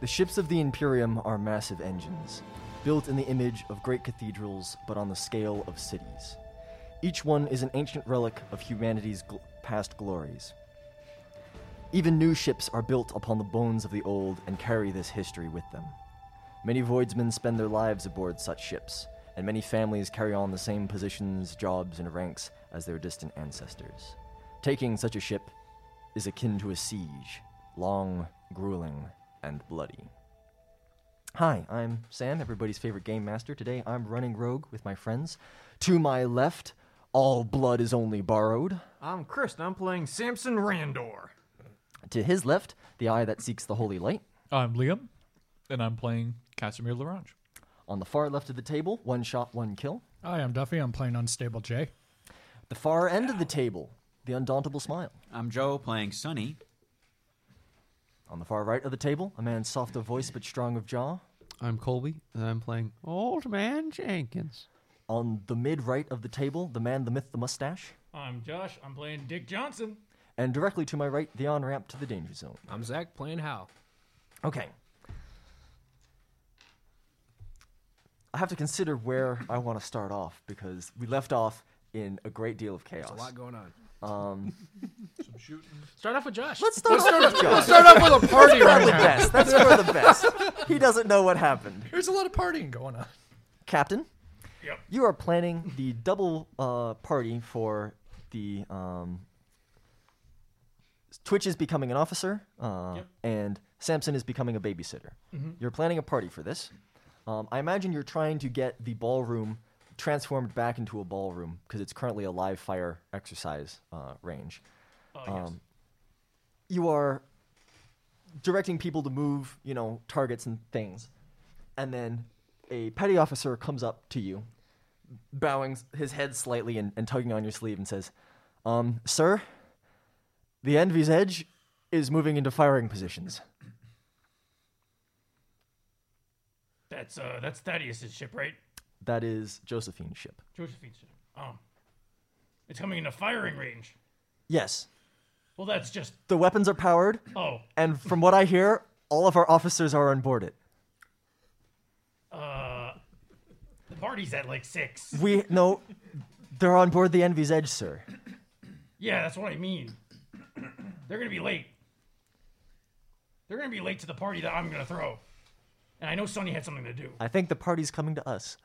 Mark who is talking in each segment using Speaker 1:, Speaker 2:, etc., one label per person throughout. Speaker 1: The ships of the Imperium are massive engines, built in the image of great cathedrals but on the scale of cities. Each one is an ancient relic of humanity's gl- past glories. Even new ships are built upon the bones of the old and carry this history with them. Many voidsmen spend their lives aboard such ships, and many families carry on the same positions, jobs, and ranks as their distant ancestors. Taking such a ship is akin to a siege, long, grueling, and bloody. Hi, I'm Sam, everybody's favorite game master. Today I'm running rogue with my friends. To my left, all blood is only borrowed.
Speaker 2: I'm Chris, and I'm playing Samson Randor.
Speaker 1: To his left, the eye that seeks the holy light.
Speaker 3: I'm Liam, and I'm playing Casimir Larange.
Speaker 1: On the far left of the table, one shot, one kill.
Speaker 4: Hi, I'm Duffy. I'm playing Unstable Jay.
Speaker 1: The far end of the table, the undauntable smile.
Speaker 5: I'm Joe playing Sunny.
Speaker 1: On the far right of the table, a man soft of voice but strong of jaw.
Speaker 6: I'm Colby, and I'm playing Old Man Jenkins.
Speaker 1: On the mid right of the table, the man, the myth, the mustache.
Speaker 7: I'm Josh. I'm playing Dick Johnson.
Speaker 1: And directly to my right, the on ramp to the danger zone.
Speaker 8: I'm Zach playing Hal.
Speaker 1: Okay. I have to consider where I want to start off because we left off in a great deal of chaos.
Speaker 8: A lot going on.
Speaker 3: Some shooting.
Speaker 8: Start off with Josh.
Speaker 1: Let's start off with Josh.
Speaker 4: Start off with a party
Speaker 1: That's for the best. That's for the best. He doesn't know what happened.
Speaker 4: There's a lot of partying going on.
Speaker 1: Captain,
Speaker 7: Yep.
Speaker 1: you are planning the double uh, party for the um, Twitch is becoming an officer, uh,
Speaker 7: Yep. Mm-hmm.
Speaker 1: and Samson is becoming a babysitter. You're planning a party for this. Um, I imagine you're trying to get the ballroom transformed back into a ballroom because it's currently a live fire exercise uh, range.
Speaker 7: Uh,
Speaker 1: Um, You are directing people to move, you know, targets and things. And then a petty officer comes up to you, bowing s- his head slightly and, and tugging on your sleeve and says, um, Sir, the Envy's Edge is moving into firing positions.
Speaker 7: That's uh, that's Thaddeus's ship, right?
Speaker 1: That is Josephine's ship.
Speaker 7: Josephine's ship. Oh, it's coming into firing range.
Speaker 1: Yes,
Speaker 7: Well, that's just
Speaker 1: the weapons are powered,
Speaker 7: oh,
Speaker 1: and from what I hear, all of our officers are on board it.
Speaker 7: the party's at like six.
Speaker 1: We, no, they're on board the Envy's Edge, sir.
Speaker 7: Yeah, that's what I mean. They're gonna be late. They're gonna be late to the party that I'm gonna throw. And I know Sonny had something to do.
Speaker 1: I think the party's coming to us.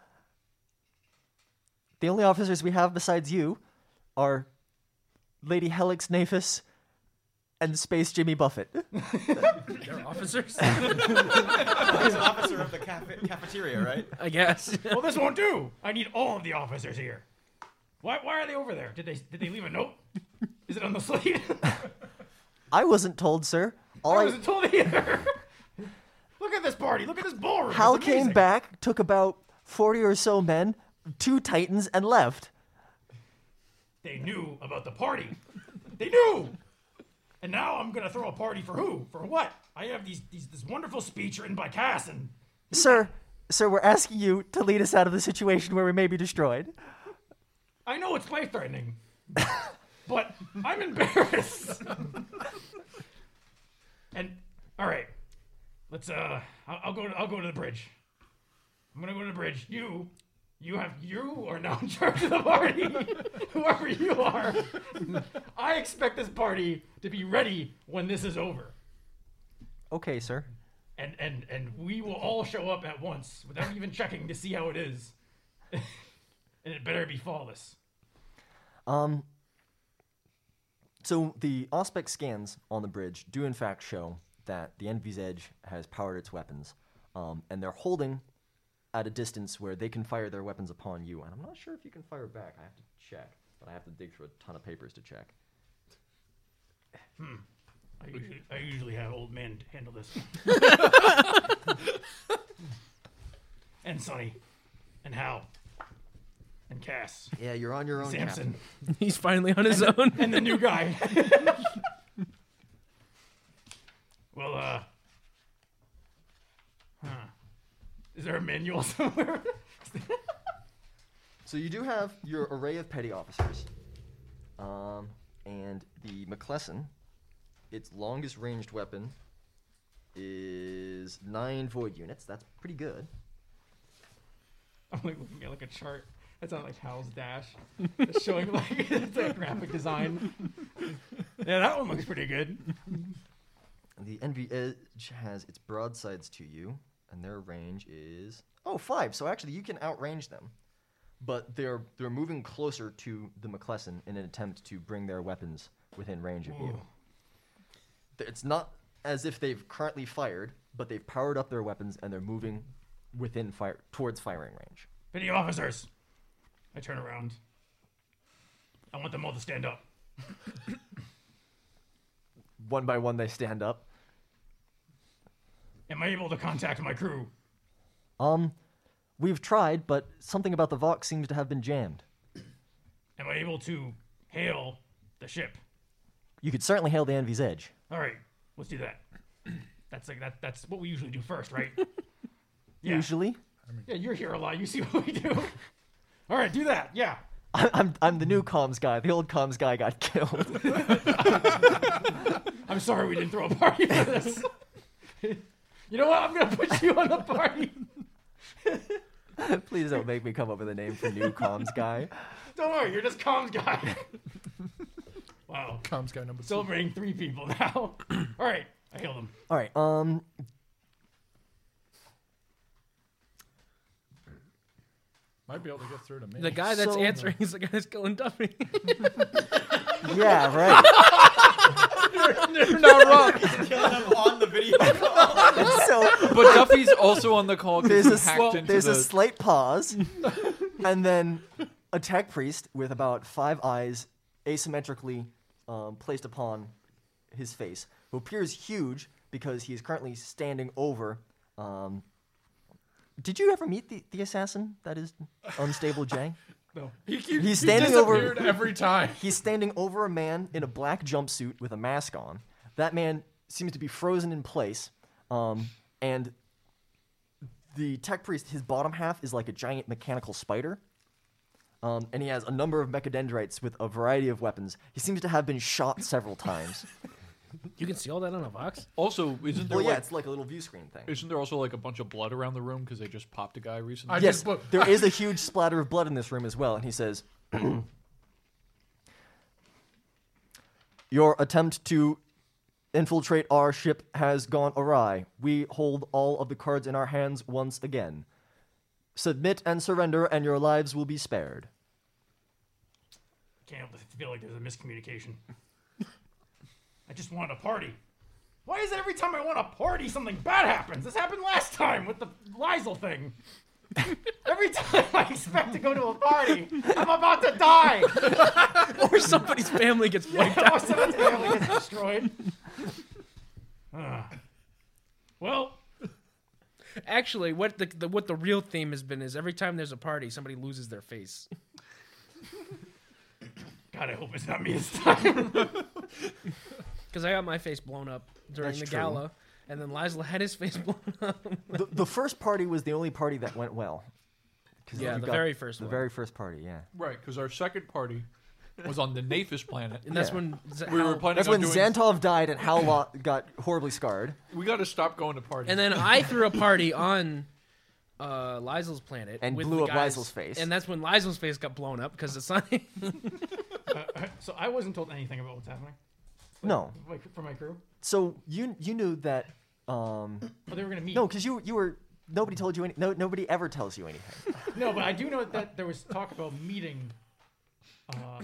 Speaker 1: The only officers we have besides you are Lady Helix Naphis and Space Jimmy Buffett.
Speaker 8: They're officers,
Speaker 5: Officer of the cafe- cafeteria, right?
Speaker 8: I guess.
Speaker 7: well, this won't do. I need all of the officers here. Why, why are they over there? Did they did they leave a note? Is it on the slate?
Speaker 1: I wasn't told, sir. All
Speaker 7: I
Speaker 1: I,
Speaker 7: wasn't told either. Look at this party. Look at this ballroom.
Speaker 1: Hal
Speaker 7: It's
Speaker 1: came
Speaker 7: amazing.
Speaker 1: back, took about 40 or so men, two Titans, and left.
Speaker 7: They knew about the party. They knew. And now I'm gonna throw a party for who? For what? I have these, these this wonderful speech written by Cass, and
Speaker 1: Sir, sir, we're asking you to lead us out of the situation where we may be destroyed.
Speaker 7: I know it's life threatening, but I'm embarrassed. and all right, let's. Uh, I'll, I'll go. To, I'll go to the bridge. I'm gonna go to the bridge. You, you have. You are now in charge of the party. Whoever you are, I expect this party to be ready when this is over.
Speaker 1: Okay, sir.
Speaker 7: and and and we will all show up at once without even checking to see how it is. and it better be flawless.
Speaker 1: Um, So the Auspex scans on the bridge do in fact show that the Envy's Edge has powered its weapons, um, and they're holding at a distance where they can fire their weapons upon you. And I'm not sure if you can fire back. I have to check, but I have to dig through a ton of papers to check.
Speaker 7: I usually, I usually have old men to handle this. and Sonny, and Hal, and Cass,
Speaker 1: Yeah, you're on your own,
Speaker 7: Samson,
Speaker 8: He's finally on his own.
Speaker 7: and the new guy. well, uh, huh. is there a manual somewhere?
Speaker 1: So you do have your array of petty officers, um, and the McClesson, its longest ranged weapon, is is nine void units. That's pretty good.
Speaker 7: I'm like looking at like a chart. That's on like Hal's dash, It's showing like it's like graphic design. yeah, that one looks pretty good.
Speaker 1: The Envy Edge has its broadsides to you, and their range is oh five. So actually, you can outrange them, but they're they're moving closer to the McClellan in an attempt to bring their weapons within range of you. Th- It's not as if they've currently fired, but they've powered up their weapons and they're moving within fire towards firing range.
Speaker 7: Video officers, I turn around. I want them all to stand up.
Speaker 1: One by one, they stand up.
Speaker 7: Am I able to contact my crew?
Speaker 1: Um, we've tried, but something about the Vox seems to have been jammed.
Speaker 7: Am I able to hail the ship?
Speaker 1: You could certainly hail the Envy's Edge.
Speaker 7: All right, let's do that. That's like that. That's what we usually do first, right? yeah.
Speaker 1: Usually,
Speaker 7: Yeah, you're here a lot. You see what we do. All right, do that. Yeah.
Speaker 1: I- I'm I'm the new comms guy. The old comms guy got killed.
Speaker 7: I'm sorry we didn't throw a party for this. you know what? I'm gonna put you on the party.
Speaker 1: Please don't make me come up with a name for new comms guy.
Speaker 7: Don't worry, you're just comms guy. wow.
Speaker 4: Comms guy number two.
Speaker 7: Celebrating three people now. All right, I killed them.
Speaker 1: All right. Um.
Speaker 4: Might be able to get through to me.
Speaker 8: The guy that's
Speaker 1: So-
Speaker 8: answering is the guy that's killing Duffy.
Speaker 1: Yeah. Right.
Speaker 8: You're not wrong.
Speaker 5: Killing them on the video.
Speaker 1: so
Speaker 3: But Duffy's also on the call because
Speaker 1: there's
Speaker 3: he
Speaker 1: a
Speaker 3: hacked
Speaker 1: sl-
Speaker 3: into
Speaker 1: there's
Speaker 3: the.
Speaker 1: a slight pause, and then a tech priest with about five eyes asymmetrically um, placed upon his face, who appears huge because he is currently standing over. Um, did you ever meet the, the assassin that is unstable Jay?
Speaker 4: he keeps
Speaker 1: He's standing over-
Speaker 4: disappeared every time.
Speaker 1: He's standing over a man in a black jumpsuit with a mask on. That man seems to be frozen in place. Um, and the tech priest, his bottom half is like a giant mechanical spider. Um, and he has a number of mechadendrites with a variety of weapons. He seems to have been shot several times.
Speaker 8: You can see all that on a box.
Speaker 3: also, isn't there
Speaker 1: well, yeah,
Speaker 3: like,
Speaker 1: it's like a little view screen thing.
Speaker 3: isn't there also like a bunch of blood around the room because they just popped a guy recently?
Speaker 4: I
Speaker 1: Yes,
Speaker 4: just look.
Speaker 1: there is a huge splatter of blood in this room as well. And he says, Your attempt to infiltrate our ship has gone awry. We hold all of the cards in our hands once again. Submit and surrender, and your lives will be spared.
Speaker 7: Can't help but feel like there's a miscommunication. I just want a party. Why is it every time I want a party, something bad happens? This happened last time with the Lizel thing. every time I expect to go to a party, I'm about to die.
Speaker 8: Or somebody's family gets wiped out.
Speaker 7: Our seventh family gets destroyed. Ah. well,
Speaker 8: Actually, what the, the what the real theme has been is every time there's a party, somebody loses their face.
Speaker 7: God, I hope it's not me this time.
Speaker 8: Because I got my face blown up during
Speaker 1: That's
Speaker 8: the
Speaker 1: true.
Speaker 8: gala, and then Liza had his face blown up.
Speaker 1: The, the first party was the only party that went well. 'Cause
Speaker 8: Yeah,
Speaker 1: you
Speaker 8: the
Speaker 1: got
Speaker 8: very first
Speaker 1: The
Speaker 8: one.
Speaker 1: very first party, yeah.
Speaker 3: Right, because our second party was on the Nathus planet.
Speaker 8: And that's
Speaker 1: Yeah.
Speaker 8: when Z-
Speaker 3: We were
Speaker 8: how-
Speaker 3: planning
Speaker 1: That's
Speaker 3: on
Speaker 1: when
Speaker 3: doing.
Speaker 1: Xantov died and Howlot got horribly scarred.
Speaker 3: we got to stop going to parties.
Speaker 8: And then I threw a party on uh, Lizel's planet
Speaker 1: And
Speaker 8: with
Speaker 1: blew
Speaker 8: the
Speaker 1: up
Speaker 8: guys,
Speaker 1: Lizel's face.
Speaker 8: and that's when Lizel's face got blown up because the sun.
Speaker 7: so I wasn't told anything about what's happening
Speaker 1: No.
Speaker 7: like, for my crew.
Speaker 1: So you you knew that um,
Speaker 7: Oh, they were gonna meet.
Speaker 1: No, because you you were nobody told you any. No, nobody ever tells you anything.
Speaker 7: No, but I do know that there was talk about meeting uh,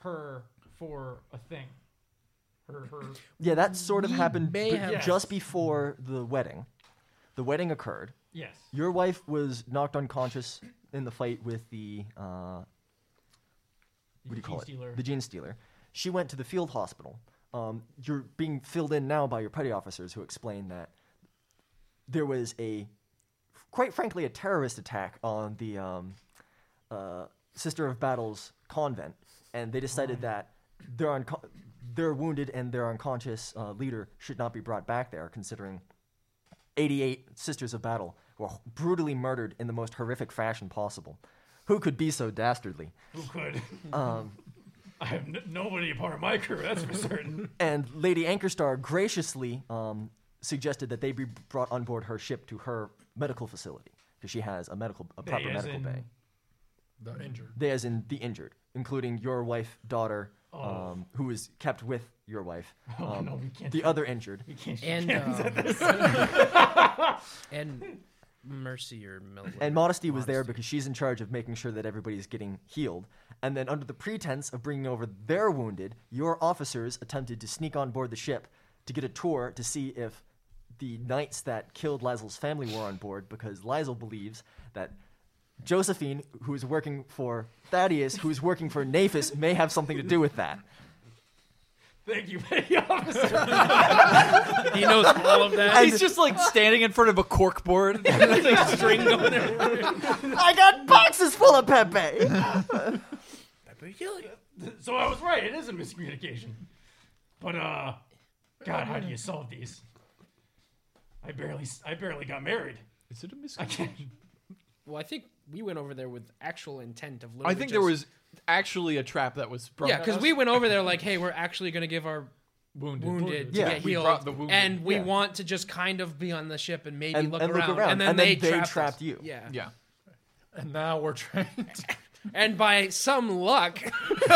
Speaker 7: her for a thing. Her, her.
Speaker 1: Yeah, that sort of
Speaker 8: You
Speaker 1: happened
Speaker 8: may
Speaker 1: b-
Speaker 8: have-
Speaker 1: just before the wedding. The wedding occurred.
Speaker 7: Yes.
Speaker 1: Your wife was knocked unconscious in the fight with the uh, what do you call
Speaker 7: Gene stealer.
Speaker 1: it? The gene stealer. She went to the field hospital. Um, you're being filled in now by your petty officers who explain that there was a, quite frankly, a terrorist attack on the um, uh, Sister of Battle's convent, and they decided that their unco- their wounded and their unconscious uh, leader should not be brought back there, considering 88 Sisters of Battle were brutally murdered in the most horrific fashion possible. Who could be so dastardly?
Speaker 7: Who could? Um. I have n- nobody a part of my crew. That's for certain.
Speaker 1: and Lady Anchorstar graciously um, suggested that they be brought on board her ship to her medical facility because she has a medical, a proper
Speaker 7: as
Speaker 1: medical
Speaker 7: in-
Speaker 1: bay.
Speaker 4: The injured.
Speaker 1: They, as in the injured, including your wife, daughter, um, who is kept with your wife, um,
Speaker 7: Oh. no, we can't.
Speaker 1: the other injured,
Speaker 8: and um, and mercy or Mel-
Speaker 1: and Modesty was there because she's in charge of making sure that everybody's getting healed. And then, under the pretense of bringing over their wounded, your officers attempted to sneak on board the ship to get a tour to see if the knights that killed Lysel's family were on board because Lysel believes that Josephine, who is working for Thaddeus, who is working for Naphis, may have something to do with that.
Speaker 7: Thank you, petty officer.
Speaker 8: he knows all of that.
Speaker 1: And-
Speaker 9: He's just like standing in front of a cork board.
Speaker 8: string going everywhere.
Speaker 1: I got boxes full of Pepe!
Speaker 7: so I was right. It is a miscommunication. But uh, God, how do you solve these? I barely, I barely got married.
Speaker 3: Is it a
Speaker 7: I
Speaker 3: mistake?
Speaker 7: can't.
Speaker 8: Well, I think we went over there with actual intent of.
Speaker 3: I
Speaker 8: Literally
Speaker 3: think
Speaker 8: just-
Speaker 3: there was actually a trap that was brought.
Speaker 8: Yeah,
Speaker 3: at
Speaker 8: because
Speaker 3: us.
Speaker 8: we went over there like, hey, we're actually going to give our
Speaker 3: wounded.
Speaker 8: wounded to
Speaker 1: Yeah.
Speaker 8: get
Speaker 3: We
Speaker 8: healed,
Speaker 3: brought the wounded.
Speaker 8: and we
Speaker 1: Yeah.
Speaker 8: want to just kind of be on the ship and maybe
Speaker 1: And-
Speaker 8: look,
Speaker 1: and look
Speaker 8: around.
Speaker 1: around.
Speaker 8: and then
Speaker 1: And then
Speaker 8: they,
Speaker 1: they
Speaker 8: trapped,
Speaker 1: trapped
Speaker 8: us.
Speaker 1: you.
Speaker 8: Yeah.
Speaker 3: Yeah.
Speaker 4: And now we're trying to.
Speaker 8: and by some luck,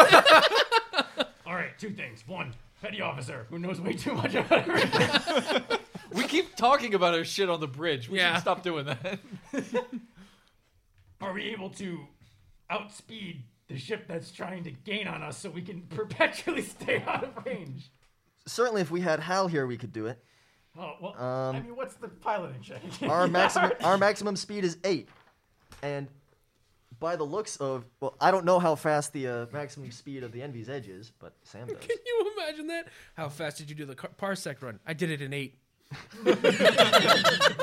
Speaker 7: All right, two things. One, petty officer who knows way too much about everything.
Speaker 3: We keep talking about our shit on the bridge. We
Speaker 8: Yeah.
Speaker 3: should stop doing that.
Speaker 7: Are we able to outspeed the ship that's trying to gain on us so we can perpetually stay out of range?
Speaker 1: Certainly, if we had Hal here, we could do it.
Speaker 7: Oh well. I mean, what's the piloting check?
Speaker 1: Um, our maximum our maximum speed is eight, and by the looks of well, I don't know how fast the uh, maximum speed of the Envy's Edge is, but Sam does.
Speaker 8: can you imagine that? How fast did you do the car- parsec run? I did it in eight.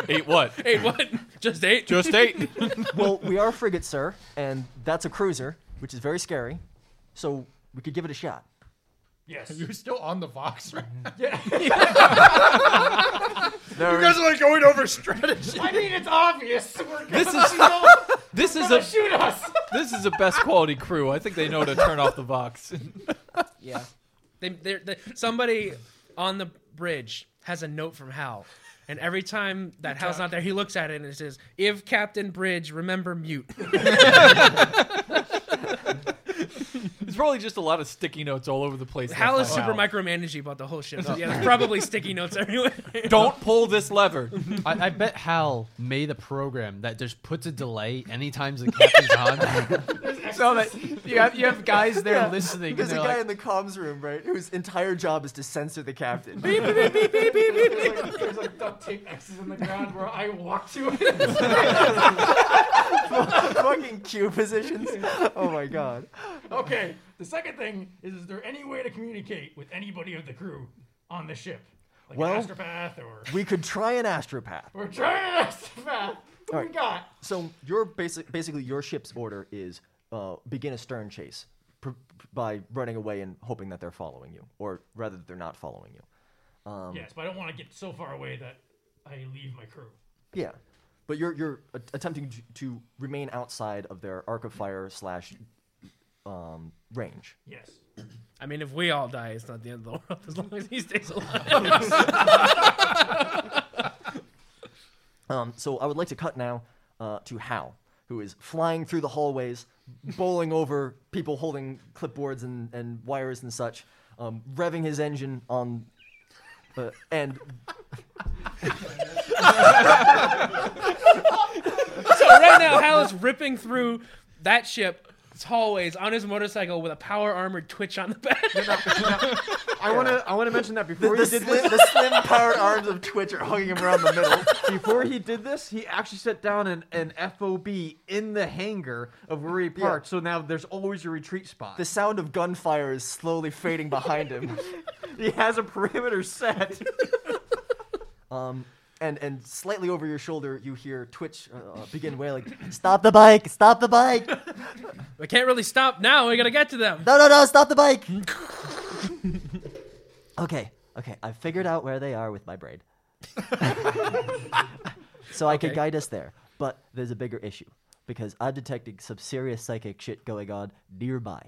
Speaker 3: Eight what?
Speaker 8: Eight what? Just eight?
Speaker 3: Just eight.
Speaker 1: well, we are a frigate, sir, and that's a cruiser, which is very scary. So we could give it a shot.
Speaker 7: yes.
Speaker 4: You're still on the Vox, right?
Speaker 1: There
Speaker 4: That's like going over strategy.
Speaker 7: I mean, it's obvious. We're gonna
Speaker 3: This is this is a
Speaker 7: shoot us.
Speaker 3: this is a best quality crew. I think they know to turn off the vox.
Speaker 8: Yeah. They, they're, they, somebody on the bridge has a note from Hal. And every time that Hal's not there, he looks at it and it says, If Captain Bridge, remember mute.
Speaker 3: It's probably just a lot of sticky notes all over the place.
Speaker 8: Hal is
Speaker 3: left by
Speaker 8: super micromanaging about the whole ship. So yeah, there's probably sticky notes everywhere.
Speaker 3: Don't pull this lever.
Speaker 6: I, I bet Hal made a program that just puts a delay anytime the captain's on. so that you have you have guys there listening.
Speaker 1: There's a guy in the comms room, right, whose entire job is to censor the captain. Beep, beep, beep, beep, beep, beep, beep.
Speaker 7: There's like, there's like duct tape X's in the ground where I walk to it.
Speaker 1: Fucking cue positions. Oh my god.
Speaker 7: Okay. The second thing is: is there any way to communicate with anybody of the crew on the ship, like
Speaker 1: Well-
Speaker 7: an astropath or?
Speaker 1: We could try an astropath.
Speaker 7: We're trying an astropath. What
Speaker 1: All
Speaker 7: we
Speaker 1: right.
Speaker 7: got?
Speaker 1: So your basic, basically your ship's order is uh, begin a stern chase pr- pr- by running away and hoping that they're following you, or rather that they're not following you. um,
Speaker 7: yes, but I don't want to get so far away that I leave my crew.
Speaker 1: Yeah, but you're you're a- attempting to, to remain outside of their arc of fire slash um, range.
Speaker 7: Yes.
Speaker 8: I mean, if we all die, it's not the end of the world as long as he stays alive.
Speaker 1: Um, so I would like to cut now uh, to Hal, who is flying through the hallways, bowling over people holding clipboards and, and wires and such, um, revving his engine on, uh, and
Speaker 8: So right now, Hal is ripping through that ship. Hallways on his motorcycle with a power armored twitch on the back.
Speaker 5: I want to. I want to mention that
Speaker 1: the,
Speaker 5: before
Speaker 1: the
Speaker 5: he did
Speaker 1: slim,
Speaker 5: this,
Speaker 1: the slim powered arms of Twitch are hugging him around the middle.
Speaker 5: before he did this, he actually set down an, an FOB in the hangar of where he parked. So now there's always a retreat spot.
Speaker 1: The sound of gunfire is slowly fading behind him.
Speaker 5: he has a perimeter set.
Speaker 1: And, and slightly over your shoulder, you hear Twitch uh, uh, begin wailing, Stop the bike! Stop the bike!
Speaker 8: We can't really stop now. We gotta get to them.
Speaker 1: No, no, no, stop the bike! okay, okay, I've figured out where they are with my brain. so I could
Speaker 8: Okay.
Speaker 1: guide us there. But there's a bigger issue because I'm detecting some serious psychic shit going on nearby.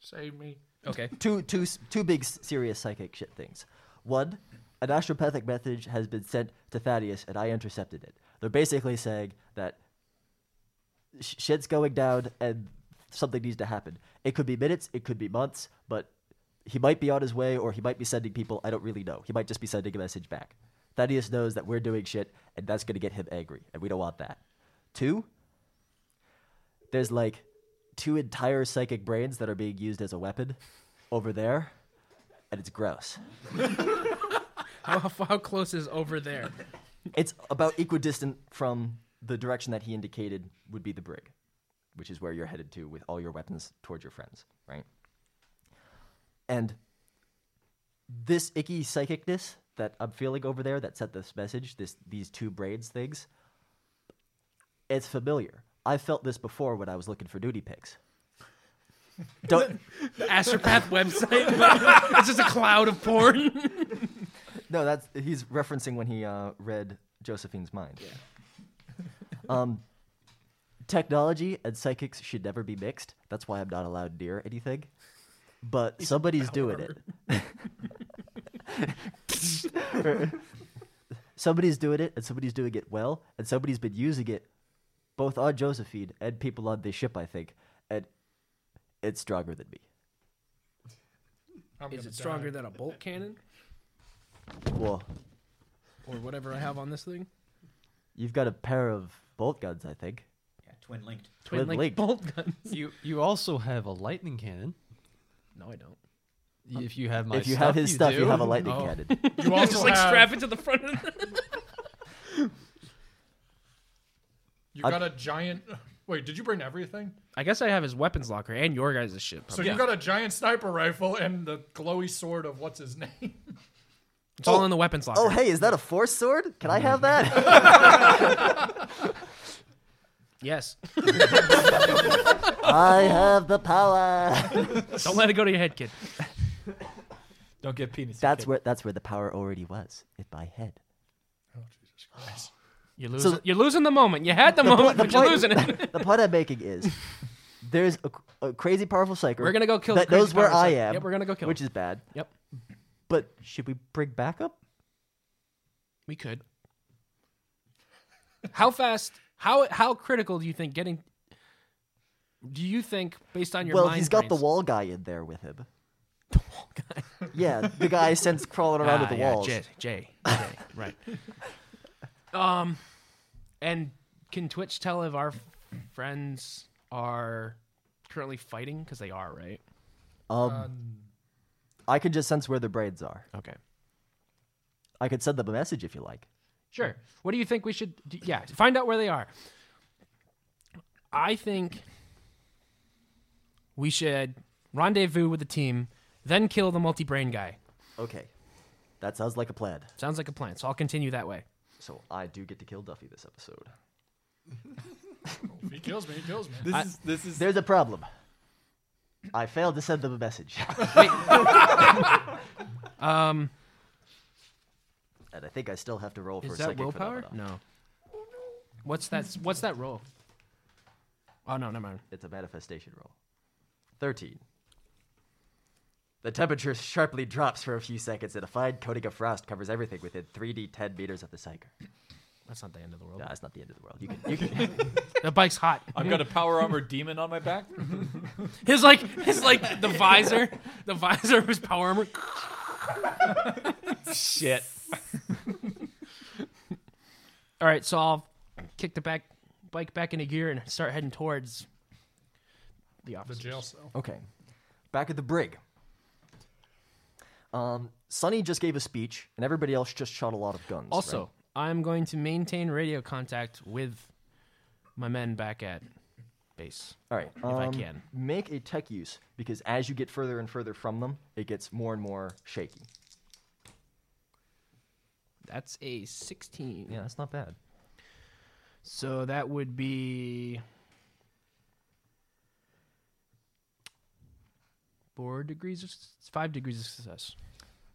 Speaker 4: Save me.
Speaker 8: Okay.
Speaker 1: Two, two, s- two big s- serious psychic shit things. One, An astropathic message has been sent to Thaddeus, and I intercepted it. They're basically saying that sh- shit's going down and something needs to happen. It could be minutes, it could be months, but he might be on his way or he might be sending people. I don't really know. He might just be sending a message back. Thaddeus knows that we're doing shit and that's going to get him angry, and we don't want that. Two, there's like two entire psychic brains that are being used as a weapon over there, and it's gross.
Speaker 8: How, how close is over there?
Speaker 1: It's about equidistant from the direction that he indicated would be the brig, which is where you're headed to with all your weapons towards your friends, right? And this icky psychicness that I'm feeling over there that sent this message, this these two braids things, it's familiar. I felt this before when I was looking for duty picks. Don't
Speaker 8: The Astropath website? it's just a cloud of porn.
Speaker 1: No, that's he's referencing when he uh, read Josephine's mind. um, technology and psychics should never be mixed. That's why I'm not allowed near anything. But somebody's doing it. somebody's doing it, and somebody's doing it well, and somebody's been using it, both on Josephine and people on this ship, I think. And it's stronger than me.
Speaker 4: I'm
Speaker 8: Is
Speaker 4: gonna
Speaker 8: it stronger
Speaker 4: die.
Speaker 8: than a bolt cannon
Speaker 1: Well,
Speaker 8: or whatever I have on this thing?
Speaker 1: you've got a pair of bolt guns, I think.
Speaker 10: Yeah, twin linked.
Speaker 1: Twin
Speaker 8: link
Speaker 1: link.
Speaker 8: bolt guns.
Speaker 6: You you also have a lightning cannon.
Speaker 8: No, I don't.
Speaker 6: If you have my
Speaker 1: if you have his stuff, you
Speaker 6: do.
Speaker 1: have a lightning
Speaker 8: Oh.
Speaker 1: cannon.
Speaker 4: You also
Speaker 8: Just like
Speaker 4: have,
Speaker 8: strap it to the front of the.
Speaker 4: You
Speaker 1: I-
Speaker 4: got a giant. Wait, did you bring everything?
Speaker 8: I guess I have his weapons locker and your guys' shit.
Speaker 4: So you got a giant sniper rifle and the glowy sword of what's his name?
Speaker 8: It's all in the weapons locker.
Speaker 1: Oh, hey, is that a force sword? Can I have that?
Speaker 8: Yes.
Speaker 1: I have the power.
Speaker 8: Don't let it go to your head, kid.
Speaker 3: Don't get penis.
Speaker 1: That's where that's where the power already was in my head.
Speaker 8: You're losing,
Speaker 1: So-
Speaker 8: you're losing the moment. You had the, moment, but you're losing it.
Speaker 1: the point I'm making is there's a, cr- a crazy powerful psycho.
Speaker 8: We're gonna go kill
Speaker 1: that
Speaker 8: crazy
Speaker 1: knows where
Speaker 8: powerful
Speaker 1: I
Speaker 8: psycho.
Speaker 1: am.
Speaker 8: Yep, we're gonna go kill
Speaker 1: which
Speaker 8: him.
Speaker 1: is bad.
Speaker 8: Yep.
Speaker 1: But should we bring backup?
Speaker 8: We could. How fast? How how critical do you think getting? Do you think based on your
Speaker 1: well,
Speaker 8: mind
Speaker 1: he's got the
Speaker 8: brains-
Speaker 1: wall guy in there with him. The wall guy. yeah, the guy I sense crawling around
Speaker 8: Ah,
Speaker 1: with the
Speaker 8: yeah,
Speaker 1: walls.
Speaker 8: Jay, Jay, Jay, right. Um, and can Twitch tell if our friends are currently fighting because they are, right?
Speaker 1: Um, I can just sense where their brains are.
Speaker 8: Okay.
Speaker 1: I could send them a message if you like.
Speaker 8: Sure. What do you think we should do? Yeah, find out where they are. I think we should rendezvous with the team, then kill the multi brain guy.
Speaker 1: Okay. That sounds like a plan.
Speaker 8: Sounds like a plan. So I'll continue that way.
Speaker 1: So I do get to kill Duffy this episode.
Speaker 4: If he kills me, he kills me.
Speaker 9: This is this is
Speaker 1: There's a problem. I failed to send them a message.
Speaker 8: Um,
Speaker 1: and I think I still have to roll for
Speaker 8: is that
Speaker 1: psychic
Speaker 8: willpower?
Speaker 1: phenomena.
Speaker 8: No. What's that? What's that roll? Oh no, never mind.
Speaker 1: It's a manifestation roll. 13. The temperature sharply drops for a few seconds, and a fine coating of frost covers everything within 3D 10 meters of the psyker.
Speaker 8: That's not the end of the world.
Speaker 1: No, it's not the end of the world. You can, you can,
Speaker 8: The bike's hot.
Speaker 3: I've got a power armor demon on my back.
Speaker 8: His like his like the visor, the visor of his power armor.
Speaker 9: shit.
Speaker 8: All right, so I'll kick the back bike back into gear and start heading towards the
Speaker 4: The
Speaker 8: office.
Speaker 4: jail cell.
Speaker 1: Okay. Back at the brig. Um, Sonny just gave a speech, and everybody else just shot a lot of guns.
Speaker 8: Also,
Speaker 1: right?
Speaker 8: I'm going to maintain radio contact with my men back at base.
Speaker 1: All right. If
Speaker 8: I can.
Speaker 1: Make a tech use because as you get further and further from them, it gets more and more shaky.
Speaker 8: That's a 16.
Speaker 1: Yeah, that's not bad.
Speaker 8: So that would be four degrees, of, s- five degrees of success.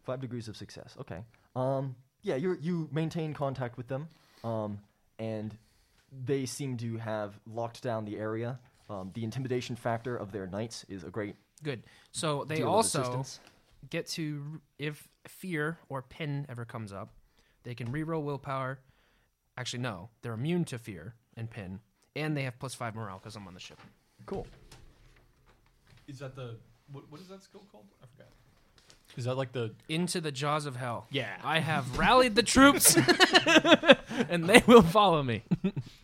Speaker 1: Five degrees of success. Okay. Um, yeah, you you maintain contact with them, um, and they seem to have locked down the area. Um, the intimidation factor of their knights is a great
Speaker 8: Good. So they
Speaker 1: deal of
Speaker 8: also
Speaker 1: assistance.
Speaker 8: get to if fear or pin ever comes up, they can reroll willpower. Actually, no, they're immune to fear and pin, and they have plus five morale because I'm on the ship.
Speaker 1: Cool.
Speaker 11: Is that the what, what is that skill called? I forgot. Is that like the
Speaker 8: Into the jaws of hell.
Speaker 11: Yeah.
Speaker 8: I have rallied the troops, and they will follow me.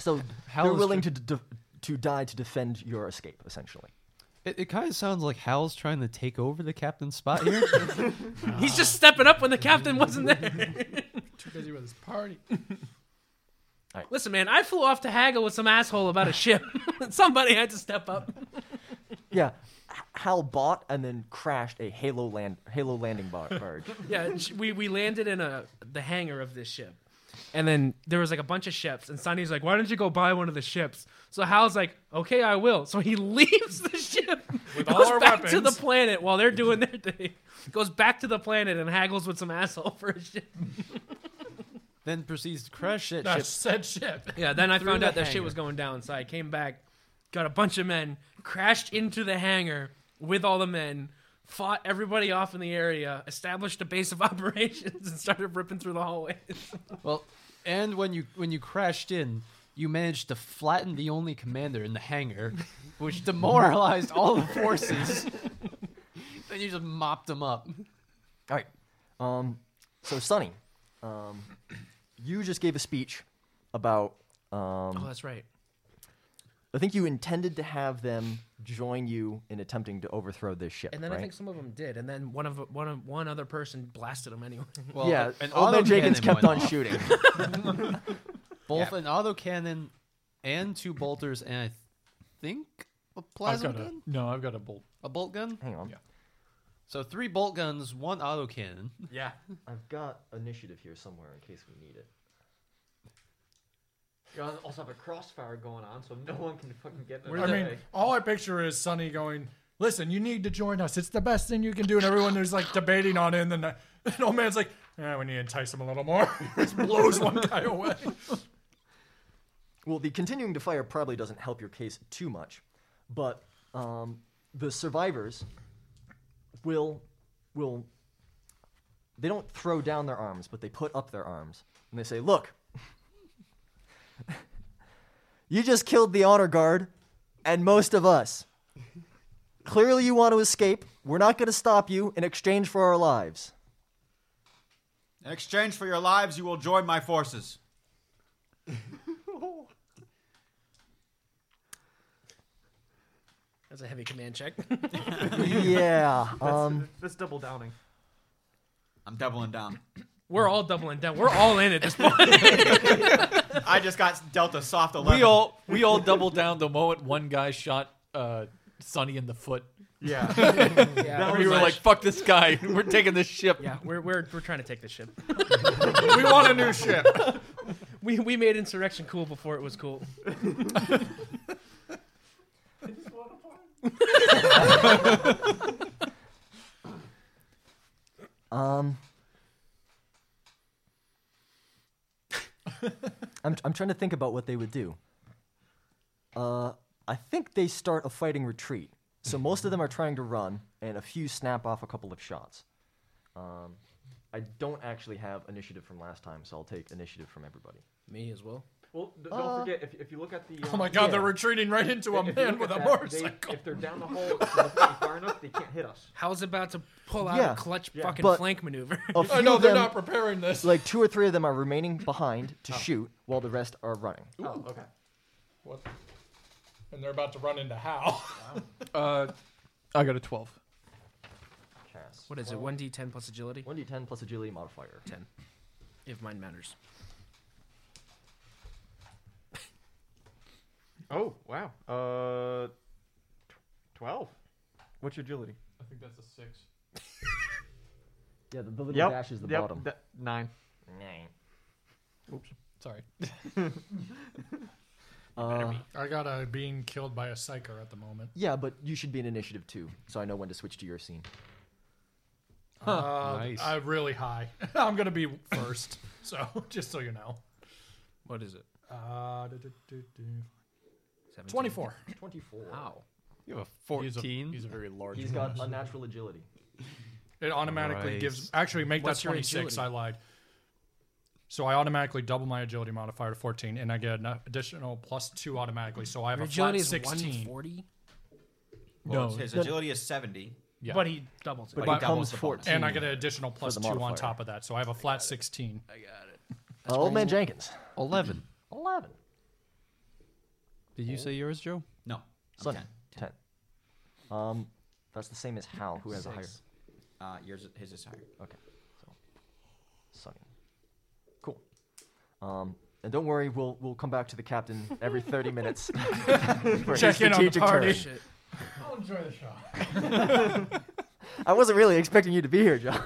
Speaker 1: So
Speaker 4: Hell
Speaker 1: they're
Speaker 4: is
Speaker 1: willing to d- d- to die to defend your escape, essentially.
Speaker 4: It, it kind of sounds like Hal's trying to take over the
Speaker 6: Oh,
Speaker 4: captain's spot here.
Speaker 8: He's just stepping up when the captain wasn't there.
Speaker 9: Too busy with his party.
Speaker 8: Listen, man, I flew off to haggle with some asshole about a ship. Somebody had to step up.
Speaker 1: Yeah. H- Hal bought and then crashed a Halo land Halo landing bar- barge.
Speaker 8: Yeah, sh- we, we landed in a the hangar of this ship. And then there was like a bunch of ships, and Sonny's like, "Why don't you go buy one of the ships?" So Hal's like, "Okay, I will." So he leaves the ship,
Speaker 9: With
Speaker 8: goes
Speaker 9: all our
Speaker 8: back to the
Speaker 9: weapons.
Speaker 8: planet while they're doing their thing, goes back to the planet and haggles with some asshole for a ship.
Speaker 4: then proceeds to crash that
Speaker 9: That
Speaker 4: ship.
Speaker 9: said ship.
Speaker 8: Yeah, then I found
Speaker 4: the
Speaker 8: out that shit
Speaker 4: hangar.
Speaker 8: was going down, so I came back, got a bunch of men, crashed into the hangar with all the men, fought everybody off in the area, established a base of operations, and started ripping through the hallways.
Speaker 4: Well, and when you when you crashed in, you managed to flatten the only commander in the hangar, which demoralized all the forces. then you just mopped them up.
Speaker 1: All right. Um, so Sonny, um, you just gave a speech about. Um,
Speaker 8: Oh, that's right.
Speaker 1: I think you intended to have them join you in attempting to overthrow this ship.
Speaker 8: And then I
Speaker 1: right?
Speaker 8: think some of them did, and then one of one of, one other person blasted them anyway.
Speaker 4: Well,
Speaker 1: yeah,
Speaker 4: an
Speaker 1: old man
Speaker 4: autocannon
Speaker 1: Jenkins kept
Speaker 4: went
Speaker 1: on
Speaker 4: off.
Speaker 1: shooting.
Speaker 4: Both an auto cannon and two bolters, and I think a
Speaker 11: I've
Speaker 4: plasma
Speaker 11: got
Speaker 4: gun,
Speaker 11: a no, I've got a bolt.
Speaker 4: a bolt gun.
Speaker 1: Hang on,
Speaker 11: Yeah.
Speaker 4: So three bolt guns, one auto cannon.
Speaker 9: Yeah.
Speaker 1: I've got initiative here somewhere in case we need it.
Speaker 5: You also have a crossfire going on, so no one can fucking get in
Speaker 9: I mean, all I picture is Sonny going, listen, you need to join us. It's the best thing you can do. And everyone there's like debating on it. And then the and old man's like, yeah, we need to entice him a little more. Just blows one guy away.
Speaker 1: Well, the continuing to fire probably doesn't help your case too much, but um, the survivors will will they don't throw down their arms, but they put up their arms and they say, "Look, you just killed the honor guard and most of us. Clearly, you want to escape. We're not going to stop you in exchange for our lives."
Speaker 12: In exchange for your lives, you will join my forces.
Speaker 8: That's a heavy command check.
Speaker 1: yeah. Um,
Speaker 5: That's double downing.
Speaker 12: I'm doubling down.
Speaker 8: We're all doubling down. We're all in at this point.
Speaker 12: I just got dealt a soft 11.
Speaker 11: We all we all doubled down the moment one guy shot uh, Sonny in the foot.
Speaker 5: Yeah.
Speaker 8: yeah,
Speaker 11: We were like, "Fuck this guy! We're taking this ship."
Speaker 8: yeah, we're we're we're trying to take this ship.
Speaker 9: we want a new ship.
Speaker 8: We we made insurrection cool before it was cool.
Speaker 1: Um, I'm, I'm trying to think about what they would do. Uh, I think they start a fighting retreat. So most of them are trying to run, and a few snap off a couple of shots. Um, I don't actually have initiative from last time, so I'll take initiative from everybody.
Speaker 8: Me as well.
Speaker 5: Well, d- don't
Speaker 1: Uh,
Speaker 5: forget if, if you look at the.
Speaker 9: Oh my
Speaker 5: um,
Speaker 9: God,
Speaker 1: Yeah.
Speaker 9: they're retreating right into a
Speaker 5: if you
Speaker 9: man
Speaker 5: look
Speaker 9: with
Speaker 5: at
Speaker 9: a
Speaker 5: that, they-
Speaker 9: motorcycle.
Speaker 5: if they're down the hole and they're not far enough, they can't hit us.
Speaker 8: How's about to pull out
Speaker 1: Yeah,
Speaker 8: a clutch
Speaker 5: yeah.
Speaker 8: fucking
Speaker 1: But-
Speaker 8: flank maneuver?
Speaker 1: A few
Speaker 9: Oh, no,
Speaker 1: of
Speaker 9: they're
Speaker 1: them,
Speaker 9: not preparing this.
Speaker 1: like two or three of them are remaining behind to
Speaker 8: Oh.
Speaker 1: shoot, while the rest are running.
Speaker 5: Oh, okay.
Speaker 9: What? And they're about to run into Hal.
Speaker 11: Uh, I got a twelve.
Speaker 8: what is it? One d ten plus agility.
Speaker 1: One d10 plus agility modifier.
Speaker 8: Ten, if mine matters.
Speaker 5: Oh, wow. Uh, tw- 12. What's your agility?
Speaker 11: I think that's a six.
Speaker 1: Yeah, the, the little dash is the
Speaker 5: yep,
Speaker 1: bottom.
Speaker 5: that- nine.
Speaker 11: Sorry.
Speaker 1: Uh,
Speaker 9: I got a being killed by a psyker at the moment.
Speaker 1: Yeah, but you should be in initiative too, so I know when to switch to your scene.
Speaker 9: Uh,
Speaker 4: nice.
Speaker 9: uh, really high. I'm gonna be first. So just so you know.
Speaker 8: What is it?
Speaker 9: Uh, do, do, do, do.
Speaker 8: 17?
Speaker 9: Twenty-four.
Speaker 1: 24.
Speaker 8: Wow.
Speaker 4: You have a
Speaker 11: He's a,
Speaker 4: fourteen.
Speaker 11: he's a very large.
Speaker 1: He's got unnatural agility.
Speaker 4: It automatically gives.
Speaker 8: Christ.
Speaker 4: Actually, make
Speaker 8: What's
Speaker 4: that
Speaker 8: your
Speaker 4: 26.
Speaker 8: agility?
Speaker 4: I lied. So I automatically double my agility modifier to 14, and I get an additional plus two automatically. So I have
Speaker 8: Your
Speaker 4: a flat
Speaker 8: agility is
Speaker 4: 16.
Speaker 8: 140.
Speaker 10: Well,
Speaker 4: No.
Speaker 10: his agility is 70.
Speaker 4: Yeah.
Speaker 8: But he doubles it.
Speaker 1: But
Speaker 4: But-
Speaker 1: he doubles the bonus.
Speaker 4: And I get an additional
Speaker 1: For
Speaker 4: plus
Speaker 1: the
Speaker 4: two on
Speaker 1: modifier.
Speaker 4: top of that. So I have a flat 16.
Speaker 1: Uh, old man Jenkins.
Speaker 6: Eleven.
Speaker 1: 11.
Speaker 6: Did you say yours, Joe?
Speaker 10: No. I'm
Speaker 1: Son.
Speaker 10: 10.
Speaker 1: 10. Um, that's the same as Hal, who has a higher.
Speaker 10: Uh, yours, his is higher.
Speaker 1: Okay. So, Sunny. Cool. Um, and don't worry, we'll we'll come back to the captain every 30 minutes for his
Speaker 4: Check in on the
Speaker 1: strategic
Speaker 4: party.
Speaker 1: turn.
Speaker 8: Shit.
Speaker 2: I'll enjoy the shot.
Speaker 1: I wasn't really expecting you to be here, Josh.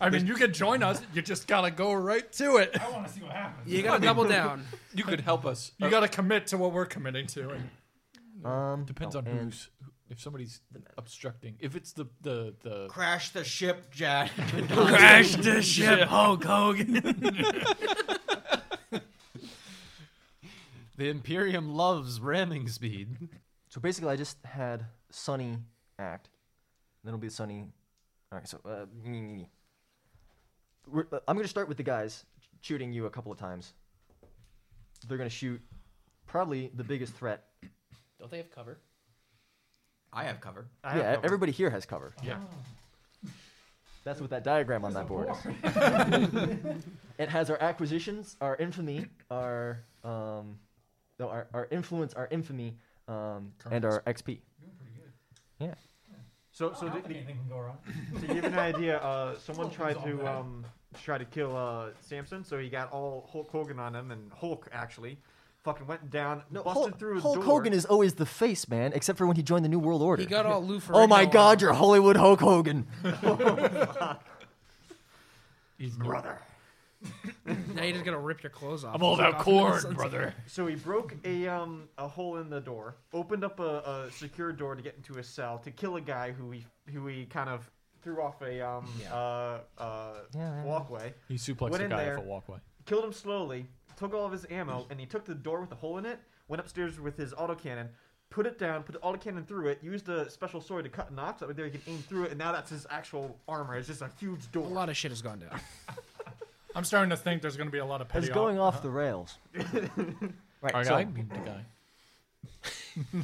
Speaker 4: I mean, you can join us. You just gotta go right to it.
Speaker 2: I want to see what happens.
Speaker 8: You gotta double down.
Speaker 9: You could help us.
Speaker 4: You gotta commit to what we're committing to. And
Speaker 1: Um,
Speaker 9: Depends
Speaker 1: oh,
Speaker 9: on
Speaker 1: and
Speaker 9: who's who- if somebody's obstructing. If it's the the the
Speaker 10: Crash the ship, Jack.
Speaker 8: Crash the ship, Hulk Hogan.
Speaker 6: The Imperium loves ramming speed.
Speaker 1: So basically, I just had Sunny act. Then it'll be Sunny. All right, so uh, me, me, me. We're, uh, I'm going to start with the guys shooting you a couple of times. They're going to shoot probably the biggest threat.
Speaker 8: Don't they have cover?
Speaker 10: I have cover.
Speaker 1: yeah, everybody here has cover.
Speaker 4: Yeah.
Speaker 1: That's what that diagram on that board is. it has our acquisitions, our infamy, our um, no, our, our influence, our infamy, um, and our XP.
Speaker 2: So I
Speaker 5: So, so to,
Speaker 2: don't think anything can go wrong.
Speaker 5: to give you an idea, uh, someone
Speaker 2: Hulk
Speaker 5: tried
Speaker 2: is all
Speaker 5: to
Speaker 2: bad.
Speaker 5: um, try to kill uh, Samson, so he got all Hulk Hogan on him, and Hulk actually fucking went down, busted
Speaker 1: Hulk,
Speaker 5: through his
Speaker 1: Hulk
Speaker 5: door.
Speaker 1: Hogan is always the face, man, except for when he joined the New World Order.
Speaker 8: He got all Lou Ferrigno
Speaker 1: oh my
Speaker 8: on.
Speaker 1: God, you're Hollywood Hulk Hogan.
Speaker 9: he's brother.
Speaker 8: Now you're just gonna rip your clothes off.
Speaker 9: I'm all
Speaker 8: Fuck
Speaker 9: about
Speaker 8: off in the
Speaker 9: corn,
Speaker 8: sunset.
Speaker 9: brother.
Speaker 5: So he broke a um a hole in the door, opened up a, a secure door to get into his cell to kill a guy who he who he kind of threw off a um uh, uh
Speaker 1: Yeah, yeah.
Speaker 5: walkway,
Speaker 9: He suplexed
Speaker 5: Went
Speaker 9: a
Speaker 5: in
Speaker 9: guy
Speaker 5: there.
Speaker 9: off a walkway.
Speaker 5: killed him slowly, took all of his
Speaker 1: Mm.
Speaker 5: ammo, and he took the door with a hole in it, went upstairs with his autocannon, put it down, put the autocannon through it, used a special sword to cut knots, that way there he can aim through it, and now that's his actual armor. It's just a huge
Speaker 8: A
Speaker 5: door.
Speaker 8: lot of shit has gone down.
Speaker 4: I'm starting to think there's gonna be a lot of petty.
Speaker 1: It's going off the rails. right,
Speaker 9: Our
Speaker 1: so,
Speaker 9: guy, I mean the guy.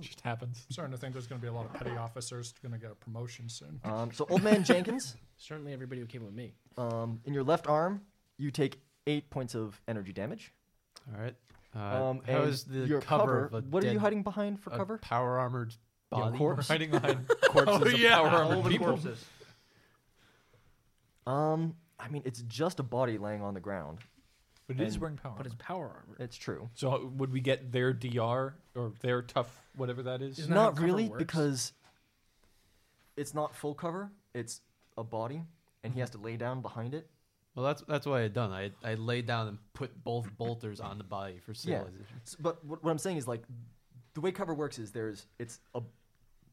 Speaker 9: Just happens.
Speaker 4: I'm starting to think there's gonna be a lot of petty officers gonna get a promotion soon.
Speaker 1: um, so old man Jenkins,
Speaker 8: Certainly, everybody who came with me.
Speaker 1: um, in your left arm, you take eight points of energy damage.
Speaker 6: All right. Uh,
Speaker 1: Um,
Speaker 6: how
Speaker 1: and
Speaker 6: is the
Speaker 1: your
Speaker 6: cover? of a
Speaker 1: what are you
Speaker 6: dead-
Speaker 1: hiding behind for
Speaker 6: a
Speaker 1: cover?
Speaker 6: Power armored
Speaker 1: Your
Speaker 6: body. Oh,
Speaker 1: corpse?
Speaker 9: Hiding behind corpses of power
Speaker 5: All
Speaker 9: armored
Speaker 5: the
Speaker 9: people.
Speaker 5: corpses.
Speaker 1: Um, I mean, it's just a body laying on the ground.
Speaker 9: But it is
Speaker 1: And-
Speaker 9: wearing power.
Speaker 8: But it's power armor.
Speaker 1: It's true.
Speaker 9: So uh, would we get their DR or their tough whatever that is?
Speaker 8: Isn't that how
Speaker 1: Not
Speaker 8: cover
Speaker 1: really,
Speaker 8: works?
Speaker 1: because it's not full cover. It's a body, and he has to lay down behind it.
Speaker 6: Well, that's that's what I had done. I I laid down and put both bolters on the body for
Speaker 1: Yeah.
Speaker 6: stabilization.
Speaker 1: S- But what, what I'm saying is like the way cover works is there's it's a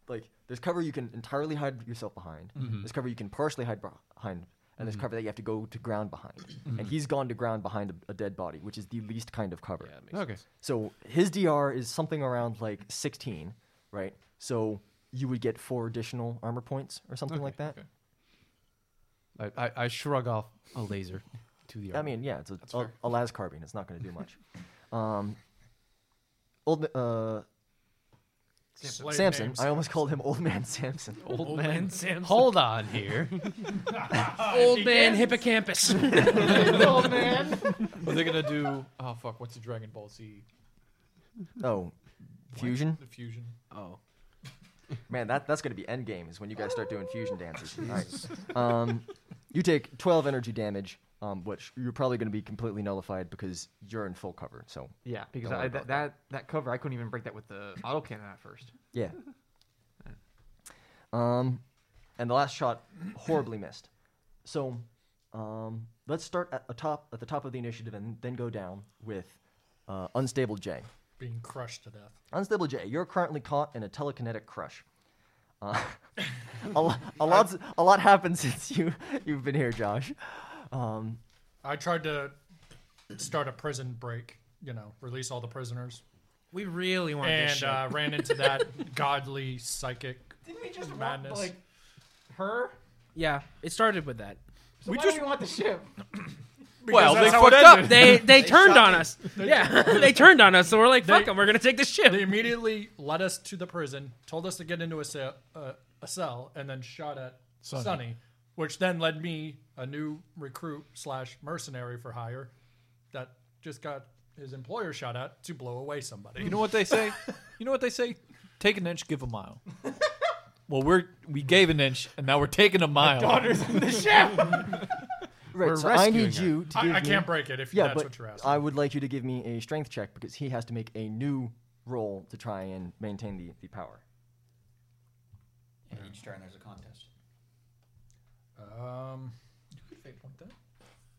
Speaker 1: like there's cover you can entirely hide yourself behind. There's cover you can partially hide beh- behind. And there's cover that you have to go to ground behind. And he's gone to ground behind a, a dead body, which is the least kind of cover.
Speaker 6: Okay.
Speaker 1: So his DR is something around like 16, right? So you would get four additional armor points or something like that.
Speaker 6: I, I I shrug off a laser to the.
Speaker 1: I
Speaker 6: armor.
Speaker 1: mean, yeah, it's a, a, a las carbine. It's not going to do much. um, old ma- uh,
Speaker 4: Slave
Speaker 1: Samson.
Speaker 4: names.
Speaker 1: I almost called him Old Man Samson.
Speaker 6: old man.
Speaker 8: Samson.
Speaker 6: Hold on here.
Speaker 8: old man hippocampus.
Speaker 9: old man. Are they gonna do? Oh fuck! What's the Dragon Ball Z
Speaker 1: Oh, fusion.
Speaker 9: The fusion.
Speaker 6: Oh.
Speaker 1: Man, that that's going to be end game. Is when you guys start doing fusion dances. All right. Um, you take 12 energy damage. Um, which you're probably going to be completely nullified because you're in full cover. So
Speaker 5: Yeah, because
Speaker 1: Don't worry
Speaker 5: I,
Speaker 1: about
Speaker 5: that, that that cover I couldn't even break that with the autocannon at first.
Speaker 1: Yeah. Um, and the last shot horribly missed. So, um, let's start at the top at the top of the initiative and then go down with uh, unstable J.
Speaker 4: Being crushed to death.
Speaker 1: Unstable J, you're currently caught in a telekinetic crush. Uh, a, lo- a lot a lot happened since you you've been here, Josh. Um,
Speaker 4: I tried to start a prison break. You know, release all the prisoners,
Speaker 8: We really want this
Speaker 4: and
Speaker 8: shit.
Speaker 4: uh, ran into that godly psychic
Speaker 2: Didn't we just
Speaker 4: Madness.
Speaker 2: want, like, her?
Speaker 8: Yeah, it started with that.
Speaker 7: we just want the ship.
Speaker 9: well, they
Speaker 4: that's how it
Speaker 9: fucked up.
Speaker 4: ended.
Speaker 8: They they, turned on us. yeah, they turned on us. So we're like, fuck them. We're gonna take the ship.
Speaker 4: They immediately led us to the prison, told us to get into a cell, uh, a cell and then shot at Sonny. which then led me, a new recruit slash mercenary for hire, that just got his employer shot at to blow away somebody.
Speaker 9: You know what they say? You know what they say? Take an inch, give a mile. well, we're we gave an inch, and now we're taking a mile.
Speaker 7: Daughter's in the ship.
Speaker 6: We're
Speaker 1: Right, so I need
Speaker 6: rescuing her.
Speaker 1: you to
Speaker 4: I,
Speaker 1: give
Speaker 4: I
Speaker 1: me-
Speaker 4: can't break it if
Speaker 1: Yeah,
Speaker 4: that's
Speaker 1: but
Speaker 4: what you're asking.
Speaker 1: I would like you to give me a strength check because he has to make a new roll to try and maintain the, the power.
Speaker 12: And each turn there's a contest.
Speaker 4: um,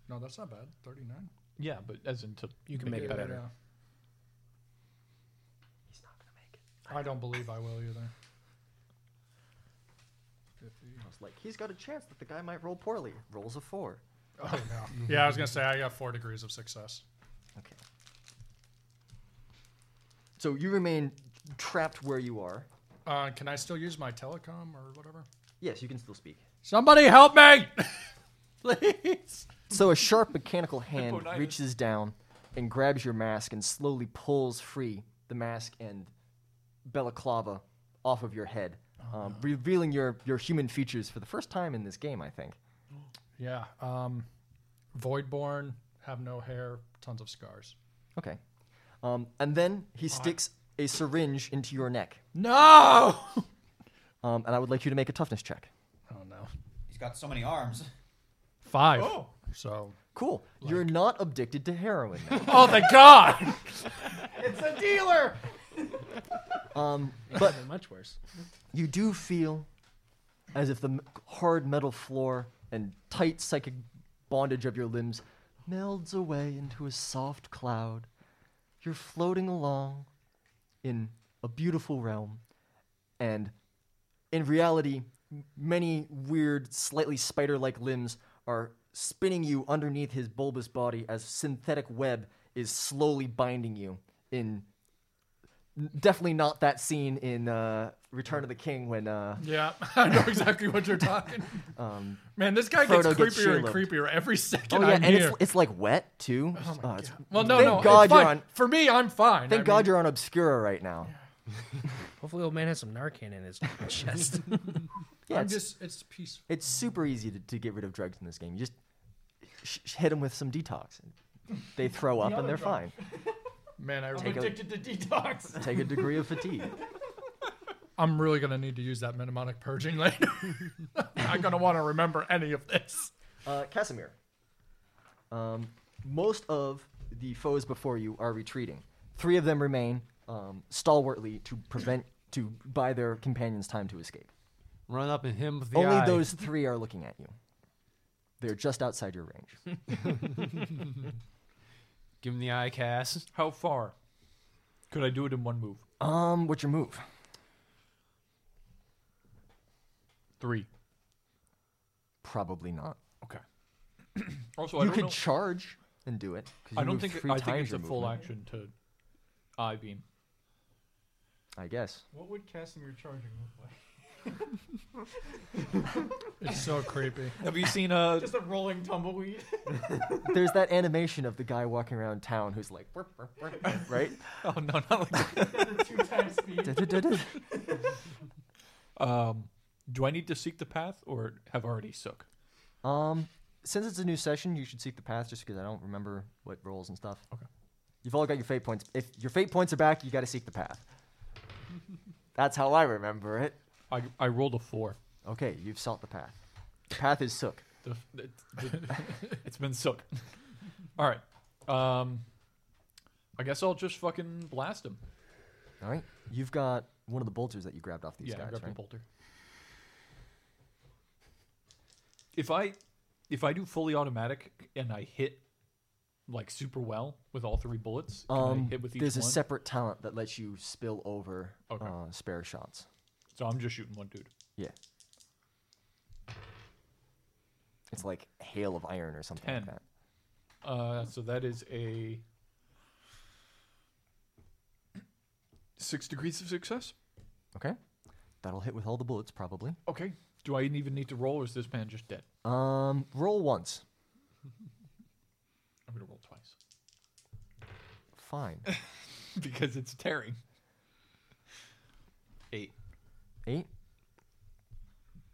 Speaker 4: no, that's not bad. 39.
Speaker 9: yeah, but as in to
Speaker 8: You can make it better.
Speaker 4: Yeah. I don't believe I will either.
Speaker 1: I was like, he's got a chance that the guy might roll poorly. Rolls a four.
Speaker 4: Oh no. yeah, I was gonna say I got four degrees of success.
Speaker 1: Okay. So you remain trapped where you are.
Speaker 4: Uh, can I still use my telecom or whatever?
Speaker 1: Yes, you can still speak.
Speaker 4: Somebody help me! Please.
Speaker 1: So a sharp mechanical hand reaches down and grabs your mask and slowly pulls free the mask and balaclava off of your head, um, revealing your, your human features for the first time in this game, I think.
Speaker 4: Yeah. Um, Voidborn, have no hair, tons of scars.
Speaker 1: Okay. Um, and then he sticks a syringe into your neck.
Speaker 4: No.
Speaker 1: Um, and I would like you to make a toughness check.
Speaker 4: Oh no.
Speaker 12: He's got so many arms.
Speaker 4: Five. So.
Speaker 1: Cool. You're not addicted to heroin. now.
Speaker 4: Oh thank God.
Speaker 7: It's a dealer.
Speaker 1: um, but
Speaker 8: Much worse.
Speaker 1: you do feel as if the m- hard metal floor and tight psychic bondage of your limbs melds away into a soft cloud. You're floating along in a beautiful realm, and in reality, m- many weird, slightly spider like limbs are spinning you underneath his bulbous body as synthetic web is slowly binding you in definitely not that scene in uh, Return of the King when uh,
Speaker 4: Yeah, I know exactly what you're talking.
Speaker 1: um,
Speaker 4: Man, this guy gets
Speaker 1: Frodo
Speaker 4: creepier
Speaker 1: gets
Speaker 4: and
Speaker 1: Shelob.
Speaker 4: creepier every second
Speaker 1: oh yeah,
Speaker 4: I'm
Speaker 1: and
Speaker 4: here.
Speaker 1: it's it's like wet too. Uh, it's-
Speaker 4: well, no,
Speaker 1: thank
Speaker 4: no.
Speaker 1: God
Speaker 4: it's fine.
Speaker 1: you're on.
Speaker 4: For me, I'm fine.
Speaker 1: Thank
Speaker 4: I
Speaker 1: God
Speaker 4: mean,
Speaker 1: you're on Obscura right now.
Speaker 8: Hopefully, old man has some Narcan in his chest.
Speaker 1: Yeah,
Speaker 4: I'm
Speaker 1: it's,
Speaker 4: just. It's peaceful.
Speaker 1: it's super easy to, to get rid of drugs in this game. You just sh- sh- hit them with some detox. And they throw up and they're fine.
Speaker 4: Man, I
Speaker 1: Take
Speaker 4: really,
Speaker 1: a-
Speaker 7: Addicted to detox.
Speaker 1: Take a degree of fatigue.
Speaker 4: I'm really gonna need to use that mnemonic purging later. I'm gonna want to remember any of this.
Speaker 1: Uh, Casimir, um, most of the foes before you are retreating. Three of them remain um, stalwartly to prevent to buy their companions time to escape.
Speaker 6: Run up and him with the
Speaker 1: Only
Speaker 6: eye.
Speaker 1: those three are looking at you. They're just outside your range.
Speaker 6: Give him the eye cast.
Speaker 9: How far? Could I do it in one move?
Speaker 1: Um, what's your move?
Speaker 9: Three.
Speaker 1: Probably not.
Speaker 9: Okay. also, Oh, I
Speaker 1: you
Speaker 9: don't
Speaker 1: could
Speaker 9: know-
Speaker 1: charge and do it. 'cause
Speaker 9: I
Speaker 1: you
Speaker 9: don't
Speaker 1: moved
Speaker 9: think
Speaker 1: three
Speaker 9: I think
Speaker 1: times
Speaker 9: it's a
Speaker 1: your
Speaker 9: full
Speaker 1: movement.
Speaker 9: action to I beam.
Speaker 1: I guess.
Speaker 2: What would Casimir charging look like?
Speaker 4: It's so creepy.
Speaker 9: Have you seen uh
Speaker 7: Just a rolling tumbleweed.
Speaker 1: There's that animation of the guy walking around town who's like, "Burp, burp, burp," right?
Speaker 9: Oh no, not like that.
Speaker 7: Two times speed.
Speaker 1: Da-da-da-da.
Speaker 9: Um, do I need to seek the path or have already sook?
Speaker 1: um, since it's a new session, you should seek the path just because I don't remember what rolls and stuff.
Speaker 9: Okay.
Speaker 1: You've all got your fate points. If your fate points are back, you got to seek the path. That's how I remember it.
Speaker 9: I I rolled a four.
Speaker 1: Okay, you've sought the path. The path is sook.
Speaker 9: The, the, the- it's been sook. All right. Um, I guess I'll just fucking blast him.
Speaker 1: All right. You've got one of the bolters that you grabbed off these
Speaker 9: yeah, I
Speaker 1: guys,
Speaker 9: grabbed the
Speaker 1: right?
Speaker 9: bolter. If I if I do fully automatic and I hit like super well with all three bullets, can I
Speaker 1: Um,
Speaker 9: hit with each
Speaker 1: there's
Speaker 9: one?
Speaker 1: a separate talent that lets you spill over
Speaker 9: Okay.
Speaker 1: uh, spare shots.
Speaker 9: so I'm just shooting one dude.
Speaker 1: Yeah. It's like hail of iron or something like
Speaker 9: Ten.
Speaker 1: that.
Speaker 9: Uh, so that is a six degrees of success.
Speaker 1: Okay. That'll hit with all the bullets, probably.
Speaker 9: Okay, Do I even need to roll, or is this man just dead?
Speaker 1: Um, roll once.
Speaker 9: I'm gonna roll twice
Speaker 1: Fine.
Speaker 9: because it's tearing. Eight.
Speaker 1: Eight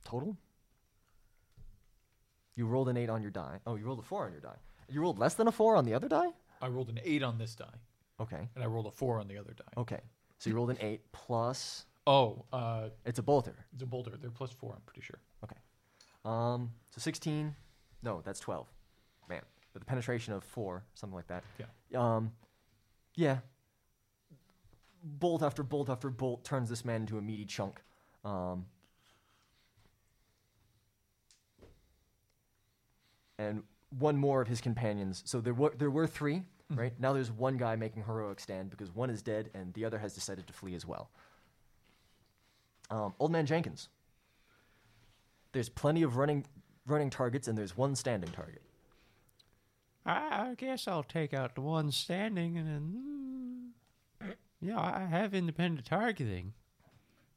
Speaker 1: total. You rolled an eight on your die. Oh, you rolled a four on your die. You rolled less than a four on the other die.
Speaker 9: I rolled an eight on this die,
Speaker 1: Okay.
Speaker 9: and I rolled a four on the other die.
Speaker 1: Okay. So you rolled an eight plus.
Speaker 9: Oh, uh,
Speaker 1: It's a bolter.
Speaker 9: it's a boulder. They're plus four. I'm pretty sure.
Speaker 1: Okay. Um, so 16. No, that's 12. Man. With a penetration of 4, something like that. Yeah. Um, yeah. Bolt after bolt after bolt turns this man into a meaty chunk. Um, and one more of his companions. So there were there were 3 right? Now there's one guy making heroic stand because one is dead and the other has decided to flee as well. Um, Old Man Jenkins. There's plenty of running running targets and there's one standing target.
Speaker 6: I, I guess I'll take out the one standing and then. mm, Yeah, I I have independent targeting.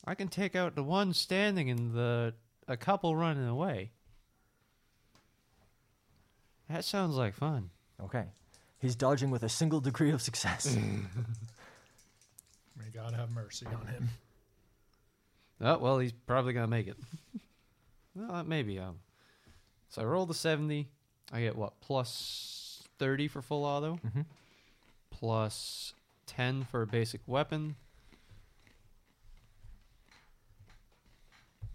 Speaker 6: I can take out the one standing and the a couple running away. That sounds like fun.
Speaker 1: Okay. He's dodging with a single degree of success.
Speaker 4: May God have mercy on him.
Speaker 6: Oh well, he's probably gonna make it. well, maybe. Um, so I roll the seventy. I get what plus thirty for full auto,
Speaker 1: Mhm.
Speaker 6: plus ten for a basic weapon.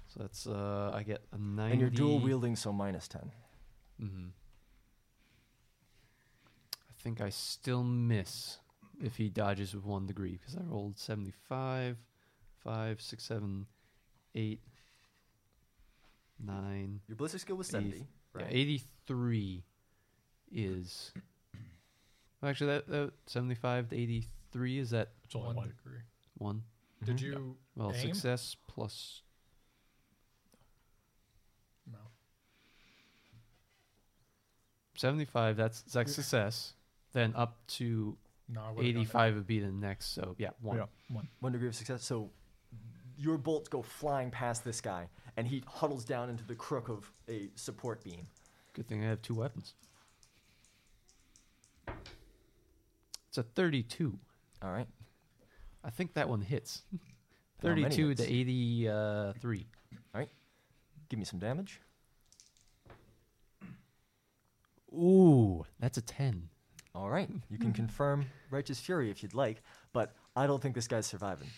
Speaker 6: So that's uh, I get a ninety.
Speaker 1: and you're dual wielding, so minus 10.
Speaker 6: Mm-hmm. I think I still miss if he dodges with one degree because I rolled 75, 5, 6, 7, 8, 9.
Speaker 1: Your ballistic skill was 70, right?
Speaker 6: Yeah, 83 is. well, actually, that, that 75 to 83 is that
Speaker 4: It's only one, degree.
Speaker 6: one?
Speaker 9: Mm-hmm.
Speaker 4: Did you
Speaker 6: Well,
Speaker 4: aim?
Speaker 6: success plus.
Speaker 4: No.
Speaker 6: 75, that's, that's success. Then up to
Speaker 4: No, I would've done it.
Speaker 6: 85 would be the next. So, yeah, one.
Speaker 9: Yeah, one.
Speaker 1: One degree of success. So your bolts go flying past this guy, and he huddles down into the crook of a support beam.
Speaker 6: Good thing I have two weapons. It's a 32.
Speaker 1: All right.
Speaker 6: I think that one hits.
Speaker 1: How many
Speaker 6: 32
Speaker 1: hits?
Speaker 6: to 83.
Speaker 1: All right. Give me some damage.
Speaker 6: Ooh, that's a 10.
Speaker 1: All right. You can confirm Righteous Fury if you'd like, but I don't think this guy's surviving.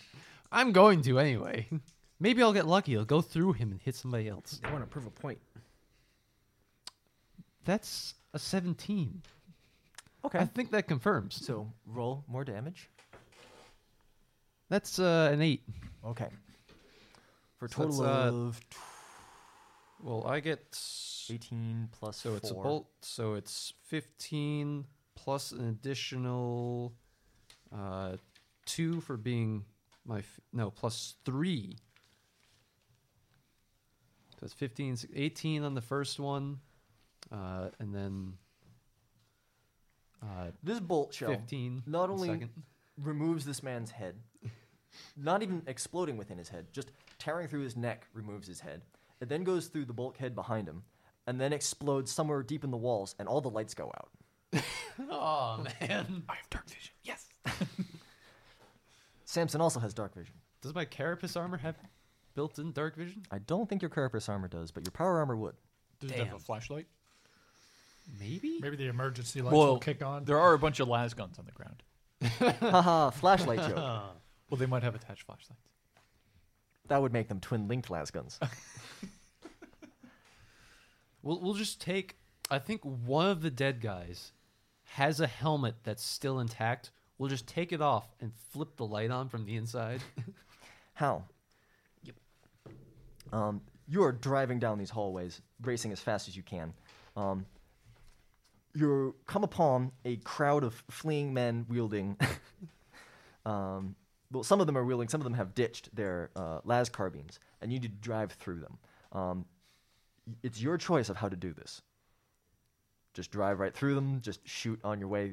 Speaker 6: I'm going to anyway. Maybe I'll get lucky. I'll go through him and hit somebody else.
Speaker 8: I want to prove a point.
Speaker 6: That's a 17.
Speaker 1: Okay.
Speaker 6: I think that confirms.
Speaker 1: So roll more damage.
Speaker 6: That's uh, an 8.
Speaker 1: Okay. For a
Speaker 6: So that's,
Speaker 1: total
Speaker 6: uh,
Speaker 1: of
Speaker 6: Well, I get.
Speaker 1: 18 plus
Speaker 6: So it's a
Speaker 1: four.
Speaker 6: bolt. So it's 15 plus an additional uh, two for being my f- no plus three. So it's 15, s- 18 on the first one, uh, and then uh,
Speaker 1: This bolt shell
Speaker 6: 15
Speaker 1: not
Speaker 6: the
Speaker 1: only
Speaker 6: second.
Speaker 1: removes this man's head, not even exploding within his head, just tearing through his neck removes his head. It then goes through the bulkhead behind him, and then explodes somewhere deep in the walls, and all the lights go out.
Speaker 6: oh man!
Speaker 9: I have dark vision. Yes.
Speaker 1: Samson also has dark vision.
Speaker 6: Does my carapace armor have built-in dark vision?
Speaker 1: I don't think your carapace armor does, but your power armor would.
Speaker 9: Does it have
Speaker 6: Damn.
Speaker 9: a flashlight?
Speaker 6: Maybe.
Speaker 4: Maybe the emergency lights will kick on.
Speaker 9: There are a bunch of las guns on the ground.
Speaker 1: Haha, flashlight joke.
Speaker 9: Well, they might have attached flashlights.
Speaker 1: That would make them twin linked lasguns.
Speaker 6: We'll we'll just take. I think one of the dead guys has a helmet that's still intact. We'll just take it off and flip the light on from the inside.
Speaker 1: How? Yep. Um, you are driving down these hallways, racing as fast as you can. Um, you come upon a crowd of fleeing men wielding. um, well, some of them are wielding, some of them have ditched their uh, las carbines, and you need to drive through them. Um, y- it's your choice of how to do this. Just drive right through them. Just shoot on your way.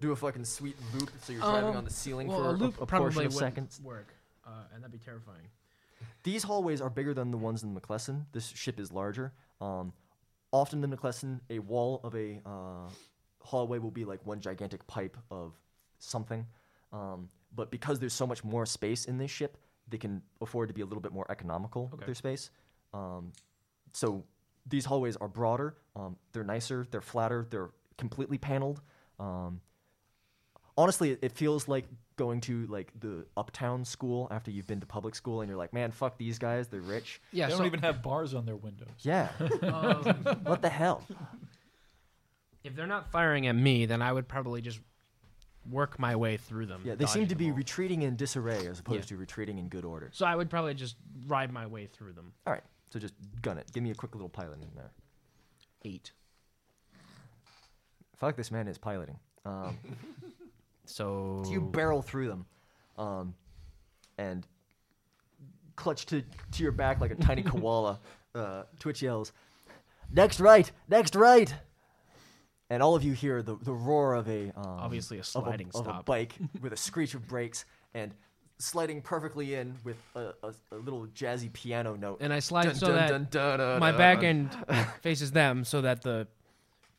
Speaker 1: Do a fucking sweet loop so you're driving
Speaker 8: Um,
Speaker 1: on the ceiling
Speaker 8: well,
Speaker 1: for
Speaker 8: a
Speaker 1: a,
Speaker 8: loop
Speaker 1: a
Speaker 8: probably
Speaker 1: portion of
Speaker 8: wouldn't
Speaker 1: seconds.
Speaker 8: work, uh, and that'd be terrifying.
Speaker 1: These hallways are bigger than the ones in the McClellan. This ship is larger. Um, often in the McClellan, a wall of a uh, hallway will be like one gigantic pipe of something. Um, but because there's so much more space in this ship, they can afford to be a little bit more economical with
Speaker 9: Okay.
Speaker 1: their space. Um, so these hallways are broader. Um, they're nicer. They're flatter. They're completely paneled. Um, honestly, it- it feels like going to like the uptown school after you've been to public school, and you're like, man, fuck these guys. They're rich.
Speaker 9: they don't even have bars on their windows.
Speaker 1: Yeah. what the hell?
Speaker 8: If they're not firing at me, then I would probably just work my way through them.
Speaker 1: Yeah, they
Speaker 8: dodging
Speaker 1: seem to
Speaker 8: them
Speaker 1: be
Speaker 8: all.
Speaker 1: retreating in disarray as opposed to retreating in good order.
Speaker 8: So I would probably just ride my way through them.
Speaker 1: All right, so just gun it. Give me a quick little pilot in there.
Speaker 8: Eight.
Speaker 1: Fuck, this man is piloting. Um,
Speaker 8: so
Speaker 1: you barrel through them, um, and clutch to to your back like a tiny koala. Uh, Twitch yells, "Next right, next right!" And all of you hear the, the roar of a um,
Speaker 8: Obviously a
Speaker 1: of
Speaker 8: sliding
Speaker 1: of a
Speaker 8: stop.
Speaker 1: bike with a screech of brakes and sliding perfectly in with a, a, a little jazzy piano note.
Speaker 8: And I slide
Speaker 1: Dun,
Speaker 8: so
Speaker 1: dun,
Speaker 8: that
Speaker 1: dun, dun, dun,
Speaker 8: my
Speaker 1: dun.
Speaker 8: back end faces them, so that the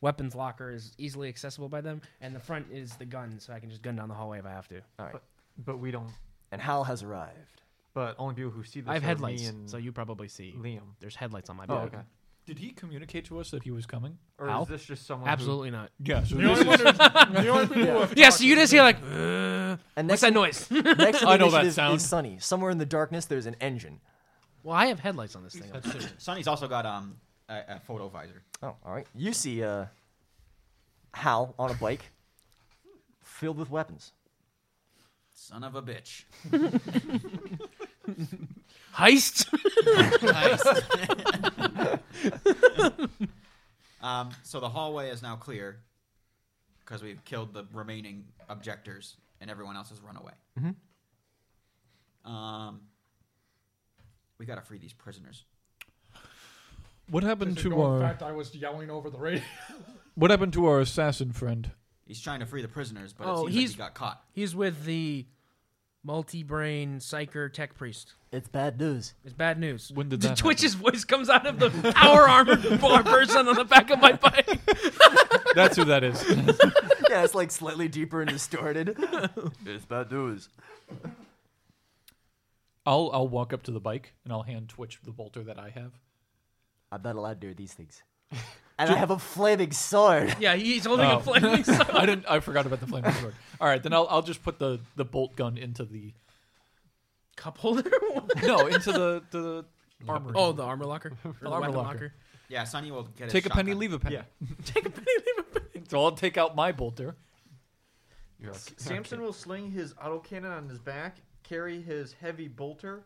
Speaker 8: weapons locker is easily accessible by them, and the front is the gun, so I can just gun down the hallway if I have to.
Speaker 1: All right. But,
Speaker 5: but we don't.
Speaker 1: And Hal has arrived.
Speaker 5: But only people who see this
Speaker 8: I have
Speaker 5: are
Speaker 8: headlights,
Speaker 5: me and
Speaker 8: so you probably see
Speaker 5: Liam.
Speaker 8: There's headlights on my
Speaker 5: Oh,
Speaker 8: back.
Speaker 5: okay.
Speaker 9: Did he communicate to us that he was coming?
Speaker 5: Or is
Speaker 8: Al?
Speaker 5: this just someone?
Speaker 8: Absolutely not.
Speaker 9: Yeah. So
Speaker 8: The
Speaker 9: this
Speaker 8: only
Speaker 9: is-
Speaker 8: one who's- the only people who have Yeah, so you talked just to- hear, like, "Uh, what's that noise?"
Speaker 1: next
Speaker 8: I know that
Speaker 1: initiative
Speaker 8: sound.
Speaker 1: Is sunny. Somewhere in the darkness, there's an engine.
Speaker 8: Well, I have headlights on this thing.
Speaker 12: Sonny's also got um a, a photo visor.
Speaker 1: Oh, all right. You see uh, Hal on a bike filled with weapons.
Speaker 12: Son of a bitch.
Speaker 8: Heist.
Speaker 12: Heist. um, so the hallway is now clear because we've killed the remaining objectors and everyone else has run away.
Speaker 1: Mhm.
Speaker 12: Um, we gotta free these prisoners.
Speaker 9: What happened
Speaker 4: Just
Speaker 9: to
Speaker 4: ignore
Speaker 9: our?
Speaker 4: the fact I was yelling over the radio.
Speaker 9: What happened to our assassin friend?
Speaker 12: He's trying to free the prisoners, but
Speaker 8: oh,
Speaker 12: it seems
Speaker 8: he's
Speaker 12: like he got caught.
Speaker 8: He's with the multi-brain psyker tech priest.
Speaker 1: It's bad news.
Speaker 8: It's bad news.
Speaker 9: When did
Speaker 8: The
Speaker 9: that
Speaker 8: Twitch's voice comes out of the power armored bar person on the back of my bike.
Speaker 9: That's who that is.
Speaker 1: yeah, it's like slightly deeper and distorted. it's bad news.
Speaker 9: I'll I'll walk up to the bike and I'll hand Twitch the bolter that I have.
Speaker 1: I'm not allowed near these things. And I have a flaming sword.
Speaker 8: Yeah, he's holding
Speaker 9: Oh.
Speaker 8: a flaming sword.
Speaker 9: I didn't. I forgot about the flaming sword. All right, then I'll I'll just put the the bolt gun into the
Speaker 8: cup holder.
Speaker 9: no, into the the armor.
Speaker 8: Oh, the armor locker. Or the
Speaker 9: Armor
Speaker 8: weapon
Speaker 9: locker.
Speaker 12: Yeah, Sonny will get his
Speaker 9: Take a penny,
Speaker 12: shotgun.
Speaker 9: leave a penny.
Speaker 12: Yeah.
Speaker 8: take a penny, leave a
Speaker 9: penny. So I'll take out my bolter.
Speaker 5: S- Samson will sling his autocannon on his back, carry his heavy bolter,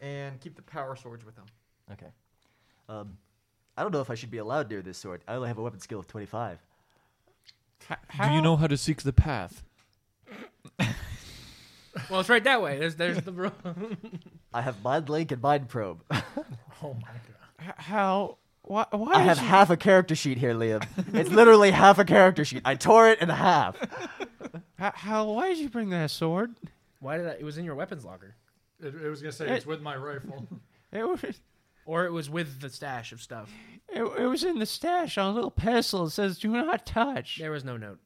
Speaker 5: and keep the power swords with him.
Speaker 1: Okay. Um, I don't know if I should be allowed near this sword. I only have a weapon skill of 25.
Speaker 9: Do you know how to seek the path?
Speaker 8: Well, it's right that way. There's there's the room.
Speaker 1: I have Mind Link and Mind Probe.
Speaker 4: Oh my
Speaker 6: How? Why? why
Speaker 1: I
Speaker 6: did
Speaker 1: have
Speaker 6: you-
Speaker 1: half a character sheet here, Liam. It's literally half a character sheet. I tore it in half.
Speaker 6: How, how? Uh, Why did you bring that sword?
Speaker 8: Why did I? It was in your weapons locker.
Speaker 4: It, it was gonna say it's with my rifle.
Speaker 6: It was. It,
Speaker 8: Or it was with the stash of stuff.
Speaker 6: it was in the stash on a little pedestal. It says "Do not touch."
Speaker 8: There was no note.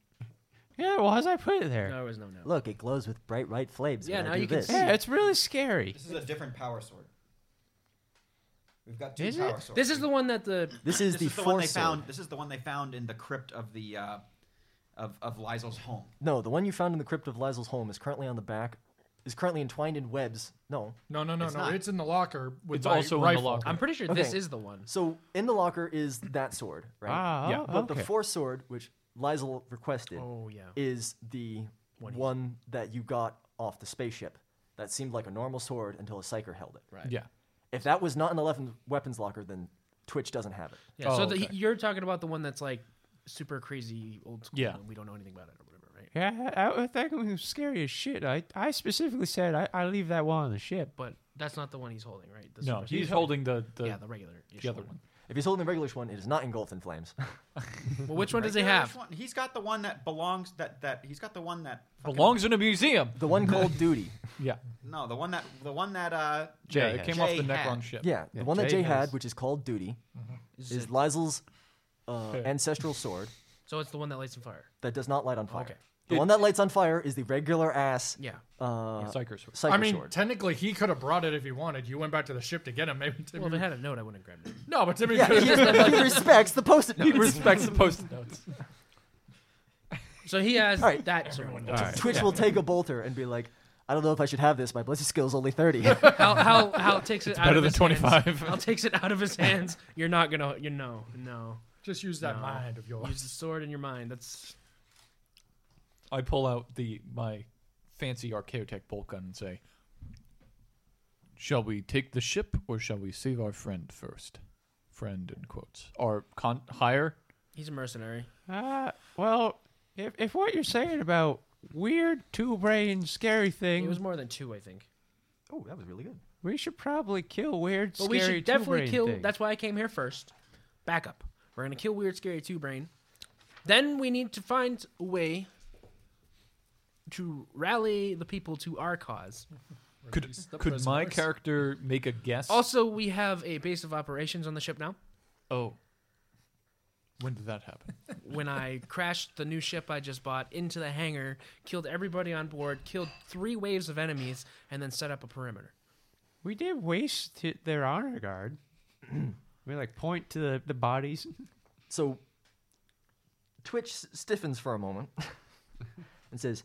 Speaker 6: Yeah, well, how's I put it there?
Speaker 8: There was no note.
Speaker 1: Look, it glows with bright, white flames.
Speaker 8: Yeah,
Speaker 1: when I
Speaker 8: now
Speaker 1: do
Speaker 8: you can
Speaker 1: this.
Speaker 8: see.
Speaker 6: Yeah, it's really scary.
Speaker 12: This is a different power sword. We've got two
Speaker 6: Is
Speaker 12: power
Speaker 6: it?
Speaker 12: swords.
Speaker 8: This is the one that the
Speaker 1: This is the
Speaker 12: one they
Speaker 1: force sword.
Speaker 12: found. This is the one they found in the crypt of the uh, of of Lysel's home.
Speaker 1: No, the one you found in the crypt of Lysel's home is currently on the back. Is currently entwined in webs. No.
Speaker 4: No, no, no,
Speaker 1: It's
Speaker 4: no.
Speaker 1: not.
Speaker 4: It's in the locker with
Speaker 9: It's
Speaker 4: my
Speaker 9: also in the
Speaker 4: rifle.
Speaker 9: locker.
Speaker 8: I'm pretty sure
Speaker 1: Okay.
Speaker 8: this is the one.
Speaker 1: So in the locker is that sword, right?
Speaker 6: Ah, Yeah. oh,
Speaker 1: But the
Speaker 6: okay.
Speaker 1: force sword, which Lysel requested,
Speaker 8: Oh, yeah.
Speaker 1: is the one that you got off the spaceship. That seemed like a normal sword until a psyker held it.
Speaker 8: Right.
Speaker 9: Yeah.
Speaker 1: If that was not in the lef- weapons locker, then Twitch doesn't have it.
Speaker 8: Yeah.
Speaker 9: Oh,
Speaker 8: so the,
Speaker 9: okay.
Speaker 8: you're talking about the one that's like super crazy old school.
Speaker 9: Yeah.
Speaker 8: And we don't know anything about it or whatever, right?
Speaker 6: Yeah, I, I think it was scary as shit. I, I specifically said I, I leave that one on the ship.
Speaker 8: But that's not the one he's holding, right? The
Speaker 9: No,
Speaker 8: super-
Speaker 9: he's holding the the,
Speaker 8: yeah the regular.
Speaker 9: the other one.
Speaker 1: If he's holding the regularish one, it is not engulfed in flames.
Speaker 8: well, which one does he
Speaker 12: Regular
Speaker 8: have?
Speaker 12: ish one. He's got the one that belongs that that he's got the one that fucking-
Speaker 9: Belongs in a museum.
Speaker 1: The one called Duty.
Speaker 9: Yeah.
Speaker 12: No, the one that the one that uh
Speaker 9: Jay Yeah, it
Speaker 1: had.
Speaker 9: came off the
Speaker 12: Jay
Speaker 9: Necron
Speaker 12: had.
Speaker 9: ship.
Speaker 1: Yeah, the one that Jay had, which is called Duty, is
Speaker 8: Mm-hmm. Zit.
Speaker 1: Lysel's uh,
Speaker 8: Fair.
Speaker 1: ancestral sword
Speaker 8: So it's the one that lights on fire.
Speaker 1: that does not light on fire.
Speaker 8: Okay.
Speaker 1: The one that lights on fire is the regular ass.
Speaker 8: Yeah.
Speaker 1: Uh,
Speaker 9: Psyker sword.
Speaker 1: Psyker
Speaker 4: I mean,
Speaker 1: sword.
Speaker 4: technically, he could have brought it if he wanted. You went back to the ship to get him. Maybe Timmy.
Speaker 8: Well, if it had a note, I wouldn't grab it.
Speaker 4: No, but Timmy.
Speaker 1: Yeah,
Speaker 4: could
Speaker 1: he, he respects the post-it notes.
Speaker 9: He respects the post-it notes.
Speaker 8: So he has
Speaker 1: All right.
Speaker 8: that. Sword.
Speaker 1: Twitch will take a bolter and be like, I don't know if I should have this. My blessed skill's only 30.
Speaker 8: Hal, Hal, Hal takes it
Speaker 9: It's
Speaker 8: out
Speaker 9: better
Speaker 8: of
Speaker 9: than
Speaker 8: his hands.
Speaker 9: 25.
Speaker 8: Hal takes it out of his hands. You're not gonna. You no, no.
Speaker 4: Just use that
Speaker 8: no.
Speaker 4: mind of yours.
Speaker 8: Use the sword in your mind. That's
Speaker 9: I pull out the my fancy Archaeotech bolt gun and say, "Shall we take the ship, or shall we save our friend first? Friend in quotes. Our con- hire.
Speaker 8: he's a mercenary.
Speaker 6: Uh, well, if, if what you're saying about weird two brain scary
Speaker 8: It was
Speaker 6: things,
Speaker 8: more than two, I think.
Speaker 1: oh, that was really good.
Speaker 6: we should probably kill weird
Speaker 8: But
Speaker 6: scary
Speaker 8: we should definitely
Speaker 6: two-brain
Speaker 8: kill.
Speaker 6: things.
Speaker 8: That's why I came here first. Backup. We're gonna kill weird, scary two brain. Then we need to find a way to rally the people to our cause.
Speaker 9: Could
Speaker 4: Release the
Speaker 9: could my
Speaker 4: prisoners.
Speaker 9: character make a guess?
Speaker 8: Also, we have a base of operations on the ship now.
Speaker 9: oh, when did that happen?
Speaker 8: when I crashed the new ship I just bought into the hangar, killed everybody on board, killed three waves of enemies, and then set up a perimeter.
Speaker 6: We did waste t- their honor guard. we like point to the, the bodies.
Speaker 1: So Twitch s- stiffens for a moment and says,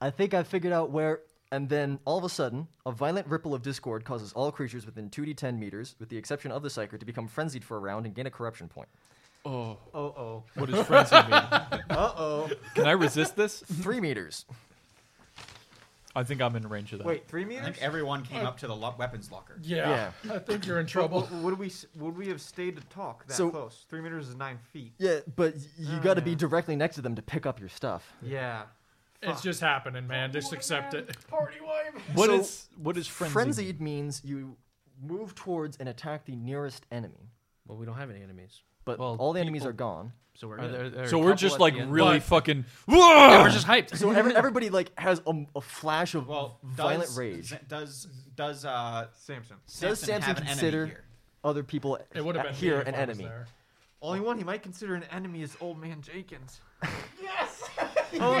Speaker 1: I think I figured out where. And then all of a sudden, a violent ripple of discord causes all creatures within 2d10 meters, with the exception of the Psyker, to become frenzied for a round and gain a corruption point.
Speaker 9: Oh,
Speaker 5: Uh oh.
Speaker 9: what does frenzy mean?
Speaker 5: Uh oh.
Speaker 9: Can I resist this?
Speaker 1: Three meters.
Speaker 9: I think I'm in range of that.
Speaker 5: Wait, three
Speaker 12: I
Speaker 5: meters?
Speaker 12: think everyone came up to the lo- weapons locker.
Speaker 4: yeah, I think you're in trouble.
Speaker 5: W- Would we s- would we have stayed to talk that
Speaker 1: So-
Speaker 5: close? Three meters is nine feet.
Speaker 1: Yeah, but y- you
Speaker 5: Oh,
Speaker 1: gotta be
Speaker 5: yeah.
Speaker 1: directly next to them to pick up your stuff.
Speaker 5: Yeah.
Speaker 4: it's just happening, man. Just accept it.
Speaker 7: Party wife.
Speaker 9: What
Speaker 1: So,
Speaker 9: is- what is frenzy?
Speaker 1: Frenzied means you move towards and attack the nearest enemy,
Speaker 8: Well, we don't have any enemies,
Speaker 1: but
Speaker 6: Well,
Speaker 1: all the enemies
Speaker 6: people-
Speaker 1: are gone.
Speaker 8: so we're
Speaker 6: Are
Speaker 8: good.
Speaker 6: there- there are
Speaker 9: So
Speaker 6: a
Speaker 9: we're
Speaker 6: couple
Speaker 9: just
Speaker 6: at
Speaker 9: like
Speaker 6: the end.
Speaker 9: really
Speaker 6: But
Speaker 9: fucking.
Speaker 8: Yeah, we're just hyped.
Speaker 1: So every, everybody like has a, a flash of
Speaker 12: Well,
Speaker 1: violent
Speaker 12: does,
Speaker 1: rage.
Speaker 12: Z- Does does uh
Speaker 5: Samson.
Speaker 1: Does
Speaker 12: Samson
Speaker 1: Samson
Speaker 12: have an enemy
Speaker 1: consider-
Speaker 12: here?
Speaker 1: Other people
Speaker 4: It would have been
Speaker 1: here
Speaker 4: me if
Speaker 1: an
Speaker 4: I was
Speaker 1: enemy.
Speaker 4: there.
Speaker 5: Only one he might consider an enemy is old man Jenkins. Yes. oh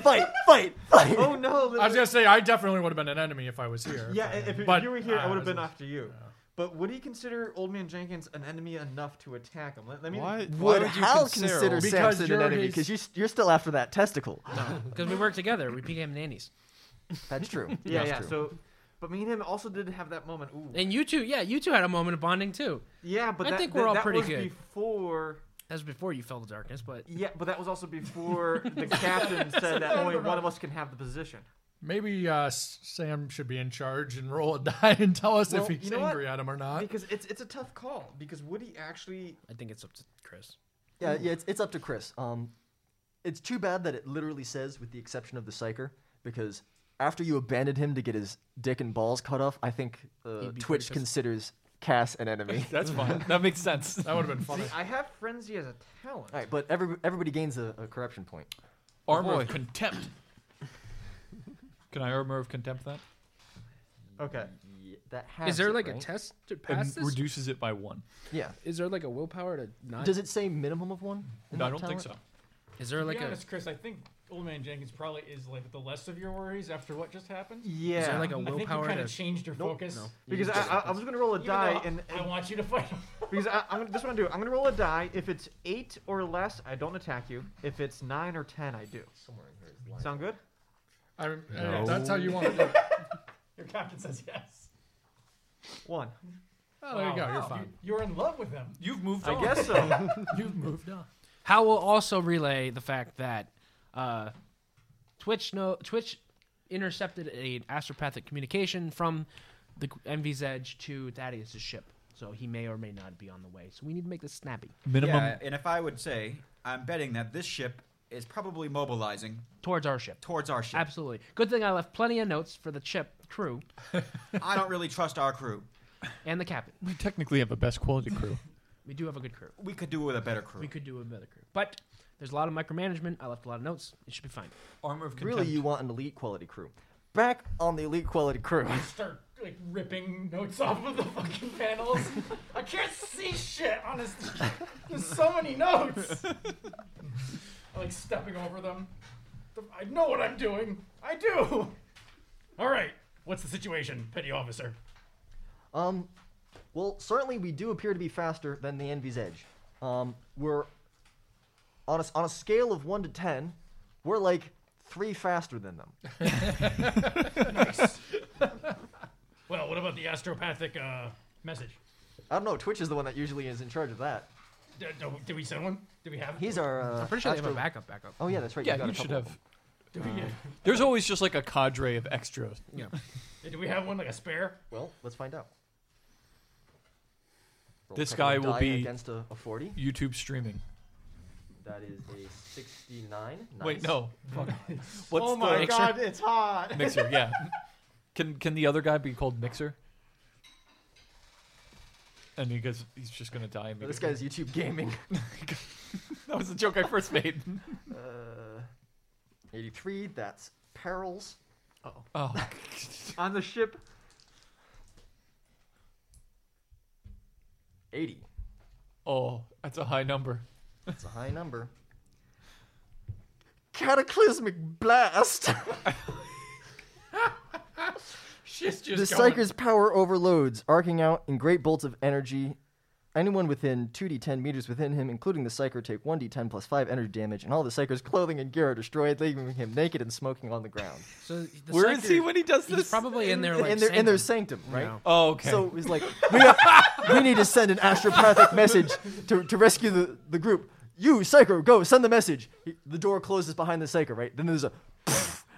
Speaker 1: fight, fight, fight.
Speaker 5: Oh no.
Speaker 4: I was gonna say I definitely would have been an enemy if I was here.
Speaker 5: Yeah,
Speaker 4: but-
Speaker 5: if, if
Speaker 4: but uh,
Speaker 5: you were here, I would have been
Speaker 4: wasn't.
Speaker 5: after you. But would he consider Old Man Jenkins an enemy enough to attack him? Let, let me.
Speaker 6: Why, why
Speaker 1: Would
Speaker 6: would you
Speaker 1: Hal
Speaker 6: consider?
Speaker 1: consider
Speaker 4: Because
Speaker 1: Samson an
Speaker 4: you're
Speaker 1: enemy?
Speaker 4: his-
Speaker 1: Because you, you're still after that testicle.
Speaker 8: because we work together. We became nannies.
Speaker 1: That's true.
Speaker 5: Yeah,
Speaker 1: That's
Speaker 5: yeah.
Speaker 1: true.
Speaker 5: So, but me and him also did have that moment. Ooh.
Speaker 8: And you two, yeah, you two had a moment of bonding too.
Speaker 5: Yeah, but
Speaker 8: I
Speaker 5: that,
Speaker 8: think
Speaker 5: that-
Speaker 8: we're all
Speaker 5: that
Speaker 8: pretty
Speaker 5: was
Speaker 8: good.
Speaker 5: Before.
Speaker 8: That was before you fell to darkness, but
Speaker 5: Yeah, but that was also before the captain said that only one of us can have the position.
Speaker 4: Maybe uh, S- Sam should be in charge and roll a die and tell us
Speaker 5: Well,
Speaker 4: if he's
Speaker 5: you know what?
Speaker 4: angry at him or
Speaker 9: Uh,
Speaker 4: not.
Speaker 5: Because it's it's a tough call. Because would he actually?
Speaker 8: I think it's up to Chris.
Speaker 1: yeah, yeah. It's, it's up to Chris. Um, it's too bad that it literally says, with the exception of the psyker, because after you abandoned him to get his dick and balls cut off, I think uh,
Speaker 8: He'd be
Speaker 1: Twitch
Speaker 8: pretty
Speaker 1: considers Cass an enemy.
Speaker 9: That's fine. That makes sense.
Speaker 4: That would have been
Speaker 5: See,
Speaker 4: funny.
Speaker 5: I have frenzy as a talent.
Speaker 1: All right, but every, everybody gains a, a corruption point.
Speaker 9: Armor of contempt. Can I armor of contempt that?
Speaker 5: Okay.
Speaker 1: Yeah, that has
Speaker 8: Is there
Speaker 1: it,
Speaker 8: like a
Speaker 1: right?
Speaker 8: test to
Speaker 9: It
Speaker 8: pass this?
Speaker 9: reduces it by one.
Speaker 1: Yeah.
Speaker 8: Is there like a willpower to not?
Speaker 1: Does it say minimum of one? in
Speaker 9: No, I
Speaker 1: that
Speaker 9: don't think
Speaker 1: talent?
Speaker 9: so.
Speaker 8: Is there like
Speaker 7: to be
Speaker 8: a?
Speaker 7: honest, Chris, I think Old Man Jenkins probably is like the less of your worries after what just happened.
Speaker 5: Yeah.
Speaker 8: Is there like a
Speaker 7: I think you
Speaker 8: willpower
Speaker 7: kind
Speaker 8: to?
Speaker 7: of changed your focus.
Speaker 8: no.
Speaker 5: because I, I, I was gonna roll a
Speaker 7: Even
Speaker 5: die
Speaker 7: though
Speaker 5: and,
Speaker 7: I
Speaker 5: and-
Speaker 7: want you to fight him.
Speaker 5: because I, I'm gonna, this is what I'm gonna do. I'm gonna roll a die. If it's eight or less, I don't attack you. If it's nine or ten, I do. Sound good?
Speaker 4: I, mean, uh, that's how you want to do it.
Speaker 7: Your captain says yes.
Speaker 5: One.
Speaker 4: Oh, there you go.
Speaker 7: Wow.
Speaker 4: You're fine.
Speaker 7: You, are in love with him.
Speaker 9: You've moved
Speaker 5: I guess so.
Speaker 4: You've moved on.
Speaker 8: Hal will also relay the fact that uh, Twitch no Twitch intercepted an astropathic communication from the MV's Edge to Thaddeus' ship, so he may or may not be on the way. So we need to make this snappy
Speaker 9: Minimum.
Speaker 12: Yeah, and if I would say, I'm betting that this ship is probably mobilizing
Speaker 8: towards our ship.
Speaker 12: towards our ship.
Speaker 8: Absolutely. Good thing I left plenty of notes for the ship crew
Speaker 12: I don't really trust our crew.
Speaker 8: and the captain.
Speaker 9: We technically have a best quality crew.
Speaker 8: We do have a good crew.
Speaker 12: We could do it with a better crew.
Speaker 8: We could do a better crew. But there's a lot of micromanagement. I left a lot of notes. It should be fine.
Speaker 3: Armor of
Speaker 1: Really, you want an elite quality crew. Back on the elite quality crew.
Speaker 7: Start like ripping notes off of the fucking panels. I can't see shit. Honestly, there's so many notes. I like stepping over them. The- I know what I'm doing. I do. All right. What's the situation, petty officer?
Speaker 1: Um, well, certainly we do appear to be faster than the Envy's Edge. Um, we're on a, on a scale of one to ten, we're like three faster than them.
Speaker 7: nice. well, what about the astropathic uh, message?
Speaker 1: I don't know. Twitch is the one that usually is in charge of that.
Speaker 7: D- d- did we send one? Did we have?
Speaker 1: He's our. Uh,
Speaker 7: I'm pretty sure they have a
Speaker 1: astro-
Speaker 7: backup, backup.
Speaker 1: Oh yeah, that's right.
Speaker 9: Yeah,
Speaker 1: you, got
Speaker 9: you
Speaker 1: a
Speaker 9: should
Speaker 1: couple of
Speaker 9: have-
Speaker 1: them.
Speaker 7: Do we-
Speaker 9: There's always just like a cadre of extras.
Speaker 8: Yeah.
Speaker 7: Do we have one like a spare?
Speaker 1: Well, let's find out. Roll a
Speaker 9: This
Speaker 1: couple
Speaker 9: guy
Speaker 1: of
Speaker 9: will
Speaker 1: die
Speaker 9: be
Speaker 1: against a, a forty.
Speaker 9: YouTube streaming.
Speaker 1: That is a sixty-nine. Nice.
Speaker 9: Wait, no. Fuck. What's
Speaker 5: oh
Speaker 9: the
Speaker 5: my god, it's hot.
Speaker 9: Mixer, yeah. Can can the other guy be called Mixer? And he goes, he's just gonna die
Speaker 1: No,
Speaker 9: immediately.
Speaker 1: this guy's YouTube gaming.
Speaker 9: that was the joke I first made.
Speaker 1: Uh, Eighty-three. That's perils.
Speaker 9: Oh,
Speaker 5: On the ship,
Speaker 1: Eighty.
Speaker 9: oh, that's a high number.
Speaker 1: That's a high number. Cataclysmic blast.
Speaker 7: Shit's just
Speaker 1: the
Speaker 7: going.
Speaker 1: psyker's power overloads, arcing out in great bolts of energy. Anyone within 2d10 meters within him, including the psyker, take 1d10 plus 5 energy damage, and all the psyker's clothing and gear are destroyed, leaving him naked and smoking on the ground.
Speaker 8: So the
Speaker 9: Where is he
Speaker 8: psychic-
Speaker 9: when he does
Speaker 8: He's
Speaker 9: this?
Speaker 8: probably in there like
Speaker 1: in, their, in their
Speaker 8: singing.
Speaker 1: sanctum, right?
Speaker 8: No.
Speaker 9: Oh, okay.
Speaker 1: So he's like, we, have- we need to send an astropathic message to, to rescue the, the group. You, Psyker, go, send the message. He- the door closes behind the Psyker, right? Then there's a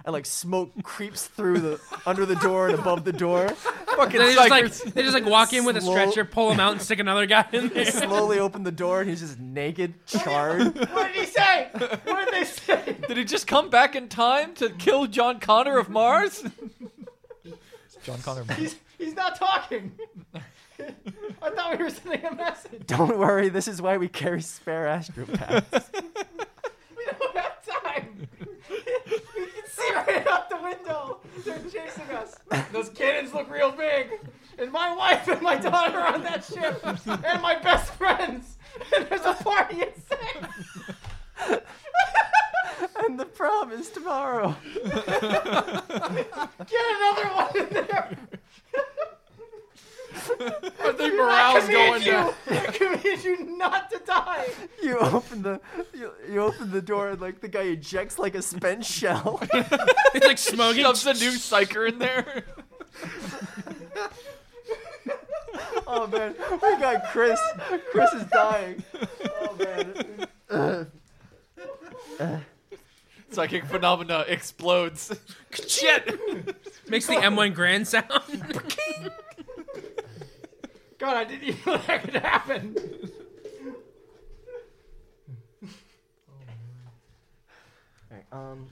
Speaker 1: and like smoke creeps through the under the door and above the door.
Speaker 9: fucking
Speaker 8: They just, like,
Speaker 9: psychers.
Speaker 8: they just like walk in with a
Speaker 1: Slow-
Speaker 8: stretcher, pull him out, and stick another guy in
Speaker 1: They
Speaker 8: there.
Speaker 1: slowly open the door and he's just naked, charred.
Speaker 7: What did he say? What did they say?
Speaker 9: Did he just come back in time to kill John Connor of Mars? John Connor of Mars.
Speaker 7: He's he's not talking. I thought we were sending a message.
Speaker 1: Don't worry, this is why we carry spare astropaths.
Speaker 7: We don't have time. we can see right out the window. They're chasing us. Those cannons look real big. And my wife and my daughter are on that ship. And my best friends. And there's a party at six.
Speaker 1: and the prom is tomorrow.
Speaker 7: Get another one in there.
Speaker 9: I think morale's going
Speaker 7: Command
Speaker 9: down.
Speaker 7: you. I command you not to die.
Speaker 1: You open the you, you open the door and like the guy ejects like a spent shell.
Speaker 8: It's like smoking.
Speaker 9: Shoves a new psyker in there.
Speaker 1: Oh man, we got Chris. Chris is dying. Oh man.
Speaker 9: Psychic phenomena explodes. Shit.
Speaker 8: Makes the M1 grand sound.
Speaker 7: God, I didn't even know that could happen.
Speaker 1: Alright, um,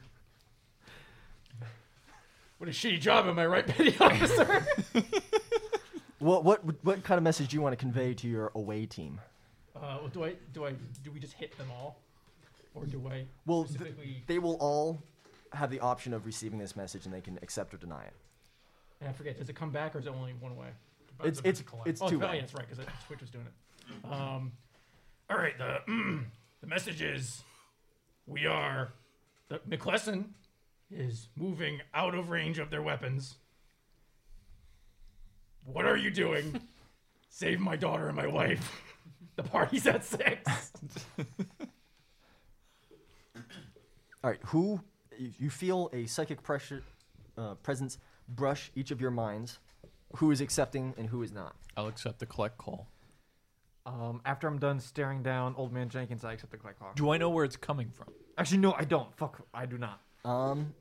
Speaker 7: What a shitty job, am I right, petty officer?
Speaker 1: what what what kind of message do you want to convey to your away team?
Speaker 7: Uh, well, do I do I do we just hit them all, or do I
Speaker 1: Well, th-
Speaker 7: specifically?
Speaker 1: they will all have the option of receiving this message and they can accept or deny it.
Speaker 7: and I forget. Does it come back or is it only one way?
Speaker 1: It's it's it's
Speaker 7: oh,
Speaker 1: two
Speaker 7: oh, yeah,
Speaker 1: way.
Speaker 7: that's right, because Twitch was doing it. Um, all right. The the message is, we are, the McClesson is moving out of range of their weapons. What are you doing? Save my daughter and my wife. The party's at six.
Speaker 1: All right, who you- you feel a psychic pressure uh, presence brush each of your minds? Who is accepting and who is not?
Speaker 9: I'll accept the collect call.
Speaker 5: Um, after I'm done staring down Old Man Jenkins, I accept the clay clock.
Speaker 9: Do I know where it's coming from?
Speaker 5: Actually, no, I don't. Fuck, I do not.
Speaker 1: Um.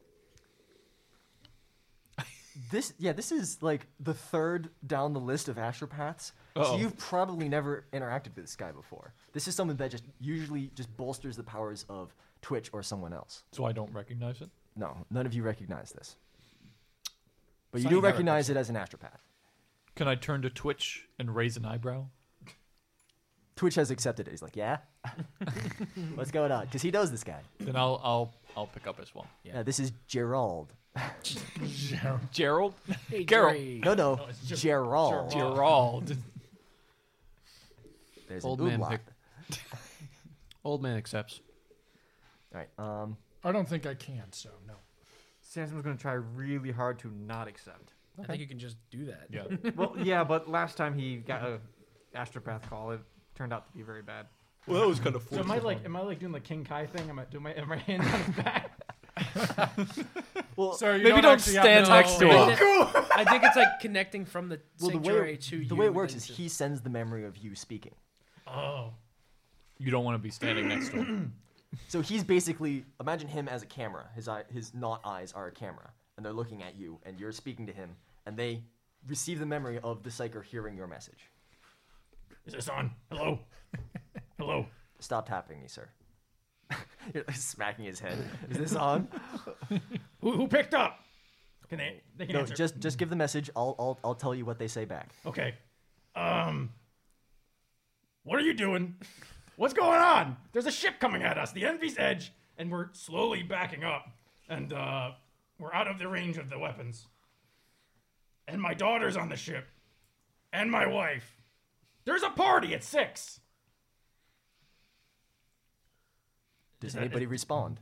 Speaker 1: This yeah, this is like the third down the list of astropaths. So
Speaker 9: Uh-oh.
Speaker 1: you've probably never interacted with this guy before. This is someone that just usually just bolsters the powers of Twitch or someone else.
Speaker 9: So I don't recognize it.
Speaker 1: No, none of you recognize this. But you
Speaker 9: Sonny
Speaker 1: do
Speaker 9: never
Speaker 1: recognize it as an astropath.
Speaker 9: Can I turn to Twitch and raise an eyebrow?
Speaker 1: Twitch has accepted it. He's like, yeah, what's going on? Because he knows this guy.
Speaker 9: Then I'll I'll I'll pick up as well.
Speaker 1: Yeah, this is Gerald.
Speaker 9: Gerald. Gerald.
Speaker 1: Hey,
Speaker 9: Gerald.
Speaker 1: Jerry. No, no, No, it's Ger- Gerald. Gerald.
Speaker 9: Gerald.
Speaker 1: There's
Speaker 6: Old
Speaker 1: an
Speaker 6: man
Speaker 1: umlaut.
Speaker 6: Old man accepts.
Speaker 1: All right. Um,
Speaker 4: I don't think I can, so no.
Speaker 5: Samson's going to try really hard to not accept.
Speaker 8: I think you can just do that.
Speaker 5: well, yeah, but last time he got a astropath call, it turned out to be very bad.
Speaker 9: Well, that was kind of
Speaker 7: So am I like am I like doing the King Kai thing? Am I do my am my hand on his back?
Speaker 1: well,
Speaker 4: so you
Speaker 9: maybe
Speaker 4: don't,
Speaker 9: don't
Speaker 4: actually have
Speaker 9: stand
Speaker 4: to-
Speaker 9: next to
Speaker 4: No.
Speaker 9: him.
Speaker 8: Cool. I think it's like connecting from the
Speaker 1: well, the
Speaker 8: sanctuary
Speaker 1: way
Speaker 8: to you.
Speaker 1: the way it works
Speaker 8: and
Speaker 1: is he sends the memory of you speaking.
Speaker 4: Oh.
Speaker 9: You don't want to be standing next to him.
Speaker 1: So he's basically imagine him as a camera. His eye, his not eyes are a camera, and they're looking at you, and you're speaking to him, and they receive the memory of the psyker hearing your message.
Speaker 7: Is this on? Hello? Hello?
Speaker 1: Stop tapping me, sir. you're like smacking his head. Is this on?
Speaker 7: Who who picked up? Can they they can
Speaker 1: no,
Speaker 7: answer.
Speaker 1: just just give the message. I'll, I'll I'll tell you what they say back.
Speaker 7: Okay. Um What are you doing? What's going on? There's a ship coming at us, the Envy's Edge, and we're slowly backing up. And uh we're out of the range of the weapons. And my daughter's on the ship. And my wife. There's a party at six.
Speaker 1: Does anybody respond?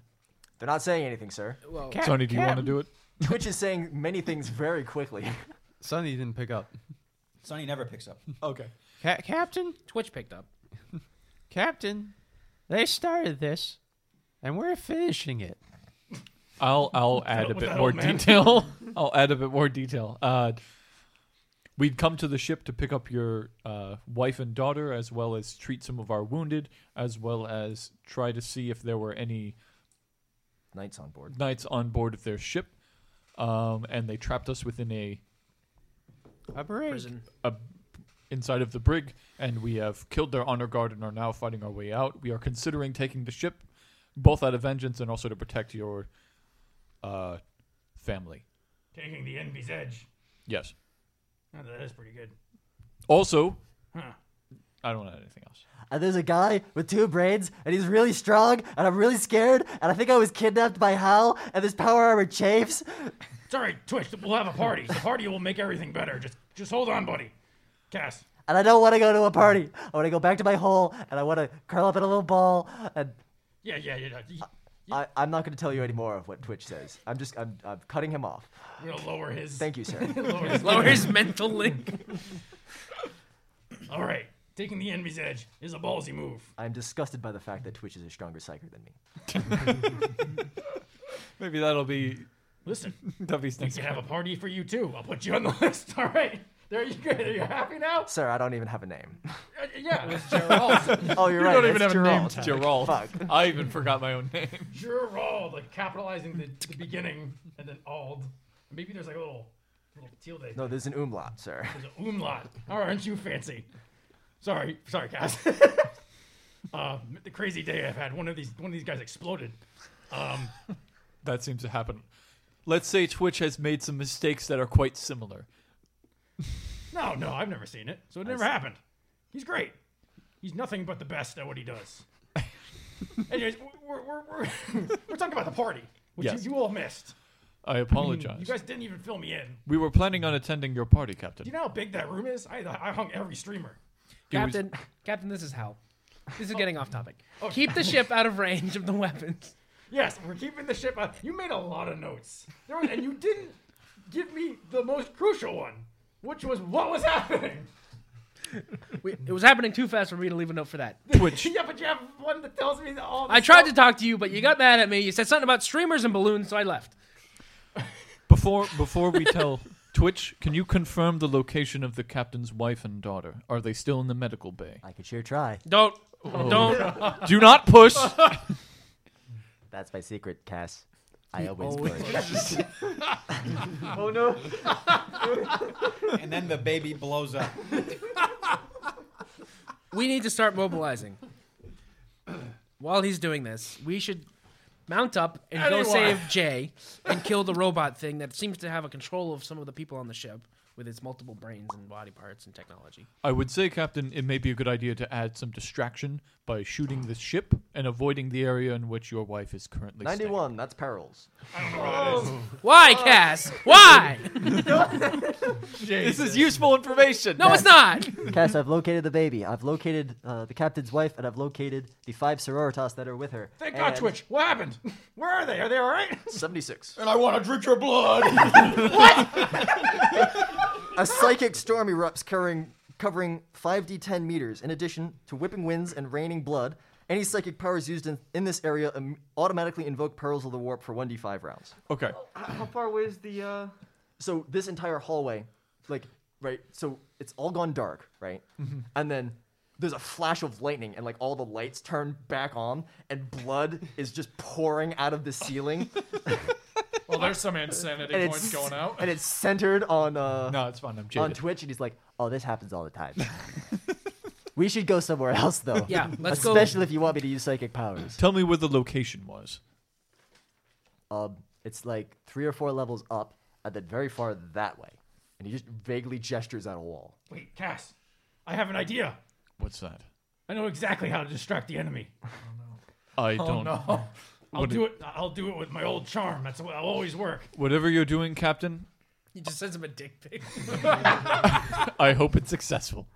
Speaker 1: They're not saying anything, sir.
Speaker 8: Well,
Speaker 9: Sonny, do you want to do it?
Speaker 1: Twitch is saying many things very quickly.
Speaker 6: Sonny didn't pick up.
Speaker 12: Sonny never picks up.
Speaker 9: Okay.
Speaker 6: Ca- Captain,
Speaker 8: Twitch picked up.
Speaker 6: Captain, they started this, and we're finishing it.
Speaker 9: I'll I'll add a
Speaker 7: that- was
Speaker 9: bit
Speaker 7: that
Speaker 9: more
Speaker 7: old man?
Speaker 9: detail. I'll add a bit more detail. Uh, we'd come to the ship to pick up your uh, wife and daughter, as well as treat some of our wounded, as well as try to see if there were any
Speaker 1: Knights on board.
Speaker 9: knights on board of their ship. Um, and they trapped us within a,
Speaker 6: A break.
Speaker 8: Prison.
Speaker 9: a inside of the brig, and we have killed their honor guard and are now fighting our way out. We are considering taking the ship, both out of vengeance and also to protect your uh, family.
Speaker 7: Taking the Envy's Edge.
Speaker 9: Yes.
Speaker 7: Oh, that is pretty good.
Speaker 9: Also,
Speaker 7: Huh.
Speaker 9: I don't know anything else.
Speaker 1: And Uh, there's a guy with two brains, and he's really strong, and I'm really scared, and I think I was kidnapped by Hal, and this power armor chafes.
Speaker 7: It's all right, Twitch. We'll have a party. The party will make everything better. Just, just hold on, buddy. Cass,
Speaker 1: And I don't want to go to a party. I want to go back to my hole, and I want to curl up in a little ball. And
Speaker 7: Yeah, yeah, yeah. yeah. You-
Speaker 1: I, I'm not going to tell you any more of what Twitch says. I'm just I'm, I'm cutting him off.
Speaker 7: We're gonna lower his.
Speaker 1: Thank you, sir.
Speaker 7: lower his-
Speaker 8: Lower his mental link.
Speaker 7: All right, taking the enemy's edge is a ballsy move.
Speaker 1: I'm disgusted by the fact that Twitch is a stronger psyker than me.
Speaker 9: Maybe that'll be
Speaker 7: Listen,
Speaker 9: Duffy's
Speaker 7: we
Speaker 9: next.
Speaker 7: can have a party for you too. I'll put you on the list. All right. There you go. Are you happy now?
Speaker 1: Sir, I don't even have a name.
Speaker 7: Uh, yeah.
Speaker 1: Oh, you're
Speaker 9: You
Speaker 1: right.
Speaker 9: don't even
Speaker 1: it's
Speaker 9: have a name
Speaker 1: Gerald.
Speaker 9: tag. Gerald.
Speaker 1: Fuck.
Speaker 9: I even forgot my own name.
Speaker 7: Gerald, like capitalizing the, the beginning and then ald. Maybe there's like a little, little teal day.
Speaker 1: No, there's an umlaut, sir.
Speaker 7: There's an umlaut. All right, aren't you fancy? Sorry, sorry, guys. uh, the crazy day I've had. One of these, one of these guys exploded. Um,
Speaker 9: That seems to happen. Let's say Twitch has made some mistakes that are quite similar.
Speaker 7: no, no, I've never seen it, so it never happened. He's great. He's nothing but the best at what he does. Anyways, we're we're, we're, we're talking about the party, which
Speaker 9: Yes.
Speaker 7: you, you all missed.
Speaker 9: I apologize.
Speaker 7: You guys didn't even fill me in.
Speaker 9: we were planning on attending your party, Captain.
Speaker 7: Do you know how big that room is? I I hung every streamer.
Speaker 9: It was-
Speaker 8: Captain, Captain, this is how. This is getting off topic.
Speaker 1: Oh.
Speaker 8: Keep the ship out of range of the weapons.
Speaker 7: Yes, we're keeping the ship on. You made a lot of notes. There was, and you didn't give me the most crucial one, which was what was happening.
Speaker 8: We, it was happening too fast for me to leave a note for that.
Speaker 9: Twitch.
Speaker 7: yeah, but you have one that tells me that all. The
Speaker 8: I tried to talk to you, but you got mad at me. You said something about streamers and balloons, so I left.
Speaker 9: Before before we tell Twitch, can you confirm the location of the captain's wife and daughter? Are they still in the medical bay?
Speaker 1: I could sure try.
Speaker 8: Don't, don't.
Speaker 9: Do not push.
Speaker 1: That's my secret, Cass. I always push.
Speaker 5: Oh no!
Speaker 12: and then the baby blows up.
Speaker 8: We need to start mobilizing. While he's doing this, we should mount up and go
Speaker 7: Anyone.
Speaker 8: save Jay and kill the robot thing that seems to have a control of some of the people on the ship. with its multiple brains and body parts and technology.
Speaker 9: I would say, Captain, it may be a good idea to add some distraction by shooting the ship and avoiding the area in which your wife is currently staying.
Speaker 1: 91, that's perils.
Speaker 8: Why,
Speaker 7: Uh,
Speaker 8: Cass? Why?
Speaker 9: This is useful information.
Speaker 8: No, it's not.
Speaker 1: Cass, I've located the baby. I've located uh, the captain's wife, and I've located the five sororitas that are with her.
Speaker 7: Thank God,
Speaker 1: And-
Speaker 7: Twitch. What happened? Where are they? Are they all right?
Speaker 1: 76.
Speaker 10: And I want to drink your blood.
Speaker 1: A psychic storm erupts covering, covering 5d10 meters. In addition to whipping winds and raining blood, any psychic powers used in, in this area im- automatically invoke Perils of the Warp for 1d5 rounds.
Speaker 9: Okay.
Speaker 5: How far away is the? Uh...
Speaker 1: So this entire hallway, like, right, so it's all gone dark, right?
Speaker 4: Mm-hmm.
Speaker 1: And then there's a flash of lightning, and like all the lights turn back on, and blood is just pouring out of the ceiling.
Speaker 4: Well, there's some insanity
Speaker 1: and
Speaker 4: points
Speaker 1: it's
Speaker 4: going out.
Speaker 1: and it's centered on uh
Speaker 9: No, it's fine. I'm
Speaker 1: on
Speaker 9: jaded.
Speaker 1: Twitch, and he's like, "Oh, this happens all the time." we should go somewhere else, though.
Speaker 8: Yeah, let's
Speaker 1: especially
Speaker 8: go-
Speaker 1: especially if you want me to use psychic powers.
Speaker 9: Tell me where the location was.
Speaker 1: Um, it's like three or four levels up, and then very far that way, and he just vaguely gestures at a wall.
Speaker 7: Wait, Cass. I have an idea.
Speaker 9: What's that?
Speaker 7: I know exactly how to distract the enemy.
Speaker 9: I
Speaker 7: Oh,
Speaker 9: don't
Speaker 7: no. I'll
Speaker 9: What-
Speaker 7: do it. I'll do it with my old charm. That's what I'll always work.
Speaker 9: Whatever you're doing, Captain,
Speaker 8: He just sends him a dick pic.
Speaker 9: I hope it's successful.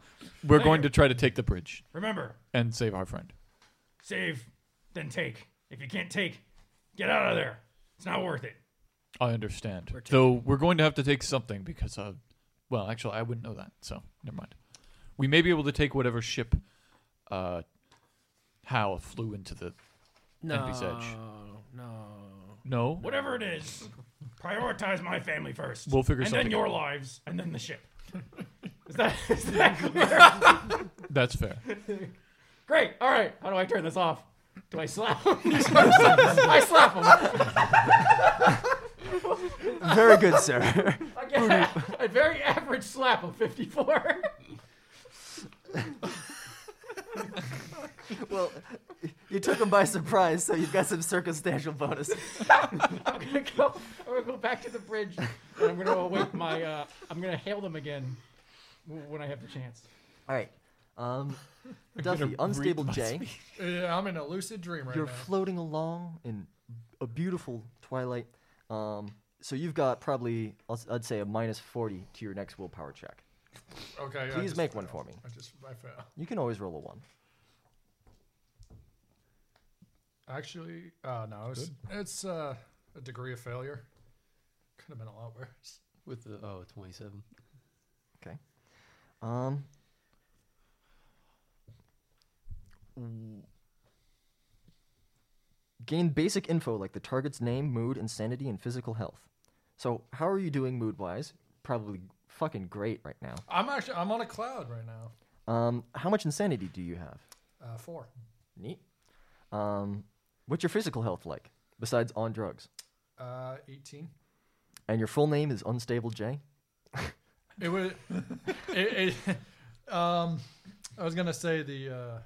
Speaker 9: We're going to try to take the bridge
Speaker 7: Remember,
Speaker 9: and save our friend.
Speaker 7: save, then take. If you can't take, get out of there. It's not worth it.
Speaker 9: I understand. Though we're going to have to take something because, uh, well, actually, I wouldn't know that, so never mind. We may be able to take whatever ship uh, Hal flew into the Envy's Edge.
Speaker 8: no.
Speaker 9: No?
Speaker 7: Whatever it is, prioritize my family first.
Speaker 9: We'll figure
Speaker 7: and
Speaker 9: something
Speaker 7: then your
Speaker 9: out.
Speaker 7: lives, and then the ship. is that is that clear?
Speaker 9: That's fair.
Speaker 7: Great. All right. How do I turn this off? Do I slap him? I slap him.
Speaker 1: Very good, sir.
Speaker 7: I get a very average slap of 54.
Speaker 1: well, you took him by surprise, so you've got some circumstantial bonus.
Speaker 7: I'm gonna go. I'm gonna go back to the bridge, and I'm gonna await my. Uh, I'm gonna hail them again w- when I have the chance.
Speaker 1: All right, um,
Speaker 9: gonna
Speaker 1: Duffy,
Speaker 9: read
Speaker 1: unstable
Speaker 9: my
Speaker 1: J.
Speaker 4: Yeah, I'm in a lucid dream right
Speaker 1: You're
Speaker 4: now.
Speaker 1: floating along in a beautiful twilight. Um, so you've got probably, I'll s- I'd say, a minus 40 to your next willpower check.
Speaker 4: okay, I
Speaker 1: Please
Speaker 4: just
Speaker 1: make one
Speaker 4: failed.
Speaker 1: for me.
Speaker 4: I just I fail.
Speaker 1: You can always roll a 1.
Speaker 4: Actually, uh, no, it's, it's uh, a degree of failure. Could have been a lot worse.
Speaker 6: With the oh, 27.
Speaker 1: Okay. Um, w- gain basic info like the target's name, mood, insanity, and physical health. So, how are you doing mood wise? Probably fucking great right now.
Speaker 4: I'm actually I'm on a cloud right now.
Speaker 1: Um, how much insanity do you have?
Speaker 4: Uh, four.
Speaker 1: Neat. Um, what's your physical health like besides on drugs?
Speaker 4: Uh, 18.
Speaker 1: And your full name is Unstable J.
Speaker 4: It was. it, it, um, I was gonna say the. Uh,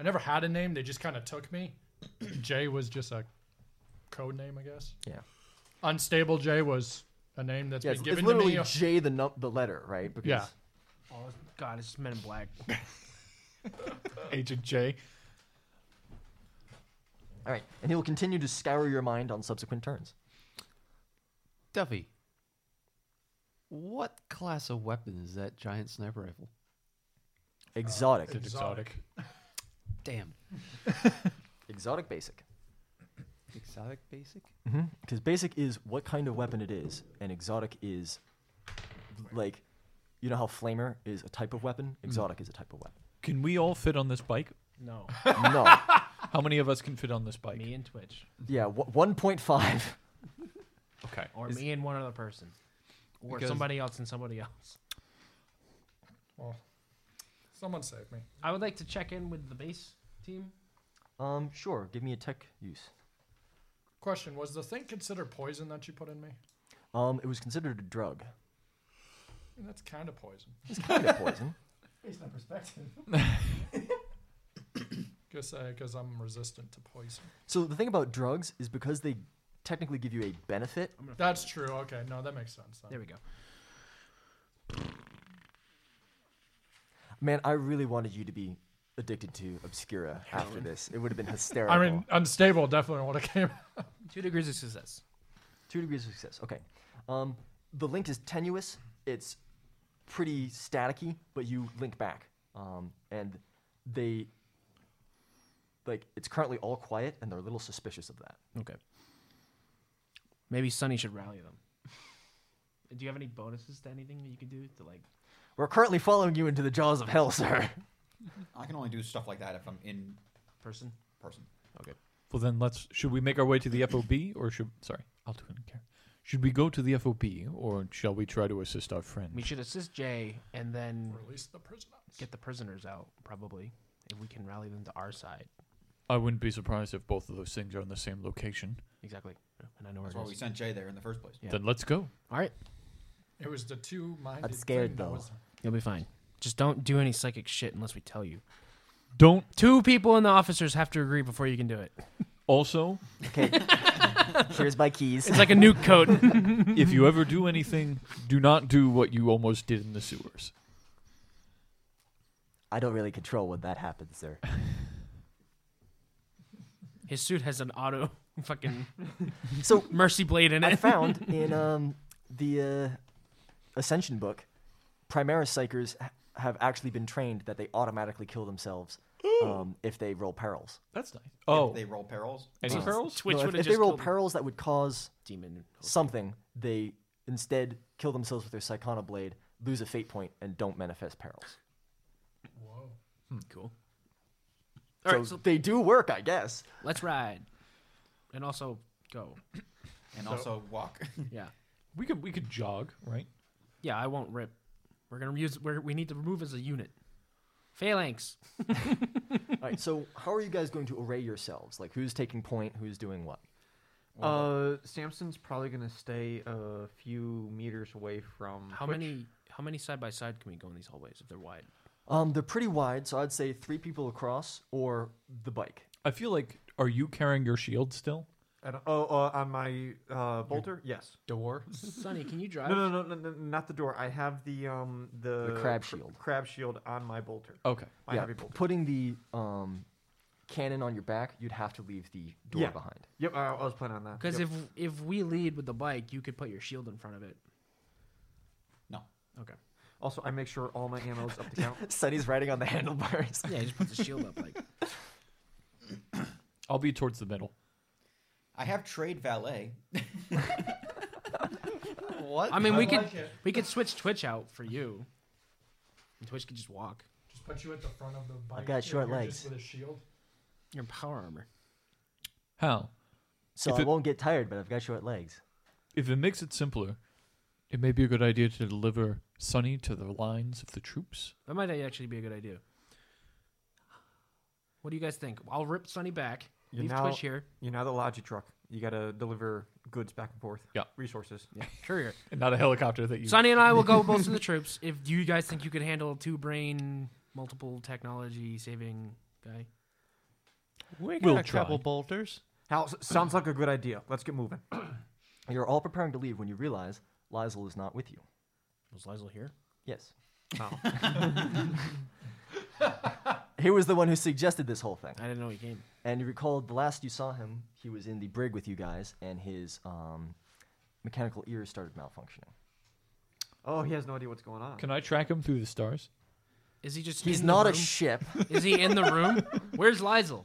Speaker 4: I never had a name. They just kind of took me. Jay was just a code name, I guess.
Speaker 1: Yeah.
Speaker 4: Unstable Jay was a name that's
Speaker 1: Yeah,
Speaker 4: been
Speaker 1: it's, it's
Speaker 4: given to me.
Speaker 1: literally J the num- the letter, right? Because
Speaker 4: Yeah.
Speaker 8: Oh God, it's Men in Black.
Speaker 9: Agent J.
Speaker 1: All right, and he will continue to scour your mind on subsequent turns.
Speaker 6: Duffy, what class of weapon is that giant sniper rifle?
Speaker 4: Uh,
Speaker 1: Exotic,
Speaker 9: It's exotic.
Speaker 6: Damn.
Speaker 1: exotic basic.
Speaker 6: Exotic basic?
Speaker 1: Because basic is what kind of weapon it is, and exotic is like, you know how flamer is a type of weapon. Exotic is a type of weapon.
Speaker 9: Can we all fit on this bike?
Speaker 8: No,
Speaker 1: No,
Speaker 9: How many of us can fit on this bike?
Speaker 8: me and Twitch,
Speaker 1: yeah, w- one point five.
Speaker 9: Okay.
Speaker 8: or me and one other person, or
Speaker 9: Because-
Speaker 8: somebody else and somebody else.
Speaker 4: Well, someone save me.
Speaker 8: I would like to check in with the base team.
Speaker 1: Um, sure. Give me a tech use.
Speaker 4: Question: Was the thing considered poison that you put in me?
Speaker 1: Um, it was considered a drug.
Speaker 4: I mean, that's kind of poison.
Speaker 1: It's kind of poison.
Speaker 7: Based on perspective.
Speaker 4: Guess because I'm resistant to poison.
Speaker 1: So the thing about drugs is because they technically give you a benefit.
Speaker 4: That's true. Okay, no, that makes sense. Then.
Speaker 8: There we go.
Speaker 1: Man, I really wanted you to be addicted to Obscura after this. It would have been hysterical.
Speaker 4: I mean, unstable definitely when it came.
Speaker 8: Two degrees of success.
Speaker 1: Two degrees of success. Okay. Um, the link is tenuous. It's pretty staticky, but you link back, um, and they like it's currently all quiet, and they're a little suspicious of that.
Speaker 8: Okay. Maybe Sunny should rally them. Do you have any bonuses to anything that you could do to like?
Speaker 1: We're currently following you into the jaws of hell, sir.
Speaker 12: I can only do stuff like that if I'm in
Speaker 8: person.
Speaker 12: Person.
Speaker 8: Okay.
Speaker 9: Well, then let's. Should we make our way to the FOB or should? Sorry, I'll do it in care. Should we go to the FOB or shall we try to assist our friend?
Speaker 8: We should assist Jay and then
Speaker 4: Release the prisoners.
Speaker 8: get the prisoners out. Probably, if we can rally them to our side.
Speaker 9: I wouldn't be surprised if both of those things are in the same location.
Speaker 8: Exactly. And I know
Speaker 12: That's
Speaker 8: where
Speaker 12: why
Speaker 8: it
Speaker 12: we
Speaker 8: is.
Speaker 12: sent Jay there in the first place.
Speaker 8: Yeah.
Speaker 9: Then let's go.
Speaker 8: All right.
Speaker 4: It was the two-minded.
Speaker 1: I'm scared,
Speaker 4: thing that
Speaker 1: though.
Speaker 4: was-
Speaker 8: You'll be fine. Just don't do any psychic shit unless we tell you.
Speaker 9: Don't.
Speaker 8: Two people and the officers have to agree before you can do it.
Speaker 9: Also,
Speaker 1: Okay. Here's my keys.
Speaker 8: It's like a nuke code.
Speaker 9: if you ever do anything, do not do what you almost did in the sewers.
Speaker 1: I don't really control when that happens, sir.
Speaker 8: His suit has an auto fucking
Speaker 1: So
Speaker 8: mercy blade in
Speaker 1: I
Speaker 8: it.
Speaker 1: found in um, the uh, Ascension book, Primaris Psychers ha- have actually been trained that they automatically kill themselves um, if they roll perils.
Speaker 9: That's nice.
Speaker 12: If
Speaker 9: Oh,
Speaker 12: they roll perils.
Speaker 9: any
Speaker 1: Uh,
Speaker 9: pearls?
Speaker 8: Twitch
Speaker 1: No, if,
Speaker 8: would have
Speaker 1: if
Speaker 8: just
Speaker 1: they roll
Speaker 8: killed
Speaker 1: perils that would cause
Speaker 8: the demon.
Speaker 1: something, they instead kill themselves with their Psychona blade, lose a fate point, and don't manifest perils.
Speaker 4: Whoa.
Speaker 8: Cool.
Speaker 1: So, they do work, I guess.
Speaker 8: Let's ride, and also go.
Speaker 12: And also walk.
Speaker 8: Yeah,
Speaker 9: We could we could jog, right?
Speaker 8: yeah. I won't rip. We're gonna use. We're, we need to move as a unit. Phalanx.
Speaker 1: All right. So how are you guys going to array yourselves? Like who's taking point? Who's doing what?
Speaker 5: Uh, Samson's probably gonna stay a few meters away from.
Speaker 8: How
Speaker 5: Twitch.
Speaker 8: many? How many side by side can we go in these hallways if they're wide?
Speaker 1: Um, they're pretty wide, so I'd say three people across or the bike.
Speaker 9: I feel like. Are you carrying your shield still?
Speaker 5: I don't- oh, uh, on my uh, bolter, yes.
Speaker 9: Door.
Speaker 8: Sonny, can you drive?
Speaker 5: No, no, no, no, no, not the door. I have the um the,
Speaker 1: The crab
Speaker 5: cr-
Speaker 1: shield.
Speaker 5: crab shield on my bolter.
Speaker 9: Okay.
Speaker 5: My
Speaker 1: yeah,
Speaker 5: heavy
Speaker 1: p-
Speaker 5: bolter.
Speaker 1: putting the um, cannon on your back, you'd have to leave the door
Speaker 5: Yeah.
Speaker 1: behind.
Speaker 5: Yep, I, I was planning on that.
Speaker 8: Because
Speaker 5: Yep.
Speaker 8: if if we lead with the bike, you could put your shield in front of it.
Speaker 12: No.
Speaker 8: Okay.
Speaker 5: also I make sure all my ammo's up to count.
Speaker 1: Sunny's riding on the handlebars.
Speaker 8: Yeah, he just puts his shield up. Like
Speaker 9: I'll be towards the middle.
Speaker 12: I have trade valet.
Speaker 6: What?
Speaker 8: I mean, we
Speaker 4: I
Speaker 8: could
Speaker 4: like it.
Speaker 8: we could switch Twitch out for you. And Twitch could just walk.
Speaker 4: Just put you at the front of the bike.
Speaker 1: got
Speaker 4: and
Speaker 1: short
Speaker 4: you're just
Speaker 1: legs.
Speaker 4: with a shield.
Speaker 8: Your power armor.
Speaker 9: How?
Speaker 1: So
Speaker 9: If
Speaker 1: I
Speaker 9: it-
Speaker 1: won't get tired, but I've got short legs.
Speaker 9: If it makes it simpler, it may be a good idea to deliver Sunny to the lines of the troops.
Speaker 8: That might actually be a good idea. What do you guys think? I'll rip Sunny back.
Speaker 5: You
Speaker 8: leave
Speaker 5: know-
Speaker 8: Twitch here.
Speaker 5: you know the logi truck, you gotta deliver goods back and forth.
Speaker 9: Yeah.
Speaker 5: Resources.
Speaker 8: Courier.
Speaker 9: And not a helicopter that you.
Speaker 8: Sunny and I will go most of the troops. If you guys think you could handle two brain, multiple technology saving guy,
Speaker 6: we got
Speaker 9: We'll
Speaker 6: a couple
Speaker 9: try.
Speaker 6: bolters.
Speaker 5: Hal, s- sounds like a good idea. Let's get moving.
Speaker 1: You're all preparing to leave when you realize Lizel is not with you.
Speaker 8: was Lizel here?
Speaker 1: Yes.
Speaker 5: Oh.
Speaker 1: He was the one who suggested this whole thing.
Speaker 8: I didn't know he came.
Speaker 1: And you recall the last you saw him, he was in the brig with you guys, and his um, mechanical ears started malfunctioning.
Speaker 5: Oh, he has no idea what's going on.
Speaker 9: Can I track him through the stars?
Speaker 8: Is he just?
Speaker 1: He's
Speaker 8: in
Speaker 1: not
Speaker 8: the
Speaker 1: a
Speaker 8: room?
Speaker 1: ship.
Speaker 8: Is he in the room? Where's Lizel?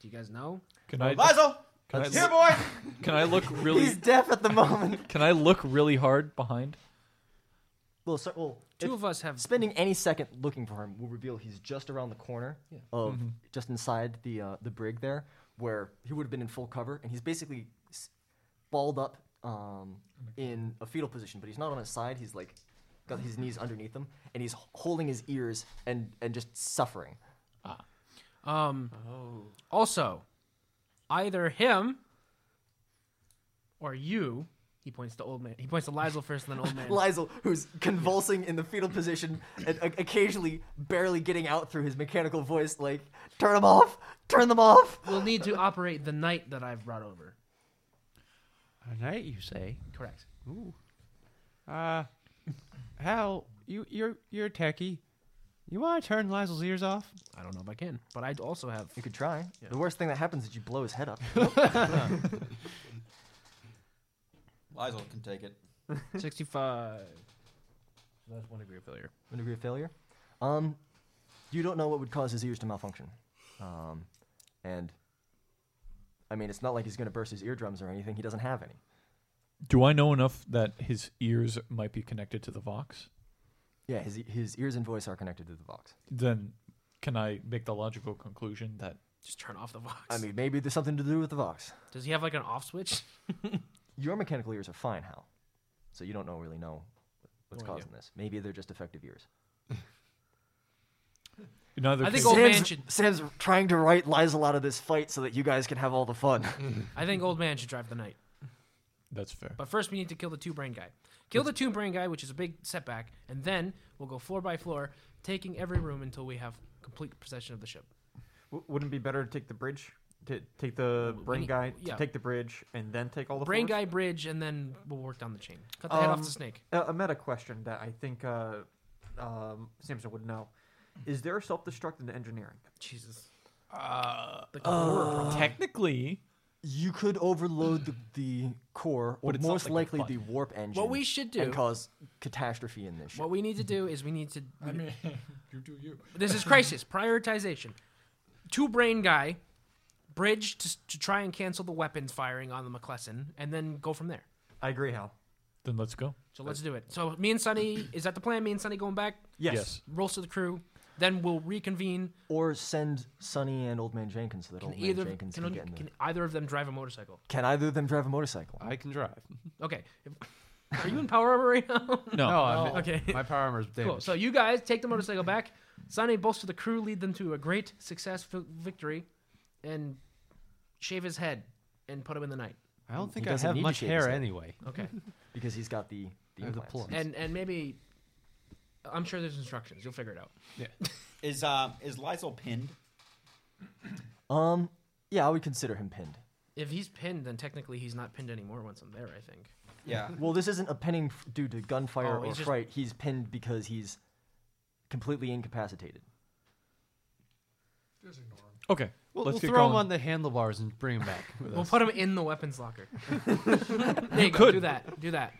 Speaker 8: Do you guys know?
Speaker 9: Can I?
Speaker 12: Lizel!
Speaker 9: Can I,
Speaker 12: Here,
Speaker 9: look,
Speaker 12: boy!
Speaker 9: can I look
Speaker 1: He's
Speaker 9: really?
Speaker 1: deaf at the moment.
Speaker 9: Can I look really hard behind?
Speaker 1: well, so, well,
Speaker 8: Two
Speaker 1: if-
Speaker 8: of us have.
Speaker 1: spending any second looking for him will reveal he's just around the corner of just inside the uh, the brig there, where he would have been in full cover, and he's basically s- balled up um, in a fetal position, but he's not on his side. He's like got his knees underneath him, and he's h- holding his ears and and just suffering.
Speaker 8: Um. Also, either him or you. He points to old man. He points to Lizel first, and then old man.
Speaker 1: Lizel, who's convulsing in the fetal position and o- occasionally barely getting out through his mechanical voice, like "Turn them off, turn them off."
Speaker 8: we'll need to operate the night that I've brought over.
Speaker 6: All right, you say.
Speaker 8: Correct.
Speaker 6: Ooh. Uh, Hal, you you're you're a techie.
Speaker 8: You want to turn Lazel's ears off?
Speaker 4: I don't know if I can, but I also have.
Speaker 1: You could try. The worst thing that happens is you blow his head up.
Speaker 12: Lizel can take it.
Speaker 4: 65. So that's one degree of failure.
Speaker 1: One degree of failure. Um, you don't know what would cause his ears to malfunction. Um, and I mean, it's not like he's going to burst his eardrums or anything. He doesn't have any.
Speaker 9: Do I know enough that his ears might be connected to the Vox?
Speaker 1: Yeah, his his ears and voice are connected to the Vox.
Speaker 9: Then can I make the logical conclusion that
Speaker 4: Just turn off the vox.
Speaker 1: I mean, maybe there's something to do with the Vox.
Speaker 4: Does he have like an off switch?
Speaker 1: Your mechanical ears are fine, Hal. So you don't know really know what's
Speaker 4: Well, yeah.
Speaker 1: causing this. Maybe they're just defective ears.
Speaker 9: neither
Speaker 4: I think
Speaker 9: can-
Speaker 4: old man
Speaker 1: Sam's,
Speaker 4: should-
Speaker 1: Sam's trying to write Lizel out of this fight so that you guys can have all the fun.
Speaker 4: I think old man should drive the night.
Speaker 9: That's fair.
Speaker 4: But first, we need to kill the two brain guy. Kill the two brain guy, which is a big setback, and then we'll go floor by floor, taking every room until we have complete possession of the ship.
Speaker 5: W- wouldn't it be better to take the bridge, to take the brain
Speaker 4: need-
Speaker 5: guy,
Speaker 4: yeah.
Speaker 5: to take the bridge, and then take all the
Speaker 4: brain
Speaker 5: floors?
Speaker 4: guy bridge, and then we'll work down the chain. Cut the head off
Speaker 5: Um,
Speaker 4: the snake.
Speaker 5: A, a meta question that I think uh, um, Samson would know:
Speaker 8: Hmm.
Speaker 5: Is there self-destruct in engineering?
Speaker 4: Jesus.
Speaker 9: Uh,
Speaker 4: The core problem.
Speaker 9: technically,
Speaker 1: You could overload the, the core, or
Speaker 9: But it's not
Speaker 1: most
Speaker 9: like a
Speaker 1: likely
Speaker 9: button.
Speaker 1: the warp engine.
Speaker 4: we should do-
Speaker 1: and cause catastrophe in this ship.
Speaker 4: What we need to do is we need to.
Speaker 6: I mean, you do you.
Speaker 4: This is crisis prioritization. Two brain guy, bridge to, to try and cancel the weapons firing on the McClellan, and then go from there.
Speaker 5: I agree, Hal.
Speaker 9: then let's go.
Speaker 4: So let's do it. So me and Sonny, is that the plan? Me and Sonny going back,
Speaker 5: Yes.
Speaker 9: Yes.
Speaker 4: rolls to the crew, then we'll reconvene.
Speaker 1: Or send Sonny and Old Man Jenkins so that
Speaker 4: Can
Speaker 1: Old Man
Speaker 4: either
Speaker 1: Jenkins can,
Speaker 4: can, only-
Speaker 1: get in
Speaker 4: can
Speaker 1: there.
Speaker 4: either of them drive a motorcycle?
Speaker 1: Can either of them drive a motorcycle?
Speaker 8: I can drive.
Speaker 4: Okay. If- Are you in power armor right now?
Speaker 9: No.
Speaker 8: No, I'm,
Speaker 4: Okay.
Speaker 8: my power armor's damaged.
Speaker 4: Cool. So you guys take the motorcycle back. Sonny bolts to the crew, lead them to a great successful victory, and shave his head and put him in the night.
Speaker 8: I don't think
Speaker 1: He
Speaker 8: I
Speaker 1: doesn't
Speaker 8: have
Speaker 1: need to
Speaker 8: much
Speaker 1: shave
Speaker 8: hair
Speaker 1: his head.
Speaker 8: anyway.
Speaker 4: Okay.
Speaker 1: Because he's got the the,
Speaker 8: I have the
Speaker 1: implants.
Speaker 8: plums.
Speaker 4: and and maybe I'm sure there's instructions. You'll figure it out.
Speaker 12: Is um is Lizel pinned?
Speaker 1: Um, yeah, I would consider him pinned.
Speaker 4: If he's pinned, then technically he's not pinned anymore once I'm there, I think.
Speaker 12: Yeah.
Speaker 1: Well, this isn't a pinning f- due to gunfire
Speaker 4: Oh,
Speaker 1: or
Speaker 4: he's just-
Speaker 1: fright. He's pinned because he's completely incapacitated.
Speaker 13: Just ignore him.
Speaker 9: Okay.
Speaker 8: We'll,
Speaker 9: let's
Speaker 8: we'll
Speaker 9: get
Speaker 8: throw him
Speaker 9: going.
Speaker 8: on the handlebars and bring him back. with
Speaker 4: We'll
Speaker 8: us.
Speaker 4: put him in the weapons locker. there you go. Do that. Do that.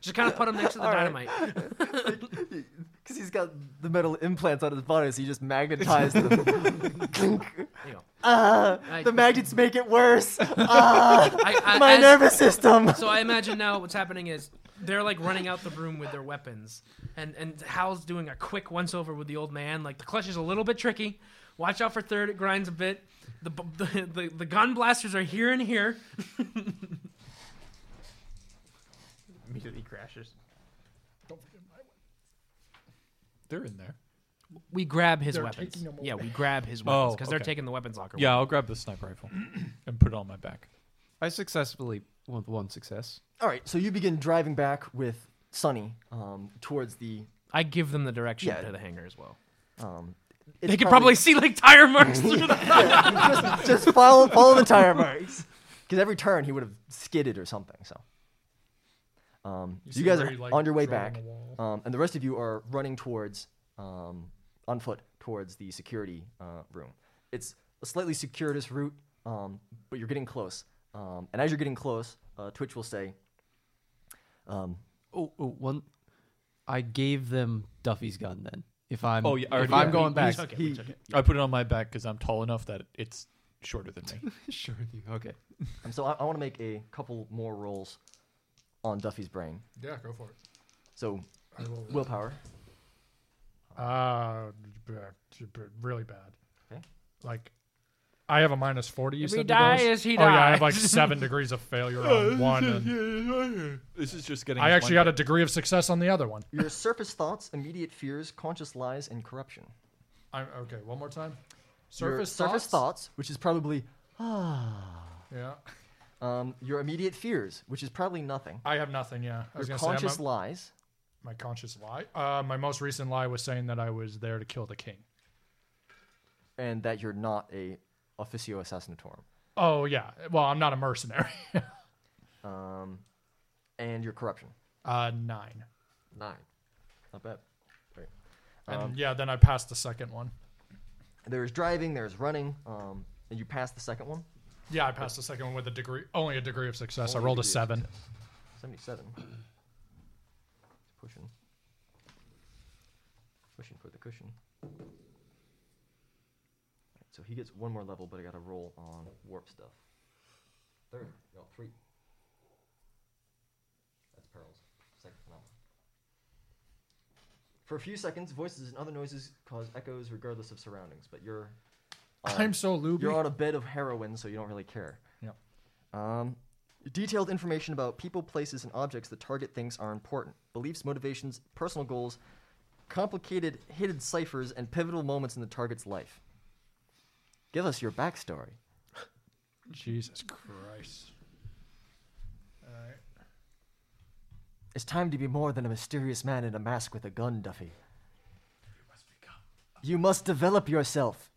Speaker 4: Just kind of put him next to the dynamite.
Speaker 1: Because he's got the metal implants on his body, so he just magnetized them. Clink.
Speaker 4: There you go.
Speaker 1: ah,
Speaker 4: I-
Speaker 1: the magnets make it worse. Ah,
Speaker 4: I- I-
Speaker 1: my
Speaker 4: as-
Speaker 1: nervous system.
Speaker 4: So I imagine now what's happening is they're like running out the room with their weapons, and and Hal's doing a quick once over with the old man. Like the clutch is a little bit tricky. Watch out for third; it grinds a bit. The b- the the, the gun blasters are here and here.
Speaker 5: Immediately crashes.
Speaker 9: They're in there.
Speaker 4: We grab his
Speaker 6: They're
Speaker 4: weapons.
Speaker 6: taking them
Speaker 4: Yeah,
Speaker 6: away.
Speaker 4: we grab his weapons because they're
Speaker 9: okay.
Speaker 4: taking the weapons locker.
Speaker 9: Yeah, I'll grab the sniper rifle and put it on my back.
Speaker 8: I successfully with one success.
Speaker 1: All right, so you begin driving back with Sonny um, towards the.
Speaker 4: I give them the direction
Speaker 1: Yeah.
Speaker 4: to the hangar as well.
Speaker 1: Um,
Speaker 4: they could probably, see like tire marks through the.
Speaker 1: just follow follow the tire marks. Because every turn he would have skidded or something. So, um,
Speaker 6: You
Speaker 1: so you
Speaker 6: see
Speaker 1: guys
Speaker 6: where
Speaker 1: are
Speaker 6: he, like,
Speaker 1: on your way
Speaker 6: drove on
Speaker 1: back,
Speaker 6: the wall.
Speaker 1: um, and the rest of you are running towards um, on foot towards the security uh, room. It's a slightly circuitous route, um, but you're getting close. Um, and as you're getting close, uh, Twitch will say, um,
Speaker 8: Oh, oh, one. I gave them Duffy's gun then. If I'm,
Speaker 9: Oh, yeah, I
Speaker 8: if
Speaker 9: already-
Speaker 8: I'm
Speaker 9: yeah,
Speaker 8: going
Speaker 9: we-
Speaker 8: back,
Speaker 4: we took it, we took it.
Speaker 9: I put it on my back because I'm tall enough that it's shorter than me.
Speaker 8: sure. You, okay.
Speaker 1: and so I, I want to make a couple more rolls on Duffy's brain.
Speaker 6: Yeah, go for it.
Speaker 1: So
Speaker 6: I will.
Speaker 1: willpower.
Speaker 6: Uh, b- b- really bad.
Speaker 1: Okay.
Speaker 6: Like, I have a minus forty. You
Speaker 4: If
Speaker 6: said
Speaker 4: we
Speaker 6: to
Speaker 4: die,
Speaker 6: those?
Speaker 4: is he
Speaker 6: Oh yeah, I have like
Speaker 4: dies.
Speaker 6: seven degrees of failure on one. And
Speaker 9: This is just getting.
Speaker 6: I
Speaker 9: us
Speaker 6: actually
Speaker 9: one
Speaker 6: had a degree of success on the other one.
Speaker 1: Your surface thoughts, immediate fears, conscious lies, and corruption.
Speaker 6: I, okay, one more time.
Speaker 1: your
Speaker 6: Surface
Speaker 1: surface thoughts, which is probably
Speaker 6: Yeah,
Speaker 1: um, your immediate fears, which is probably nothing.
Speaker 6: I have nothing. Yeah, I was
Speaker 1: Your
Speaker 6: gonna say I'm
Speaker 1: conscious
Speaker 6: a-
Speaker 1: lies.
Speaker 6: my conscious lie. Uh, my most recent lie was saying that I was there to kill the king.
Speaker 1: and that you're not a officio assassinorum.
Speaker 6: Oh yeah. Well, I'm not a mercenary.
Speaker 1: Um, and your corruption.
Speaker 6: uh, nine.
Speaker 5: Nine.
Speaker 1: Not bad. Right.
Speaker 8: And
Speaker 1: Um,
Speaker 8: yeah, then I passed the second one.
Speaker 1: There's driving, there's running, um, and you pass the second one.
Speaker 8: Yeah, I passed the second one with a degree, only a degree of success. I
Speaker 1: Only
Speaker 8: rolled a
Speaker 1: degree of
Speaker 8: seven.
Speaker 1: Seventy-seven. Pushing. Pushing for the cushion. Alright, So he gets one more level, but I got to roll on warp stuff. Third, no, three. That's pearls. Second phenomenon. For a few seconds, voices and other noises cause echoes regardless of surroundings, but you're. on-
Speaker 8: I'm so loopy.
Speaker 1: You're on a bed of heroin, so you don't really care.
Speaker 8: Yep.
Speaker 1: Um, detailed information about people, places, and objects that target things are important. Beliefs, motivations, personal goals, complicated hidden ciphers, and pivotal moments in the target's life. Give us your backstory.
Speaker 8: Jesus Christ. Alright.
Speaker 1: It's time to be more than a mysterious man in a mask with a gun, Duffy. You must develop yourself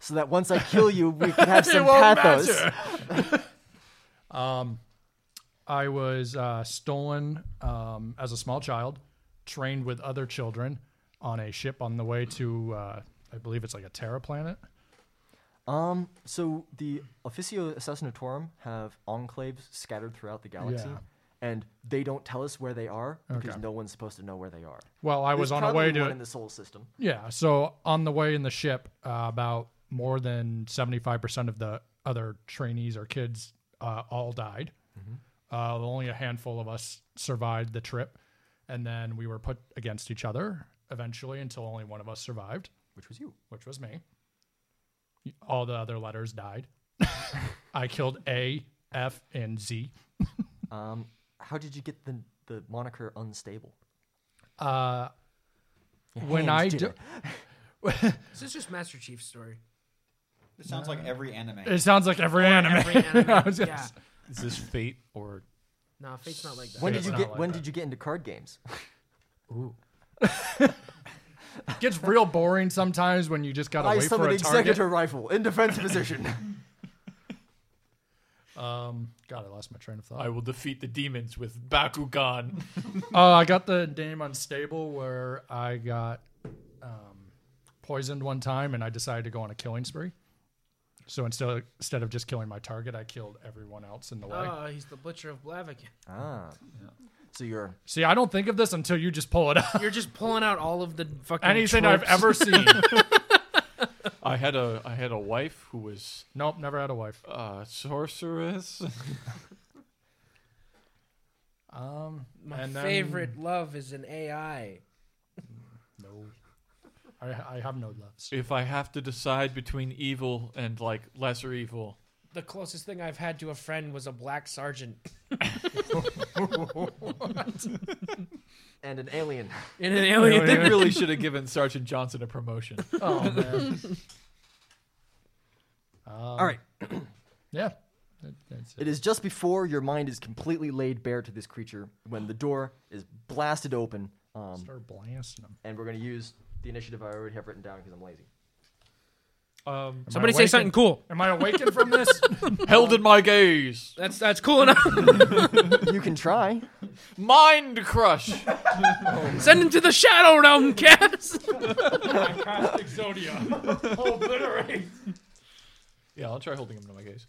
Speaker 1: so that once I kill you, we can have
Speaker 8: It
Speaker 1: some
Speaker 8: won't
Speaker 1: pathos.
Speaker 8: matter. um, I was uh, stolen um, as a small child, trained with other children on a ship on the way to, uh, I believe it's like a Terra planet.
Speaker 1: Um, so the Officio Assassinatorum have enclaves scattered throughout the galaxy,
Speaker 8: Yeah.
Speaker 1: and they don't tell us where they are because
Speaker 8: Okay.
Speaker 1: no one's supposed to know where they are.
Speaker 8: Well, I
Speaker 1: There's
Speaker 8: was on a
Speaker 1: probably
Speaker 8: way to
Speaker 1: one in the solar system.
Speaker 8: Yeah, so on the way in the ship, uh, about more than seventy-five percent of the other trainees or kids uh, all died.
Speaker 9: Mhm.
Speaker 8: Uh, only a handful of us survived the trip, and then we were put against each other eventually until only one of us survived,
Speaker 1: which was you,
Speaker 8: which was me. All the other letters died. I killed A, F, and Z.
Speaker 1: Um, how did you get the the moniker unstable?
Speaker 8: Uh,
Speaker 9: Oh,
Speaker 1: Your
Speaker 8: when
Speaker 1: hands
Speaker 8: I
Speaker 1: did
Speaker 8: do,
Speaker 1: it.
Speaker 4: This is just Master Chief's story.
Speaker 12: It sounds like every anime.
Speaker 8: It sounds like every
Speaker 4: Or
Speaker 8: anime.
Speaker 4: every anime,
Speaker 8: I was gonna
Speaker 4: yeah.
Speaker 8: say.
Speaker 9: Is this fate or
Speaker 4: No, Fate's not like that.
Speaker 1: When
Speaker 8: Fate's
Speaker 1: did you
Speaker 8: not
Speaker 1: get
Speaker 8: like
Speaker 1: when
Speaker 8: that.
Speaker 1: did you get into card games?
Speaker 8: Ooh. Gets real boring sometimes when you just gotta
Speaker 1: I
Speaker 8: wait for
Speaker 1: summoned
Speaker 8: a
Speaker 1: Executor
Speaker 8: target.
Speaker 1: Rifle in defense position.
Speaker 8: Um, God, I lost my train of thought.
Speaker 9: I will defeat the demons with Bakugan?
Speaker 8: uh, I got the name unstable where I got um, poisoned one time, and I decided to go on a killing spree. So instead of, instead of just killing my target, I killed everyone else in the way.
Speaker 6: Uh.
Speaker 4: Oh, he's the butcher of Blaviken.
Speaker 1: ah, so you're
Speaker 8: See, I don't think of this until you just pull it up.
Speaker 4: You're just pulling out all of the fucking
Speaker 8: Anything I've
Speaker 4: tropes.
Speaker 8: ever seen.
Speaker 9: I had a I had a wife who was
Speaker 8: nope, never had a wife.
Speaker 6: Oh,
Speaker 9: uh, sorceress.
Speaker 8: Um,
Speaker 4: My
Speaker 8: and then-
Speaker 4: favorite love is an AI.
Speaker 8: No, I, I have no loves.
Speaker 9: if I have to decide between evil and like lesser evil,
Speaker 4: The closest thing I've had to a friend was a black sergeant
Speaker 1: and an alien.
Speaker 4: in an
Speaker 9: they
Speaker 4: alien.
Speaker 9: really should have given Sergeant Johnson a promotion.
Speaker 8: Oh man. Um,
Speaker 1: All right.
Speaker 8: Yeah. That- that's it.
Speaker 1: It is just before your mind is completely laid bare to this creature when the door is blasted open. Um,
Speaker 8: Start blasting them.
Speaker 1: and we're going to use the initiative I already have written down because I'm lazy.
Speaker 9: Um,
Speaker 4: Somebody say something cool.
Speaker 8: Am I awakened from this?
Speaker 9: held in my gaze,
Speaker 4: That's that's cool enough.
Speaker 1: you can try.
Speaker 9: mind crush.
Speaker 4: Send him to the shadow realm, Cass.
Speaker 7: Fantastic Exodia. Obliterate.
Speaker 9: yeah, I'll try holding him to my gaze.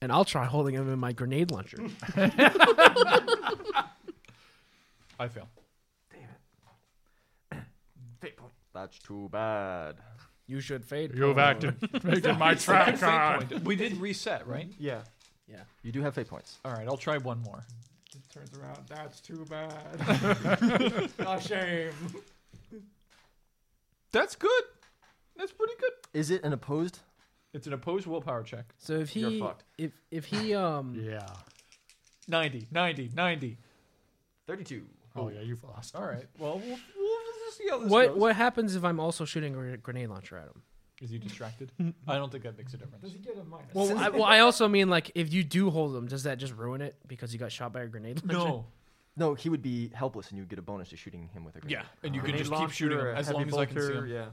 Speaker 4: And I'll try holding him in my grenade launcher.
Speaker 9: I fail.
Speaker 5: Fate point.
Speaker 1: That's too bad.
Speaker 4: You should fade.
Speaker 8: You've acted, acted my track card.
Speaker 9: We did reset, right?
Speaker 5: Yeah.
Speaker 1: You do have fate points.
Speaker 9: All right, I'll try one more.
Speaker 7: It turns around. That's too bad.
Speaker 4: Oh,
Speaker 7: a shame.
Speaker 9: That's good. That's pretty good.
Speaker 1: Is it an opposed?
Speaker 9: It's an opposed willpower check.
Speaker 4: So if he,
Speaker 1: You're fucked.
Speaker 4: if if he, um,
Speaker 8: Yeah.
Speaker 9: 90, 90, 90.
Speaker 1: 32.
Speaker 8: Oh yeah, you've lost.
Speaker 9: All right. Well, we'll, we'll just see how this
Speaker 4: what
Speaker 9: goes.
Speaker 4: what happens if I'm also shooting a gre- grenade launcher at him?
Speaker 9: Is he distracted? I don't think that makes a difference.
Speaker 7: Does he get a minus?
Speaker 4: Well, I, well, I also mean like if you do hold him, does that just ruin it because he got shot by a grenade launcher?
Speaker 9: No.
Speaker 1: No, he would be helpless and you would get a bonus to shooting him with a grenade.
Speaker 9: Yeah, and you can
Speaker 5: Grenade
Speaker 9: just keep
Speaker 5: launcher,
Speaker 9: shooting
Speaker 5: a
Speaker 9: him as
Speaker 5: heavy
Speaker 9: long as I can see
Speaker 5: bolter,
Speaker 9: him.
Speaker 5: Yeah.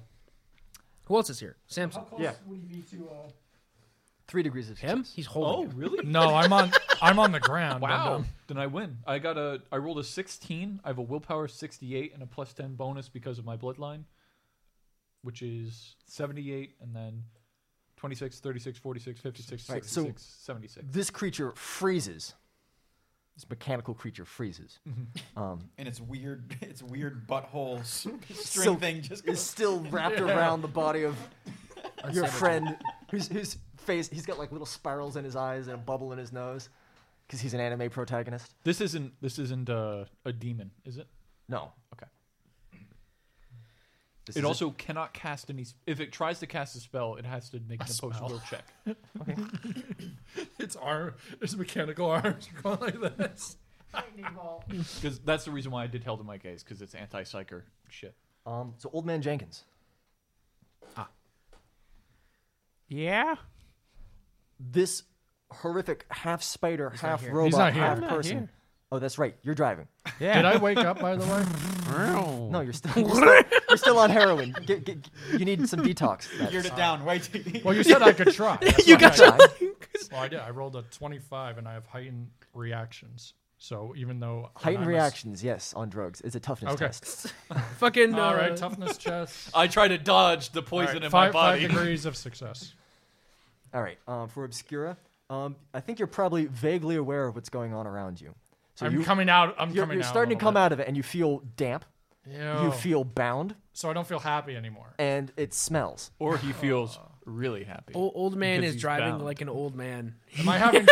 Speaker 4: Who else is here? Samson.
Speaker 7: How close
Speaker 5: Yeah.
Speaker 7: would he be to uh,
Speaker 1: Three degrees of
Speaker 4: him. He's holding.
Speaker 9: Oh, really?
Speaker 8: No, I'm on. I'm on the ground.
Speaker 9: Wow.
Speaker 8: Dum-dum.
Speaker 9: Then I win. I got a. I rolled a 16. I have a willpower of 68 and a plus 10 bonus because of my bloodline, which is 78, and then 26, 36, 46, 56,
Speaker 1: Right, so
Speaker 9: 66, 76.
Speaker 1: This creature freezes. This mechanical creature freezes. Um,
Speaker 12: And it's weird. It's weird butthole s- string
Speaker 1: so
Speaker 12: thing just
Speaker 1: is
Speaker 12: goes-
Speaker 1: still wrapped
Speaker 12: Yeah.
Speaker 1: around the body of your
Speaker 12: Unstable.
Speaker 1: friend, whose whose face he's got like little spirals in his eyes and a bubble in his nose, because he's an anime protagonist.
Speaker 9: This isn't. This isn't uh, a demon, is it?
Speaker 1: No.
Speaker 9: Okay.
Speaker 1: This
Speaker 9: it
Speaker 1: is
Speaker 9: also cannot cast any. s- If it tries to cast a spell, it has to make an opposed
Speaker 8: spell.
Speaker 9: will check.
Speaker 8: It's arm. It's mechanical arms going like this.
Speaker 9: Because that's the reason why I did Hell to My Gaze, because it's anti psyker shit.
Speaker 1: Um, so old man Jenkins.
Speaker 4: Yeah.
Speaker 1: This horrific half spider,
Speaker 4: not
Speaker 1: half
Speaker 4: here. He's
Speaker 1: robot,
Speaker 8: not here.
Speaker 1: half
Speaker 8: I'm not
Speaker 1: person.
Speaker 8: here.
Speaker 1: Oh, that's right. You're driving.
Speaker 8: Yeah. Did I wake up by the way?
Speaker 1: No, you're still you're still, you're still on heroin. Get, get, you need some detox.
Speaker 12: Geared it down, right?
Speaker 8: Well, you said I could try. That's
Speaker 1: You
Speaker 8: why I-
Speaker 1: got
Speaker 8: Well, I did. I rolled a 25, and I have heightened reactions. So even though when
Speaker 1: Heightened
Speaker 8: I'm a-
Speaker 1: reactions, yes, on drugs. It's a toughness
Speaker 8: Okay.
Speaker 1: test.
Speaker 4: Fucking.
Speaker 8: All
Speaker 4: uh,
Speaker 8: right, toughness chest.
Speaker 9: I try to dodge the poison
Speaker 8: All right,
Speaker 9: in
Speaker 8: five,
Speaker 9: my body.
Speaker 8: Five degrees of success.
Speaker 1: All right. Um, for Obscura, um, I think you're probably vaguely aware of what's going on around you.
Speaker 8: I'm coming out- I'm
Speaker 1: you're,
Speaker 8: coming
Speaker 1: You're
Speaker 8: out a
Speaker 1: starting to
Speaker 8: little
Speaker 1: come out of it, and you feel damp. You
Speaker 8: Ew.
Speaker 1: feel bound,
Speaker 8: So I don't feel happy anymore.
Speaker 1: and it smells.
Speaker 9: Or he feels really happy.
Speaker 4: O- old man
Speaker 9: Because
Speaker 4: is
Speaker 9: he's
Speaker 4: driving
Speaker 9: bound.
Speaker 4: like an old man.
Speaker 8: Am I having?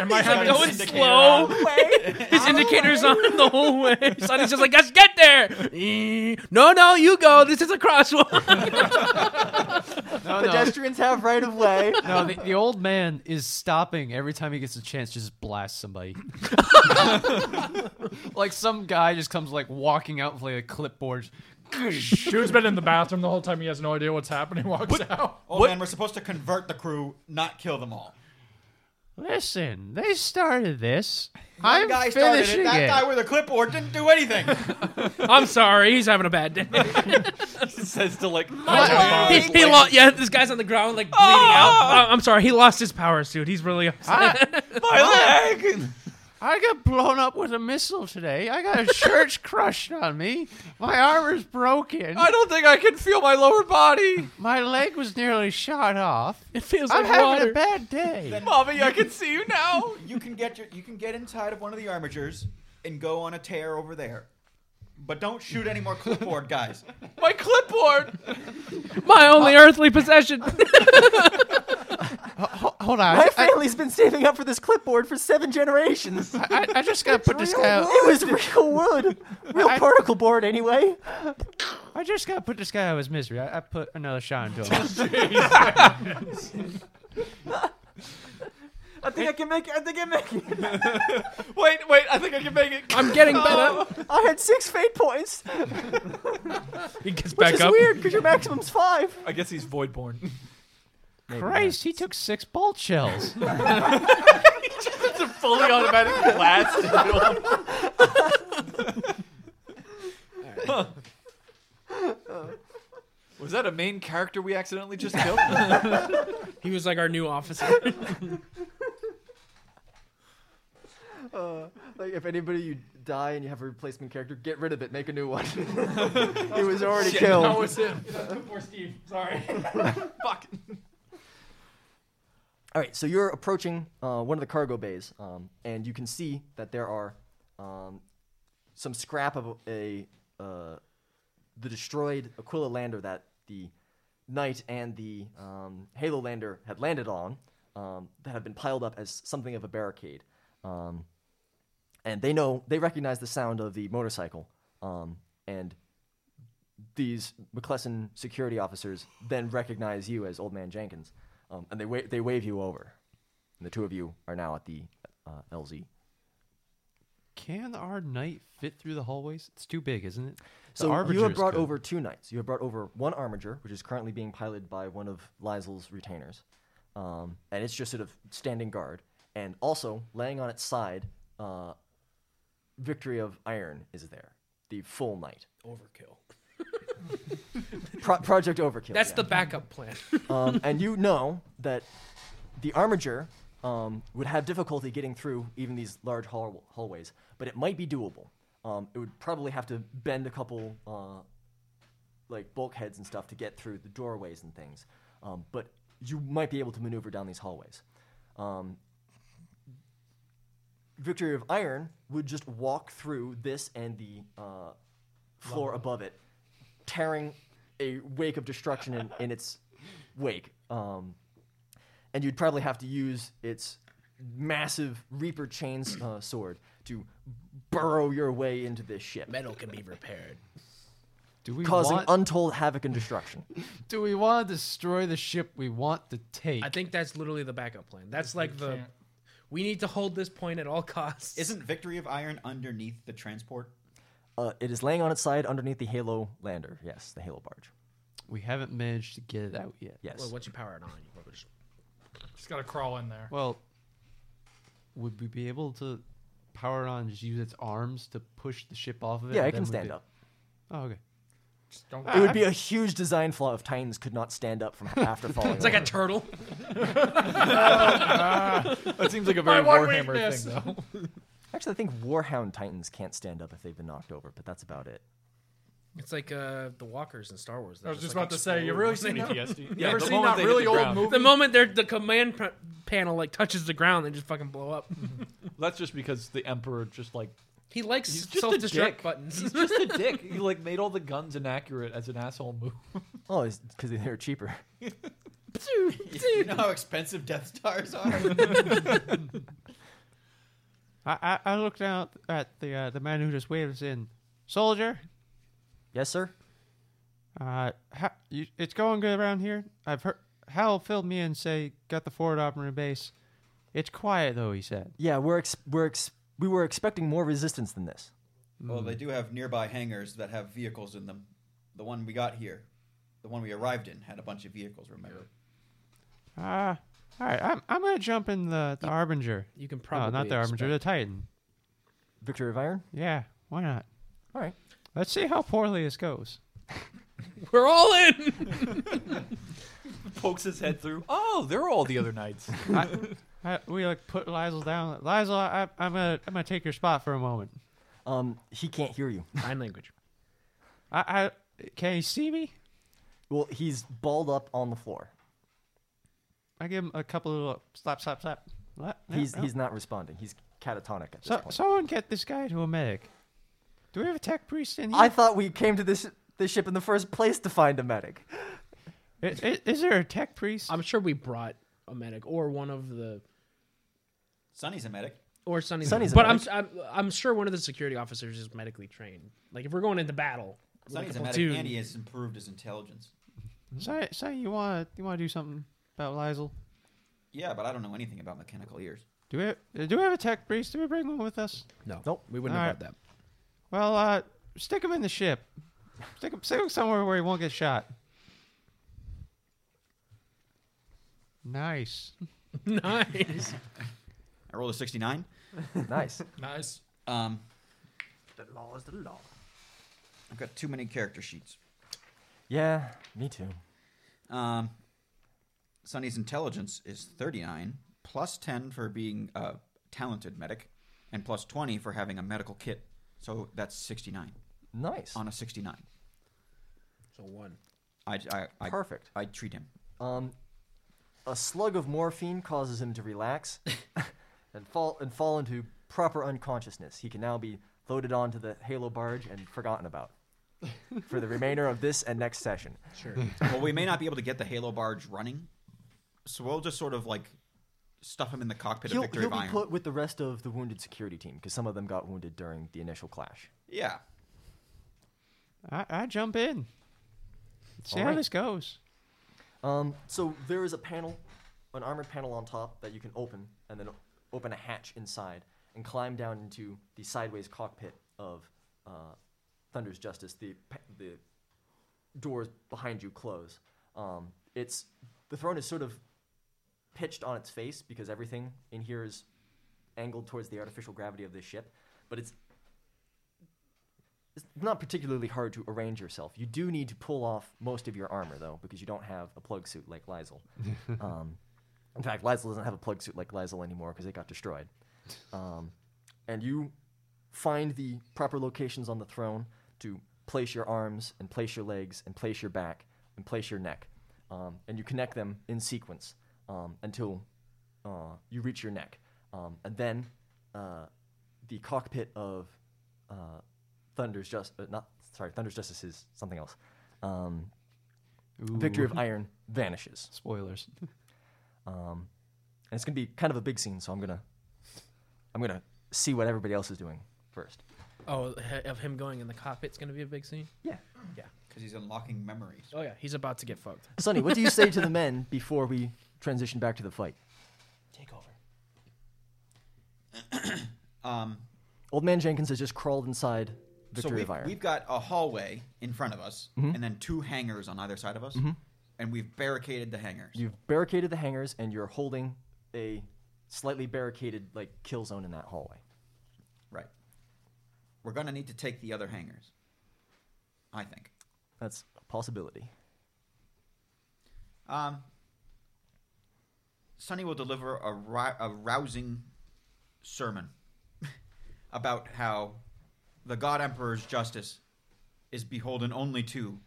Speaker 8: am I
Speaker 4: He's
Speaker 8: having?
Speaker 4: like going slow? His
Speaker 6: Oh.
Speaker 4: indicator's on the whole way. Sonny's just like, let's get there. Eh, No, no, you go. This is a crosswalk.
Speaker 8: Oh,
Speaker 6: No, no.
Speaker 1: Pedestrians have right of way.
Speaker 6: No, the, the old man is stopping every time he gets a chance to just blast somebody. like some guy just comes like walking out with like a clipboard.
Speaker 8: Dude's been in the bathroom the whole time. He has no idea what's happening. Walks out.
Speaker 12: Oh man, we're supposed to convert the crew, not kill them all.
Speaker 6: Listen, they started this.
Speaker 12: One guy started it. That guy with a clipboard didn't do anything.
Speaker 4: I'm sorry. He's having a bad day.
Speaker 9: says to like
Speaker 4: he, he lost. Yeah, this guy's on the ground, like bleeding
Speaker 6: Oh.
Speaker 4: out. Uh, I'm sorry. He lost his power suit. He's really upset.
Speaker 6: my leg! I got blown up with a missile today. I got a church crushed on me. My armor's broken.
Speaker 14: I don't think I can feel my lower body.
Speaker 6: My leg was nearly shot off.
Speaker 4: It feels
Speaker 6: I'm
Speaker 4: like
Speaker 6: having
Speaker 4: water.
Speaker 6: a bad day.
Speaker 14: Mommy, I can see you now.
Speaker 12: You can get your, you can get inside of one of the armatures and go on a tear over there, but don't shoot any more clipboard guys.
Speaker 14: My clipboard.
Speaker 4: My only
Speaker 6: Oh.
Speaker 4: earthly possession.
Speaker 6: Hold on.
Speaker 1: My
Speaker 6: I- I-
Speaker 1: family's been saving up for this clipboard for seven generations.
Speaker 6: I, I just gotta put this guy. Out.
Speaker 1: It was real wood, real
Speaker 6: I-
Speaker 1: particle board anyway.
Speaker 6: I just gotta put this guy out of his misery. I, I put another shot into him.
Speaker 1: I think I can make it. I think I make it.
Speaker 14: Wait, wait. I think I can make it.
Speaker 4: I'm getting better.
Speaker 1: I had six fate points,
Speaker 4: He gets
Speaker 1: which
Speaker 4: back
Speaker 1: is
Speaker 4: up.
Speaker 1: weird because your maximum's five.
Speaker 9: I guess he's void born.
Speaker 6: Christ, he took six bolt shells.
Speaker 14: It's a fully automatic blast. in the middle of- Huh. Was that a main character we accidentally just killed?
Speaker 4: He was like our new officer.
Speaker 1: Uh, like if anybody you die and you have a replacement character, get rid of it. Make a new one. it was already killed.
Speaker 8: That was him.
Speaker 7: Poor Steve. Sorry.
Speaker 14: Fuck.
Speaker 1: All right, so you're approaching uh, one of the cargo bays, um, and you can see that there are um, some scrap of a uh, the destroyed Aquila lander that the Knight and the um, Halo lander had landed on um, that have been piled up as something of a barricade. Um, and they know they recognize the sound of the motorcycle, um, and these McClellan security officers then recognize you as Old Man Jenkins, um, and they wa- they wave you over, and the two of you are now at the uh, LZ.
Speaker 6: Can our knight fit through the hallways? It's too big, isn't it? The
Speaker 1: So you
Speaker 6: arbiters
Speaker 1: have brought
Speaker 6: could.
Speaker 1: over two knights. You have brought over one armiger, which is currently being piloted by one of Lysel's retainers, um, and it's just sort of standing guard. And also laying on its side, uh, Victory of Iron is there, the full knight.
Speaker 4: Overkill.
Speaker 1: Pro- Project Overkill.
Speaker 4: That's
Speaker 1: yeah.
Speaker 4: the backup plan.
Speaker 1: um, and you know that the armiger um, would have difficulty getting through even these large hall- hallways, but it might be doable. Um, it would probably have to bend a couple uh, like bulkheads and stuff to get through the doorways and things, um, but you might be able to maneuver down these hallways. Um, Victory of Iron would just walk through this and the uh, floor above it, tearing a wake of destruction in, in its wake. Um, and you'd probably have to use its massive Reaper chains uh, sword to burrow your way into this ship,
Speaker 8: Metal can be repaired.
Speaker 6: Do we
Speaker 1: causing
Speaker 6: want,
Speaker 1: untold havoc and destruction.
Speaker 6: Do we want to destroy the ship we want to take?
Speaker 8: I think that's literally the backup plan. That's like the we need to hold this point at all costs.
Speaker 12: Isn't Victory of Iron underneath the transport?
Speaker 1: Uh, it is laying on its side underneath the Halo lander. Yes, the Halo barge.
Speaker 6: we haven't managed to get it out yet.
Speaker 1: Yes.
Speaker 8: well, once you power it on, you probably just
Speaker 4: Just gotta crawl in there.
Speaker 6: Well, would we be able to power it on and just use its arms to push the ship off of it?
Speaker 1: Yeah,
Speaker 6: and
Speaker 1: it can
Speaker 6: then we
Speaker 1: stand
Speaker 6: could-
Speaker 1: up.
Speaker 6: Oh, okay.
Speaker 4: Just don't.
Speaker 1: It would be a huge design flaw if Titans could not stand up from after falling.
Speaker 8: it's like a turtle.
Speaker 3: That seems like a very
Speaker 4: one
Speaker 3: Warhammer
Speaker 4: weakness.
Speaker 3: thing, though.
Speaker 1: Actually, I think Warhound Titans can't stand up if they've been knocked over, but that's about it.
Speaker 8: It's like uh, the walkers in Star Wars.
Speaker 4: I was
Speaker 8: They're
Speaker 4: just
Speaker 8: like
Speaker 4: about to say, you really seen that? You
Speaker 3: PTSD.
Speaker 4: ever seen that really old movie?
Speaker 8: The moment they're, the command p- panel like touches the ground, they just fucking blow up.
Speaker 3: That's just because the Emperor just like
Speaker 8: He likes
Speaker 3: He's just a
Speaker 8: self-destruct
Speaker 3: dick.
Speaker 8: buttons.
Speaker 3: he's just a dick. He like made all the guns inaccurate as an asshole move.
Speaker 1: Oh, it's because they're cheaper.
Speaker 12: you know how expensive Death Stars are?
Speaker 6: I, I I looked out at the uh, the man who just waves in, soldier.
Speaker 1: Yes, sir.
Speaker 6: Uh, how, you, it's going good around here. I've heard Hal filled me in. Say, got the forward operator base. It's quiet though. He said.
Speaker 1: Yeah, we're ex- we're ex- we were expecting more resistance than this.
Speaker 12: Well, they do have nearby hangars that have vehicles in them. The one we got here, the one we arrived in, had a bunch of vehicles. Remember?
Speaker 6: Ah, all right. I'm I'm gonna jump in the the Arbinger.
Speaker 8: You can probably
Speaker 6: No, not the Arbinger. The
Speaker 8: expect-
Speaker 6: Titan.
Speaker 1: Victory of Iron.
Speaker 6: Yeah. Why not?
Speaker 1: All right.
Speaker 6: Let's see how poorly this goes.
Speaker 8: We're all in.
Speaker 3: Pokes his head through. Oh, they're all the other knights.
Speaker 6: I, I, we like put Lizel down. Lizel, I, I'm gonna I'm gonna take your spot for a moment.
Speaker 1: Um, he can't hear you.
Speaker 8: Sign language.
Speaker 6: I, I can you see me?
Speaker 1: Well, he's balled up on the floor.
Speaker 6: I give him a couple of little slap, slap, slap. What? No,
Speaker 1: He's
Speaker 6: no.
Speaker 1: he's not responding. He's catatonic at this
Speaker 6: So,
Speaker 1: point.
Speaker 6: someone get this guy to a medic. Do we have a tech priest in here?
Speaker 1: I thought we came to this this ship in the first place to find a medic.
Speaker 6: I- i- is there a tech priest?
Speaker 8: I'm sure we brought a medic or one of the
Speaker 12: Sonny's a medic.
Speaker 8: or Sunny's.
Speaker 1: Sonny's a
Speaker 8: but I'm,
Speaker 1: medic.
Speaker 8: I'm I'm sure one of the security officers is medically trained. Like if we're going into battle, with a
Speaker 12: Sonny's a
Speaker 8: couple
Speaker 12: medic,
Speaker 8: dudes-
Speaker 12: and he has improved his intelligence.
Speaker 6: Sorry, sorry, you want you want to do something about Lizel?
Speaker 12: Yeah, but I don't know anything about mechanical ears.
Speaker 6: Do we have, uh, do we have a tech priest? Do we bring one with us?
Speaker 8: no,
Speaker 1: Nope.
Speaker 8: we wouldn't have
Speaker 6: Alright.
Speaker 8: brought
Speaker 6: Well, uh, stick him in the ship. Stick him, stick him somewhere where he won't get shot. Nice.
Speaker 8: that. Nice.
Speaker 12: I rolled a sixty-nine.
Speaker 1: nice.
Speaker 4: Nice.
Speaker 12: Um,
Speaker 5: The law is the law.
Speaker 12: I've got too many character sheets.
Speaker 1: Yeah, me too.
Speaker 12: Um, Sonny's intelligence is 39, plus 10 for being a talented medic, and plus 20 for having a medical kit. So that's 69
Speaker 1: Nice.
Speaker 12: on a 69.
Speaker 8: so one.
Speaker 12: I, I, I,
Speaker 1: Perfect.
Speaker 12: I treat him.
Speaker 1: Um, a slug of morphine causes him to relax and fall and fall into proper unconsciousness. He can now be loaded onto the Halo barge and forgotten about for the remainder of this and next session.
Speaker 8: Sure.
Speaker 12: well, we may not be able to get the Halo barge running, so we'll just sort of like stuff him in the cockpit
Speaker 1: He'll,
Speaker 12: of Victory
Speaker 1: he'll
Speaker 12: of
Speaker 1: be
Speaker 12: Iron.
Speaker 1: put with the rest of the wounded security team because some of them got wounded during the initial clash.
Speaker 12: Yeah.
Speaker 6: I, I jump in. See
Speaker 1: All
Speaker 6: how
Speaker 1: right.
Speaker 6: this goes.
Speaker 1: Um, so there is a panel, an armored panel on top that you can open, and then open a hatch inside and climb down into the sideways cockpit of uh, Thunder's Justice. The pa- the doors behind you close. Um, it's the throne is sort of pitched on its face because everything in here is angled towards the artificial gravity of this ship, but it's it's not particularly hard to arrange yourself. You do need to pull off most of your armor though, because you don't have a plug suit like Lizel. um, In fact, Liza doesn't have a plug suit like Liza anymore because it got destroyed. Um, and you find the proper locations on the throne to place your arms and place your legs and place your back and place your neck. Um, and you connect them in sequence um, until uh, you reach your neck. Um, and then uh, the cockpit of uh, Thunder's Just uh, not sorry, Thunder's Justice is something else. Um, Victory of
Speaker 6: Ooh.
Speaker 1: Iron vanishes.
Speaker 6: Spoilers.
Speaker 1: Um, and it's gonna be kind of a big scene, so I'm gonna I'm gonna see what everybody else is doing first.
Speaker 8: Oh, h- of him going in the cockpit's going to be a big scene?
Speaker 1: Yeah.
Speaker 8: Yeah.
Speaker 12: Because he's unlocking memories.
Speaker 8: Oh, yeah. He's about to get fucked.
Speaker 1: Sonny, what do you say to the men before we transition back to the fight?
Speaker 8: Take over.
Speaker 12: Um,
Speaker 1: Old Man Jenkins has just crawled inside
Speaker 12: so
Speaker 1: Victory
Speaker 12: we've,
Speaker 1: of Iron.
Speaker 12: we've got a hallway in front of us,
Speaker 1: Mhm.
Speaker 12: and then two hangars on either side of us,
Speaker 1: Mhm.
Speaker 12: and we've barricaded the hangars.
Speaker 1: You've barricaded the hangars, and you're holding a slightly barricaded like kill zone in that hallway.
Speaker 12: Right. We're gonna need to take the other hangars. I think.
Speaker 1: That's a possibility.
Speaker 12: Um, Sonny will deliver a, ri- a rousing sermon about how the God Emperor's justice is beholden only to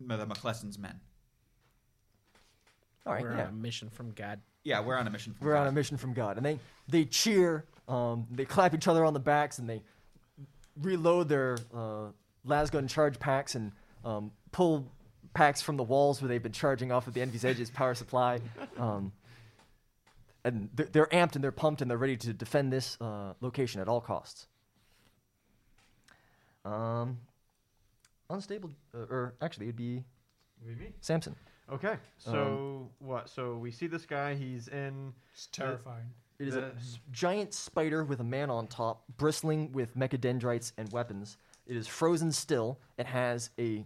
Speaker 12: the McClesson's men.
Speaker 1: All right,
Speaker 8: We're
Speaker 1: yeah.
Speaker 8: on a mission from God.
Speaker 12: Yeah, we're on a mission. From
Speaker 1: We're on
Speaker 12: God.
Speaker 1: a mission from God, and they they cheer, um, they clap each other on the backs, and they reload their uh, lasgun charge packs and um, pull packs from the walls where they've been charging off of the Envy's Edge's power supply. Um, and they're, they're amped and they're pumped and they're ready to defend this uh, location at all costs. Um, unstable, uh, or actually, it'd be
Speaker 5: It'd be me.
Speaker 1: Samson.
Speaker 5: Okay,
Speaker 1: Um,
Speaker 5: so what? So we see this guy. He's in.
Speaker 4: It's terrifying.
Speaker 1: It is a
Speaker 5: The-
Speaker 1: s- giant spider with a man on top, bristling with mechadendrites and weapons. It is frozen still. It has a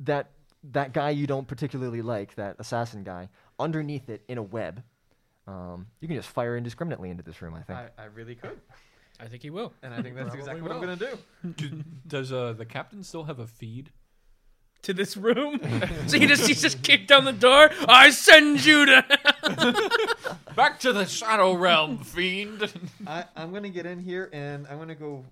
Speaker 1: that that guy you don't particularly like, that assassin guy, underneath it in a web. Um, you can just fire indiscriminately into this room, I think.
Speaker 5: I, I really could,
Speaker 8: I think he will.
Speaker 5: and I think that's
Speaker 3: Probably
Speaker 5: exactly what I'm
Speaker 3: will.
Speaker 5: gonna do.
Speaker 3: Do- Does uh, the captain still have a feed?
Speaker 8: To this room? so he just, he's just kicked down the door? I send you to.
Speaker 9: Back to the Shadow Realm, fiend.
Speaker 5: I, I'm gonna get in here, and I'm gonna go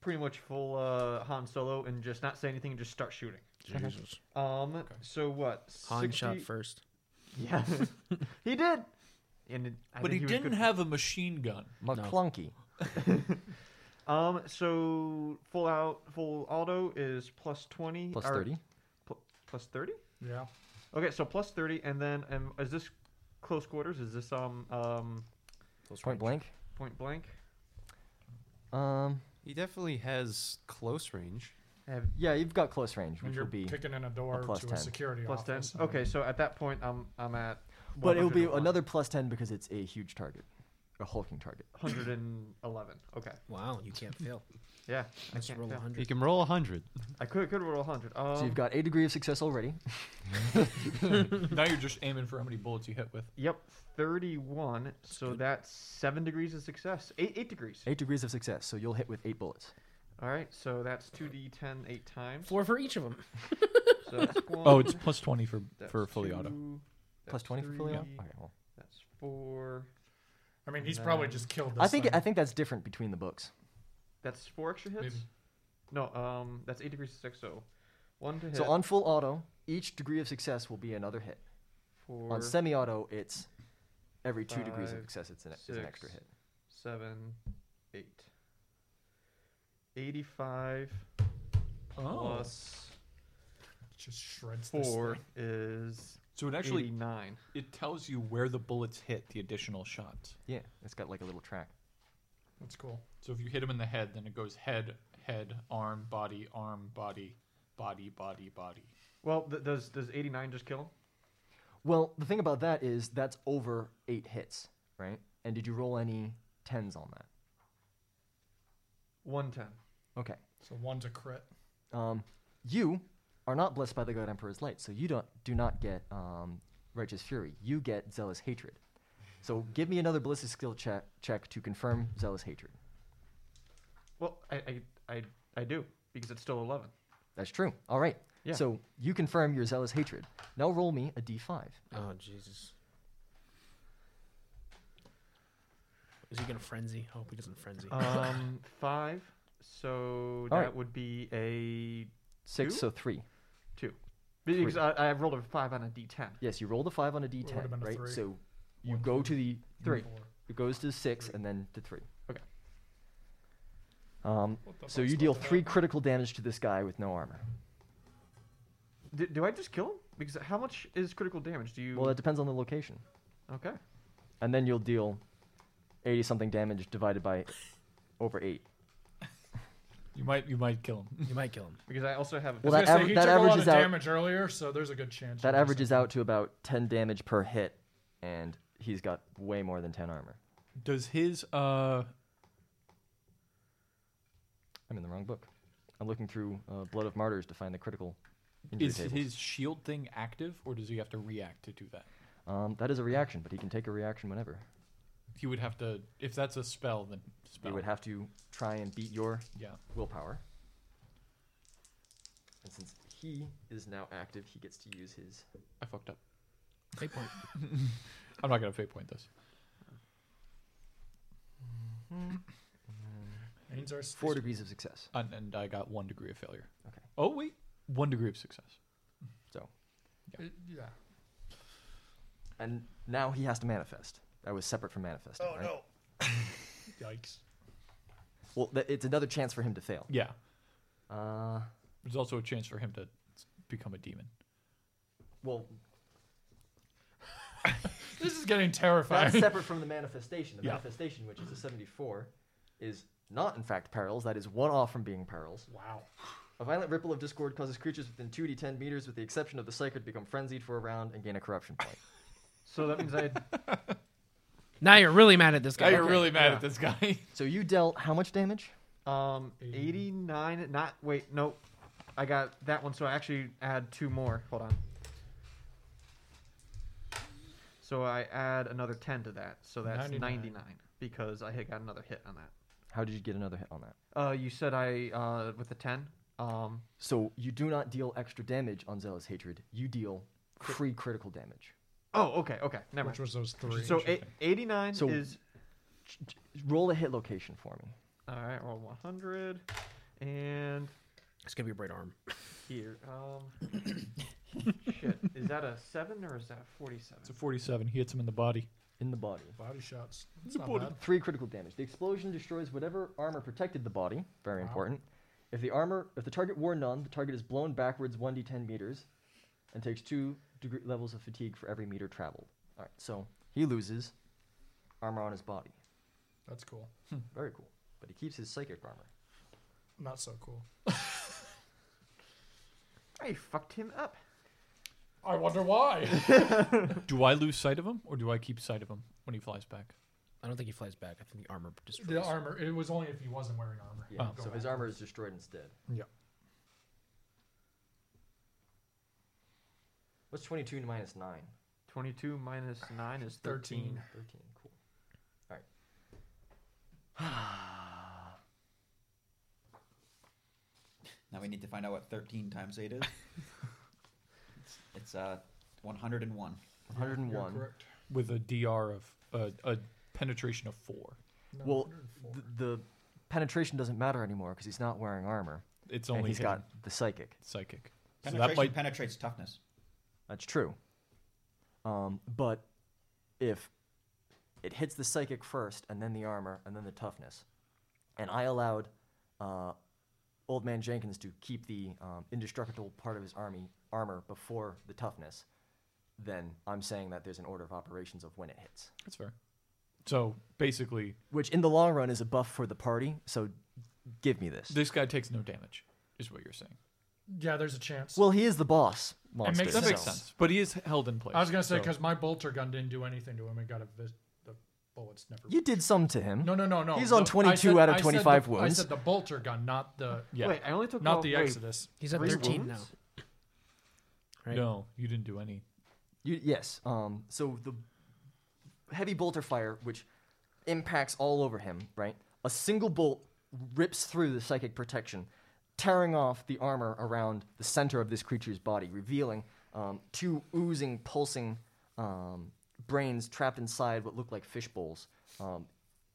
Speaker 5: pretty much full uh, Han Solo, and just not say anything, and just start shooting.
Speaker 8: Jesus.
Speaker 5: Um. So what?
Speaker 8: Han shot
Speaker 5: 60
Speaker 8: first.
Speaker 5: Yeah, he did. And it, I
Speaker 3: But he
Speaker 5: think was
Speaker 3: didn't
Speaker 5: good-
Speaker 3: have a machine gun.
Speaker 1: McClunky.
Speaker 5: Um. So full out, full auto is plus twenty.
Speaker 1: Plus
Speaker 5: or
Speaker 1: 30.
Speaker 5: pl- plus thirty.
Speaker 4: Yeah.
Speaker 5: Okay, so plus thirty, and then um, is this close quarters? Is this um um
Speaker 1: Point blank.
Speaker 5: point blank?
Speaker 1: Um,
Speaker 6: He definitely has close range.
Speaker 5: Have
Speaker 1: yeah, you've got close range,
Speaker 4: When
Speaker 1: which
Speaker 4: you're
Speaker 1: will be.
Speaker 4: kicking in a door
Speaker 1: plus
Speaker 4: to
Speaker 1: 10.
Speaker 4: a security
Speaker 5: plus ten.
Speaker 4: office. I mean,
Speaker 5: Okay, so at that point, I'm I'm at.
Speaker 1: But it'll be
Speaker 5: 101.
Speaker 1: another plus 10 because it's a huge target, a hulking target.
Speaker 5: 111. Okay.
Speaker 8: Wow, you can't fail.
Speaker 5: Yeah. I,
Speaker 8: Let's
Speaker 5: can't
Speaker 8: roll
Speaker 5: tell.
Speaker 8: 100.
Speaker 6: He can roll 100.
Speaker 5: I could could roll 100. Um,
Speaker 1: so you've got a degree of success already.
Speaker 3: now you're just aiming for how many bullets you hit with.
Speaker 5: Yep, 31. So that's seven degrees of success. Eight eight degrees.
Speaker 1: Eight degrees of success, so you'll hit with eight bullets.
Speaker 5: All right. So that's 2d10 eight times.
Speaker 8: Four for each of them.
Speaker 5: So that's one.
Speaker 3: Oh, it's plus 20 for,
Speaker 5: that's
Speaker 3: for fully auto.
Speaker 5: two,
Speaker 1: Plus
Speaker 5: that's
Speaker 1: 20 for fully auto?
Speaker 5: three,
Speaker 1: Okay, well.
Speaker 5: That's four.
Speaker 4: I mean, he's probably
Speaker 5: Nine.
Speaker 4: just killed this.
Speaker 1: I think
Speaker 4: thing.
Speaker 1: I think that's different between the books.
Speaker 5: That's four extra hits.
Speaker 4: Maybe.
Speaker 5: No, um, that's eight degrees of success. So one to hit.
Speaker 1: So on full auto, each degree of success will be another hit.
Speaker 5: four,
Speaker 1: on semi-auto, it's every two degrees of
Speaker 5: five,
Speaker 1: success, it's an, is an extra
Speaker 5: six.
Speaker 1: hit.
Speaker 5: seven, eight. 85
Speaker 3: Oh.
Speaker 5: plus
Speaker 4: just shreds this
Speaker 5: four
Speaker 4: thing.
Speaker 5: is
Speaker 3: So it actually
Speaker 5: 89.
Speaker 3: it tells you where the bullets hit the additional shots.
Speaker 1: Yeah, it's got like a little track.
Speaker 4: That's cool.
Speaker 3: So if you hit him in the head, then it goes head, head, arm, body, arm, body, body, body, body.
Speaker 5: Well, th- does does 89 just kill him?
Speaker 1: Well, the thing about that is that's over eight hits, right? And did you roll any tens on that?
Speaker 5: 110.
Speaker 1: Okay.
Speaker 4: So one's a crit.
Speaker 1: Um, you are not blessed by the God Emperor's light, so you don't do not get um, righteous fury. You get zealous hatred. So give me another ballistic skill check check to confirm zealous hatred.
Speaker 5: Well, I I, I, I do because it's still 11.
Speaker 1: That's true. All right.
Speaker 5: Yeah.
Speaker 1: So you confirm your zealous hatred. Now roll me a d5.
Speaker 8: Oh Jesus. Is he gonna frenzy? I hope he doesn't frenzy.
Speaker 5: Um, five. So that
Speaker 1: right.
Speaker 5: would be a
Speaker 1: Six,
Speaker 5: two?
Speaker 1: so three.
Speaker 5: two. Because
Speaker 1: Three.
Speaker 5: I, I rolled a five on a d10.
Speaker 1: Yes, you roll the five on a d10,
Speaker 4: would've been a
Speaker 1: right?
Speaker 4: three.
Speaker 1: So you go to the
Speaker 5: Three.
Speaker 4: Four.
Speaker 1: It goes to six and then to three.
Speaker 5: Okay.
Speaker 1: Um, so you deal three critical damage to this guy with no armor.
Speaker 5: Do, do I just kill him? Because how much is critical damage? Do you?
Speaker 1: Well, that depends on the location.
Speaker 5: okay.
Speaker 1: And then you'll deal 80 something damage divided by over eight.
Speaker 3: You might you might kill him.
Speaker 8: you might kill him.
Speaker 5: Because I also have.
Speaker 1: Well,
Speaker 4: I was
Speaker 1: that,
Speaker 4: gonna say,
Speaker 1: aver-
Speaker 4: he
Speaker 1: that
Speaker 4: took a lot
Speaker 1: averages
Speaker 4: of
Speaker 1: out.
Speaker 4: damage earlier, so there's a good chance.
Speaker 1: That
Speaker 4: he missed
Speaker 1: averages
Speaker 4: it.
Speaker 1: out to about 10 damage per hit, and he's got way more than 10 armor.
Speaker 3: Does his uh
Speaker 1: I'm in the wrong book. I'm looking through uh, Blood of Martyrs to find the critical injury
Speaker 3: is
Speaker 1: tables.
Speaker 3: his shield thing active or does he have to react to do that?
Speaker 1: Um, that is a reaction, but he can take a reaction whenever.
Speaker 3: He would have to if that's a spell then
Speaker 1: He
Speaker 3: spell.
Speaker 1: would have to try and beat your
Speaker 3: yeah.
Speaker 1: willpower. And since he is now active, he gets to use his.
Speaker 3: I fucked up.
Speaker 8: Fate point.
Speaker 3: I'm not gonna fate point this.
Speaker 4: Mm-hmm. Means our
Speaker 1: Four degrees of success.
Speaker 3: And, and I got one degree of failure.
Speaker 1: Okay.
Speaker 3: Oh wait. One degree of success.
Speaker 4: Uh, Yeah.
Speaker 1: And now he has to manifest. That was separate from manifesting. right?
Speaker 4: Yikes.
Speaker 1: Well, th- it's another chance for him to fail.
Speaker 3: Yeah.
Speaker 1: Uh,
Speaker 3: There's also a chance for him to s- become a demon.
Speaker 1: well,
Speaker 4: This is getting
Speaker 1: that's
Speaker 4: terrifying.
Speaker 1: separate from the manifestation. The
Speaker 3: Yeah.
Speaker 1: manifestation, which is a 74, is not in fact perils. That is one off from being perils.
Speaker 4: Wow.
Speaker 1: A violent ripple of discord causes creatures within 2d10 meters, with the exception of the psychic, to become frenzied for a round and gain a corruption point.
Speaker 5: So that means I.
Speaker 8: Now you're really mad at this guy.
Speaker 3: you're
Speaker 8: Okay.
Speaker 3: really mad at this guy.
Speaker 1: so you dealt how much damage?
Speaker 5: Um, 89. Not wait. No, I got that one. So I actually add two more. Hold on. So I add another 10 to that. So that's 99,
Speaker 4: 99.
Speaker 5: because I had got another hit on that.
Speaker 1: How did you get another hit on that?
Speaker 5: Uh, you said I uh with the 10. Um,
Speaker 1: So you do not deal extra damage on Zealous Hatred. You deal free critical damage.
Speaker 5: oh, okay, okay, never
Speaker 4: Which
Speaker 5: mind.
Speaker 4: was those three.
Speaker 5: So eight, 89
Speaker 1: So-
Speaker 5: is
Speaker 1: Roll a hit location for me.
Speaker 5: all right. Roll 100, and
Speaker 8: It's gonna be a bright arm.
Speaker 5: here. Um, shit, is that a seven or is that 47?
Speaker 3: It's a 47. He hits him in the body.
Speaker 1: In the body.
Speaker 4: body shots. It's not bad.
Speaker 1: Three critical damage. The explosion destroys whatever armor protected the body. Very important. If the armor, if the target wore none, the target is blown backwards 1d10 meters, and takes two degree levels of fatigue for every meter traveled. All right. So he loses armor on his body.
Speaker 4: That's cool.
Speaker 1: Very cool. But he keeps his psychic armor.
Speaker 4: Not so cool.
Speaker 5: I fucked him up.
Speaker 4: I wonder why.
Speaker 3: Do I lose sight of him or do I keep sight of him when he flies back?
Speaker 8: I don't think he flies back. I think the armor destroys.
Speaker 4: the armor. It was only if he wasn't wearing armor.
Speaker 1: Yeah.
Speaker 4: Go
Speaker 3: Oh.
Speaker 1: so his
Speaker 4: back.
Speaker 1: armor is destroyed instead.
Speaker 4: Oh. Yeah.
Speaker 1: What's 22 minus 9?
Speaker 5: 22 minus 9 is 13.
Speaker 1: 13, cool. All right.
Speaker 12: Now we need to find out what 13 times 8 is. it's uh 101.
Speaker 1: 101.
Speaker 4: Correct.
Speaker 3: With a DR of uh, a penetration of four.
Speaker 4: No,
Speaker 1: Well,
Speaker 4: 104.
Speaker 1: th- the penetration doesn't matter anymore because he's not wearing armor.
Speaker 3: It's
Speaker 1: and
Speaker 3: only
Speaker 1: he's
Speaker 3: hidden
Speaker 1: got the psychic.
Speaker 3: psychic. So
Speaker 12: Penetration
Speaker 3: that might
Speaker 12: penetrates toughness.
Speaker 1: That's true. Um, but if it hits the psychic first, and then the armor, and then the toughness, and I allowed uh, Old Man Jenkins to keep the um, indestructible part of his army armor before the toughness, then I'm saying that there's an order of operations of when it hits,
Speaker 3: that's fair. So basically,
Speaker 1: which in the long run is a buff for the party. So give me this.
Speaker 3: this guy takes no damage, is what you're saying.
Speaker 4: yeah, there's a chance.
Speaker 1: Well, he is the boss. Monster,
Speaker 4: makes-
Speaker 3: That
Speaker 1: so-
Speaker 3: makes sense. But he is held in place.
Speaker 4: I was gonna say
Speaker 3: so-
Speaker 4: because my bolter gun didn't do anything to him. It got a vis- the bullets never.
Speaker 1: You did some to him.
Speaker 4: no, no, no, no.
Speaker 1: He's on
Speaker 4: The- I
Speaker 1: 22 out of
Speaker 4: I the-
Speaker 1: 25
Speaker 4: I
Speaker 1: wounds.
Speaker 4: said the bolter gun, not the
Speaker 3: Yeah.
Speaker 5: Wait, I only took
Speaker 4: not
Speaker 5: off-
Speaker 4: the
Speaker 5: wait,
Speaker 4: Exodus.
Speaker 8: He's at
Speaker 5: Three
Speaker 8: 13 now.
Speaker 5: wounds?
Speaker 8: Right.
Speaker 3: No, you didn't do any.
Speaker 1: You, yes. Um, so the heavy bolter fire, which impacts all over him, right? A single bolt rips through the psychic protection, tearing off the armor around the center of this creature's body, revealing um, two oozing, pulsing um, brains trapped inside what look like fish bowls um,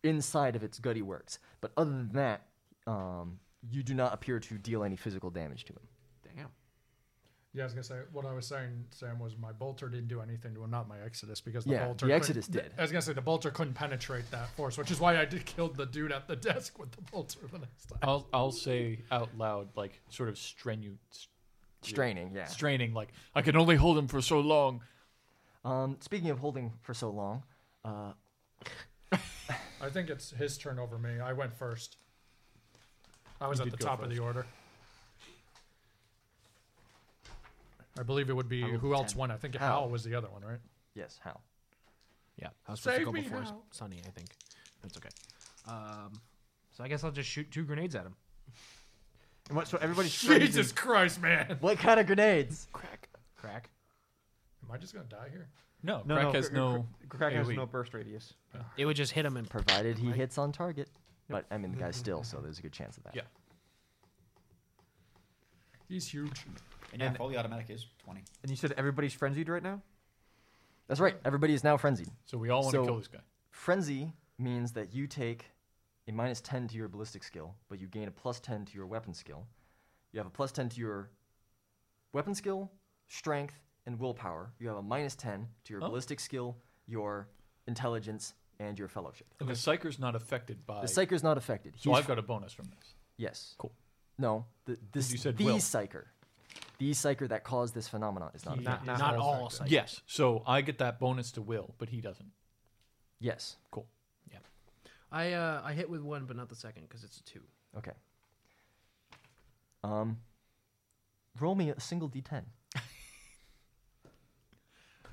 Speaker 1: inside of its gutty works. But other than that, um, you do not appear to deal any physical damage to him.
Speaker 5: Damn.
Speaker 9: Yeah, I was gonna say what I was saying, Sam, was my bolter didn't do anything to him, not my Exodus, because the
Speaker 1: Yeah,
Speaker 9: bolter
Speaker 1: the
Speaker 9: couldn't-
Speaker 1: Exodus did.
Speaker 9: I was gonna say the bolter couldn't penetrate that force, which is why I did killed the dude at the desk with the bolter the next time.
Speaker 4: I'll I'll say out loud, like sort of strenu,
Speaker 1: Straining, yeah.
Speaker 4: straining. Like I can only hold him for so long.
Speaker 1: Um, speaking of holding for so long, uh,
Speaker 9: I think it's his turn over me. I went first. I was
Speaker 4: You
Speaker 9: at the
Speaker 4: did go
Speaker 9: top of the order. I believe it would be who else won. I think Hal. was the other one, right?
Speaker 1: Yes, Hal.
Speaker 8: Yeah, I was supposed
Speaker 9: Save
Speaker 8: to go
Speaker 9: me
Speaker 8: before
Speaker 9: now.
Speaker 8: Sunny, I think. That's okay. Um, so I guess I'll just shoot two grenades at him.
Speaker 5: And what, so everybody's
Speaker 9: Jesus Christ, man!
Speaker 1: What kind of grenades?
Speaker 8: Crack. Crack.
Speaker 9: Am I just gonna die here?
Speaker 4: No,
Speaker 5: No,
Speaker 4: crack
Speaker 5: no,
Speaker 4: has
Speaker 5: cr-
Speaker 4: no.
Speaker 5: cr- crack has
Speaker 4: AoE.
Speaker 5: no burst radius.
Speaker 8: It would just hit him and.
Speaker 1: provided he hits on target. But I mean, the guy's still, so there's a good chance of that.
Speaker 4: Yeah.
Speaker 9: He's huge.
Speaker 12: And yeah, fully automatic is 20.
Speaker 5: And you said everybody's frenzied right now.
Speaker 1: That's right. Everybody is now frenzied.
Speaker 4: So we all want to
Speaker 1: So-
Speaker 4: kill this guy.
Speaker 1: Frenzy means that you take a minus 10 to your ballistic skill, but you gain a plus 10 to your weapon skill. You have a plus 10 to your weapon skill, strength, and willpower. You have a minus 10 to your
Speaker 4: Oh.
Speaker 1: ballistic skill, your intelligence, and your fellowship.
Speaker 4: And the psyker's not affected by.
Speaker 1: The psyker's not affected.
Speaker 4: so
Speaker 1: He's-
Speaker 4: I've got a bonus from this.
Speaker 1: Yes.
Speaker 4: Cool.
Speaker 1: No, the, this,
Speaker 4: you said
Speaker 1: the
Speaker 4: will.
Speaker 1: psyker. The psyker that caused this phenomenon is not affected.
Speaker 8: Not all. psychic.
Speaker 4: Yes. So I get that bonus to will, but he doesn't.
Speaker 1: Yes.
Speaker 4: Cool.
Speaker 8: I uh, I hit with one, but not the second because it's a two.
Speaker 1: Okay. Um, roll me a single d10.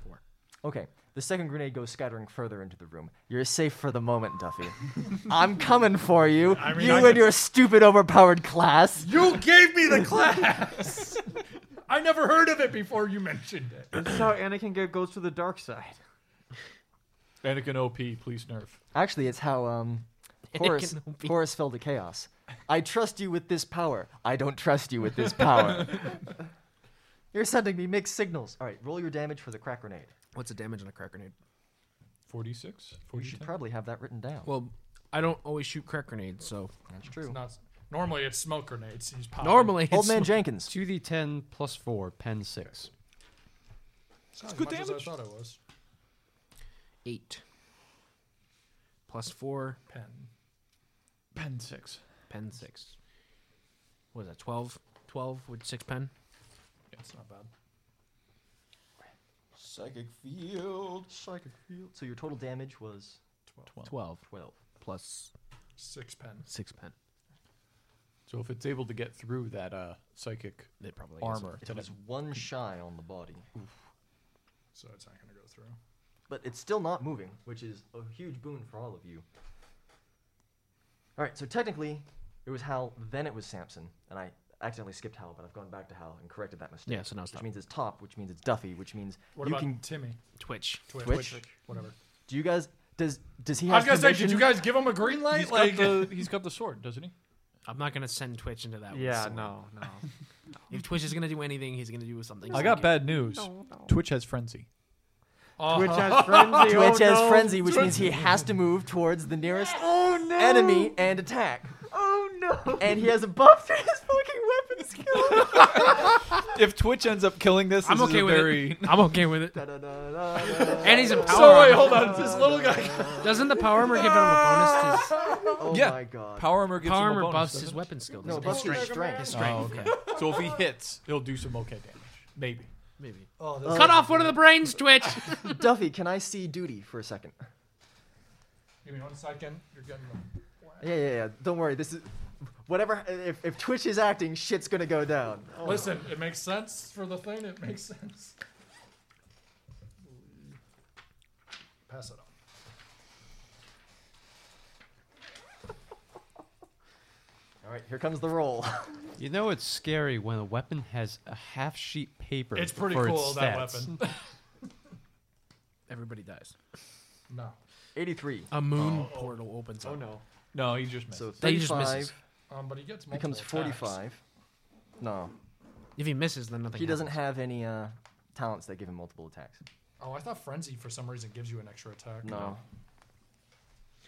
Speaker 8: Four.
Speaker 1: Okay. The second grenade goes scattering further into the room. You're safe for the moment, Duffy. I'm coming for you.
Speaker 9: I mean,
Speaker 1: you
Speaker 9: I
Speaker 1: and
Speaker 9: could-
Speaker 1: your stupid overpowered class.
Speaker 9: You gave me the class. I never heard of it before you mentioned it.
Speaker 5: That's how Anakin go- goes to the dark side.
Speaker 4: Anakin OP, please nerf.
Speaker 1: Actually, it's how um, Horus,
Speaker 8: Anakin will be-
Speaker 1: Horus fell to chaos. I trust you with this power. I don't trust you with this power. You're sending me mixed signals. All right, roll your damage for the crack grenade.
Speaker 8: What's the damage on a crack grenade?
Speaker 4: 46?
Speaker 1: You should probably have that written down.
Speaker 8: Well, I don't always shoot crack grenades, so
Speaker 1: That's true.
Speaker 9: It's not. Normally, it's smoke grenades. He's
Speaker 8: Oh,
Speaker 9: popping.
Speaker 8: normally
Speaker 1: Old
Speaker 8: it's
Speaker 1: man Jenkins.
Speaker 6: 2d10 plus 4, pen 6.
Speaker 9: it's not as
Speaker 4: good
Speaker 9: much as I
Speaker 4: damage.
Speaker 9: thought it was.
Speaker 8: eight plus four,
Speaker 9: Pen.
Speaker 4: Pen 6.
Speaker 8: pen six. What is that? Twelve. Twelve with six pen.
Speaker 9: It's not bad.
Speaker 12: Psychic field.
Speaker 1: Psychic field. So your total damage was
Speaker 8: Twelve
Speaker 1: 12.
Speaker 8: plus
Speaker 9: Six pen.
Speaker 8: six pen.
Speaker 4: So if it's able to get through that uh, psychic
Speaker 8: It probably is.
Speaker 4: armor,
Speaker 1: It was one shy on the body.
Speaker 9: So it's not gonna go through.
Speaker 1: But it's still not moving, which is a huge boon for all of you. All right, so technically, it was Hal, then it was Samson, and I accidentally skipped Hal, but I've gone back to Hal and corrected that mistake.
Speaker 8: Yeah, so now it's
Speaker 1: Which
Speaker 8: top.
Speaker 1: means it's top, which means it's Duffy, which means
Speaker 9: What
Speaker 1: you
Speaker 9: about
Speaker 1: can.
Speaker 9: Timmy?
Speaker 8: Twitch.
Speaker 9: Twitch.
Speaker 1: Twitch?
Speaker 9: Whatever.
Speaker 1: Do you guys. Does does he
Speaker 9: I was
Speaker 1: have
Speaker 9: gonna say, did you
Speaker 1: permission?
Speaker 9: guys give him a green light?
Speaker 4: he's
Speaker 9: like,
Speaker 4: got the he's got the sword, doesn't he?
Speaker 8: I'm not gonna send Twitch into that.
Speaker 5: Yeah,
Speaker 8: one.
Speaker 5: no, no.
Speaker 8: If Twitch is gonna do anything, he's gonna do something.
Speaker 4: I got bad news. Twitch has frenzy.
Speaker 8: Uh-huh.
Speaker 5: Twitch has frenzy.
Speaker 1: Twitch
Speaker 5: oh,
Speaker 1: has
Speaker 5: no.
Speaker 1: frenzy, which means he has to move towards the nearest
Speaker 5: Oh no!
Speaker 1: enemy and attack.
Speaker 5: Oh no!
Speaker 1: And he has a buff to his fucking weapon skill.
Speaker 4: If Twitch ends up killing this,
Speaker 8: I'm okay with it. I'm okay with it. And he's in power.
Speaker 4: So
Speaker 8: armor.
Speaker 4: wait, hold on. This little guy.
Speaker 8: Doesn't the power armor give him a bonus to his
Speaker 1: Oh
Speaker 4: Yeah.
Speaker 1: my god.
Speaker 4: Power armor gives
Speaker 8: power
Speaker 4: him a
Speaker 8: armor
Speaker 4: bonus.
Speaker 8: buffs
Speaker 4: doesn't
Speaker 8: his
Speaker 4: it?
Speaker 8: weapon skill?
Speaker 1: Uh, No,
Speaker 8: doesn't it?
Speaker 1: buff strength.
Speaker 9: Oh.
Speaker 8: His
Speaker 1: strength.
Speaker 8: strength. Oh, okay.
Speaker 4: So if he hits, he'll do some okay damage. Maybe.
Speaker 8: Maybe.
Speaker 1: Uh,
Speaker 8: Cut off one of the brains, Twitch.
Speaker 1: Duffy, can I see duty for a second?
Speaker 9: Give me one second. You're getting them.
Speaker 1: Yeah, yeah, yeah. Don't worry. This is whatever. If, if Twitch is acting, shit's gonna go down.
Speaker 9: Listen, it makes sense for the thing. It makes sense. Pass it on.
Speaker 1: All right, here comes the roll.
Speaker 6: You know it's scary when a weapon has a half sheet paper.
Speaker 9: It's pretty
Speaker 6: for
Speaker 9: cool
Speaker 6: its
Speaker 9: that
Speaker 6: stats.
Speaker 9: weapon.
Speaker 8: Everybody dies.
Speaker 9: No.
Speaker 1: 83.
Speaker 8: A moon portal opens up.
Speaker 5: Oh no!
Speaker 4: No, he just missed.
Speaker 1: So
Speaker 8: That he just misses.
Speaker 1: 35
Speaker 9: Um, but he gets multiple
Speaker 1: becomes
Speaker 9: attacks.
Speaker 1: 45. No.
Speaker 8: If he misses, then nothing
Speaker 1: He doesn't
Speaker 8: happens.
Speaker 1: have any uh, talents that give him multiple attacks.
Speaker 4: Oh, I thought frenzy for some reason gives you an extra attack.
Speaker 1: No.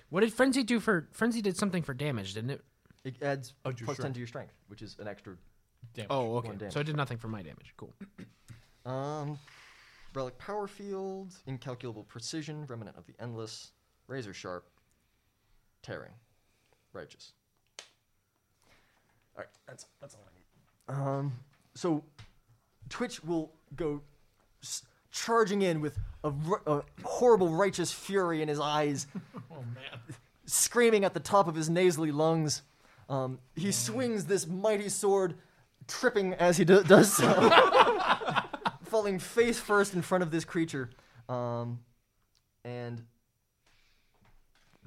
Speaker 8: What did Frenzy do for Frenzy did something for damage, didn't it?
Speaker 1: It adds
Speaker 8: your
Speaker 1: plus ten
Speaker 8: strength.
Speaker 1: to your strength, which is an extra
Speaker 3: damage.
Speaker 8: Oh, okay.
Speaker 1: One damage.
Speaker 8: So it did nothing for my damage. Cool.
Speaker 1: Um, relic power field, incalculable precision, remnant of the endless, razor sharp, tearing, righteous. All right, that's that's all I need. Um, so Twitch will go s- charging in with a, r- a horrible righteous fury in his eyes,
Speaker 4: Oh man.
Speaker 1: screaming at the top of his nasally lungs. Um, he swings this mighty sword, tripping as he do- does so, falling face first in front of this creature. Um, and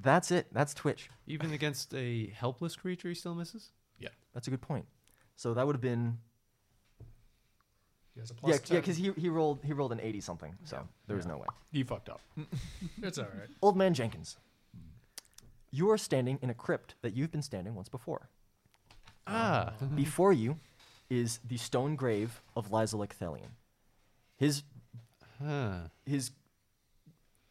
Speaker 1: that's it. That's Twitch.
Speaker 6: Even against a helpless creature, he still misses.
Speaker 3: Yeah.
Speaker 1: That's a good point. So that would have been
Speaker 4: He has a
Speaker 1: yeah,
Speaker 4: plus
Speaker 1: yeah,
Speaker 4: 10.
Speaker 1: because he he rolled he rolled an eighty something. So there was no way.
Speaker 3: He fucked up.
Speaker 4: It's all right.
Speaker 1: Old man Jenkins, you are standing in a crypt that you've been standing once before.
Speaker 6: Ah.
Speaker 1: Before you is the stone grave of Lysolek Thelian. His his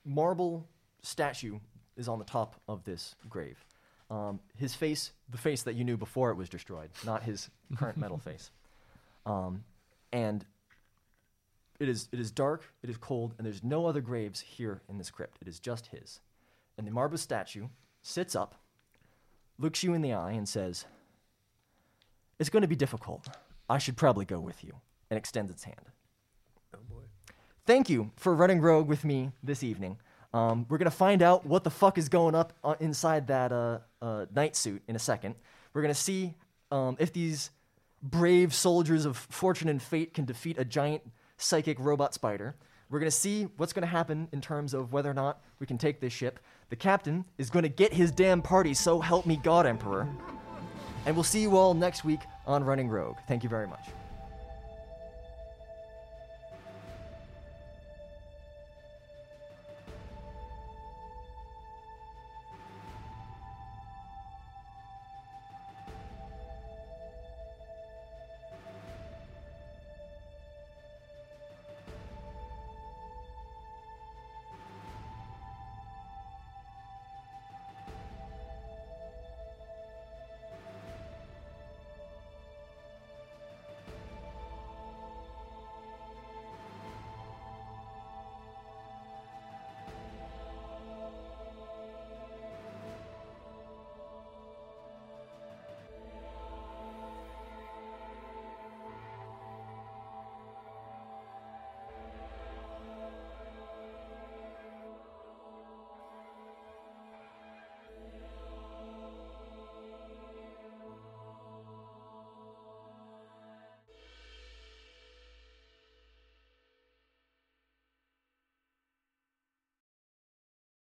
Speaker 1: marble statue is on the top of this grave. Um, his face, the face that you knew before it was destroyed, not his current metal face. Um, and it is it is dark, it is cold, and there's no other graves here in this crypt. It is just his. And the marble statue sits up, looks you in the eye, and says, "It's going to be difficult. I should probably go with you." And extends its hand thank you for running rogue with me this evening. Um, we're gonna find out what the fuck is going up uh, inside that uh, uh, night suit in a second. We're gonna see um, if these brave soldiers of fortune and fate can defeat a giant psychic robot spider. We're gonna see what's gonna happen in terms of whether or not we can take this ship. The captain is gonna get his damn party, so help me God, Emperor. And we'll see you all next week on Running Rogue. Thank you very much.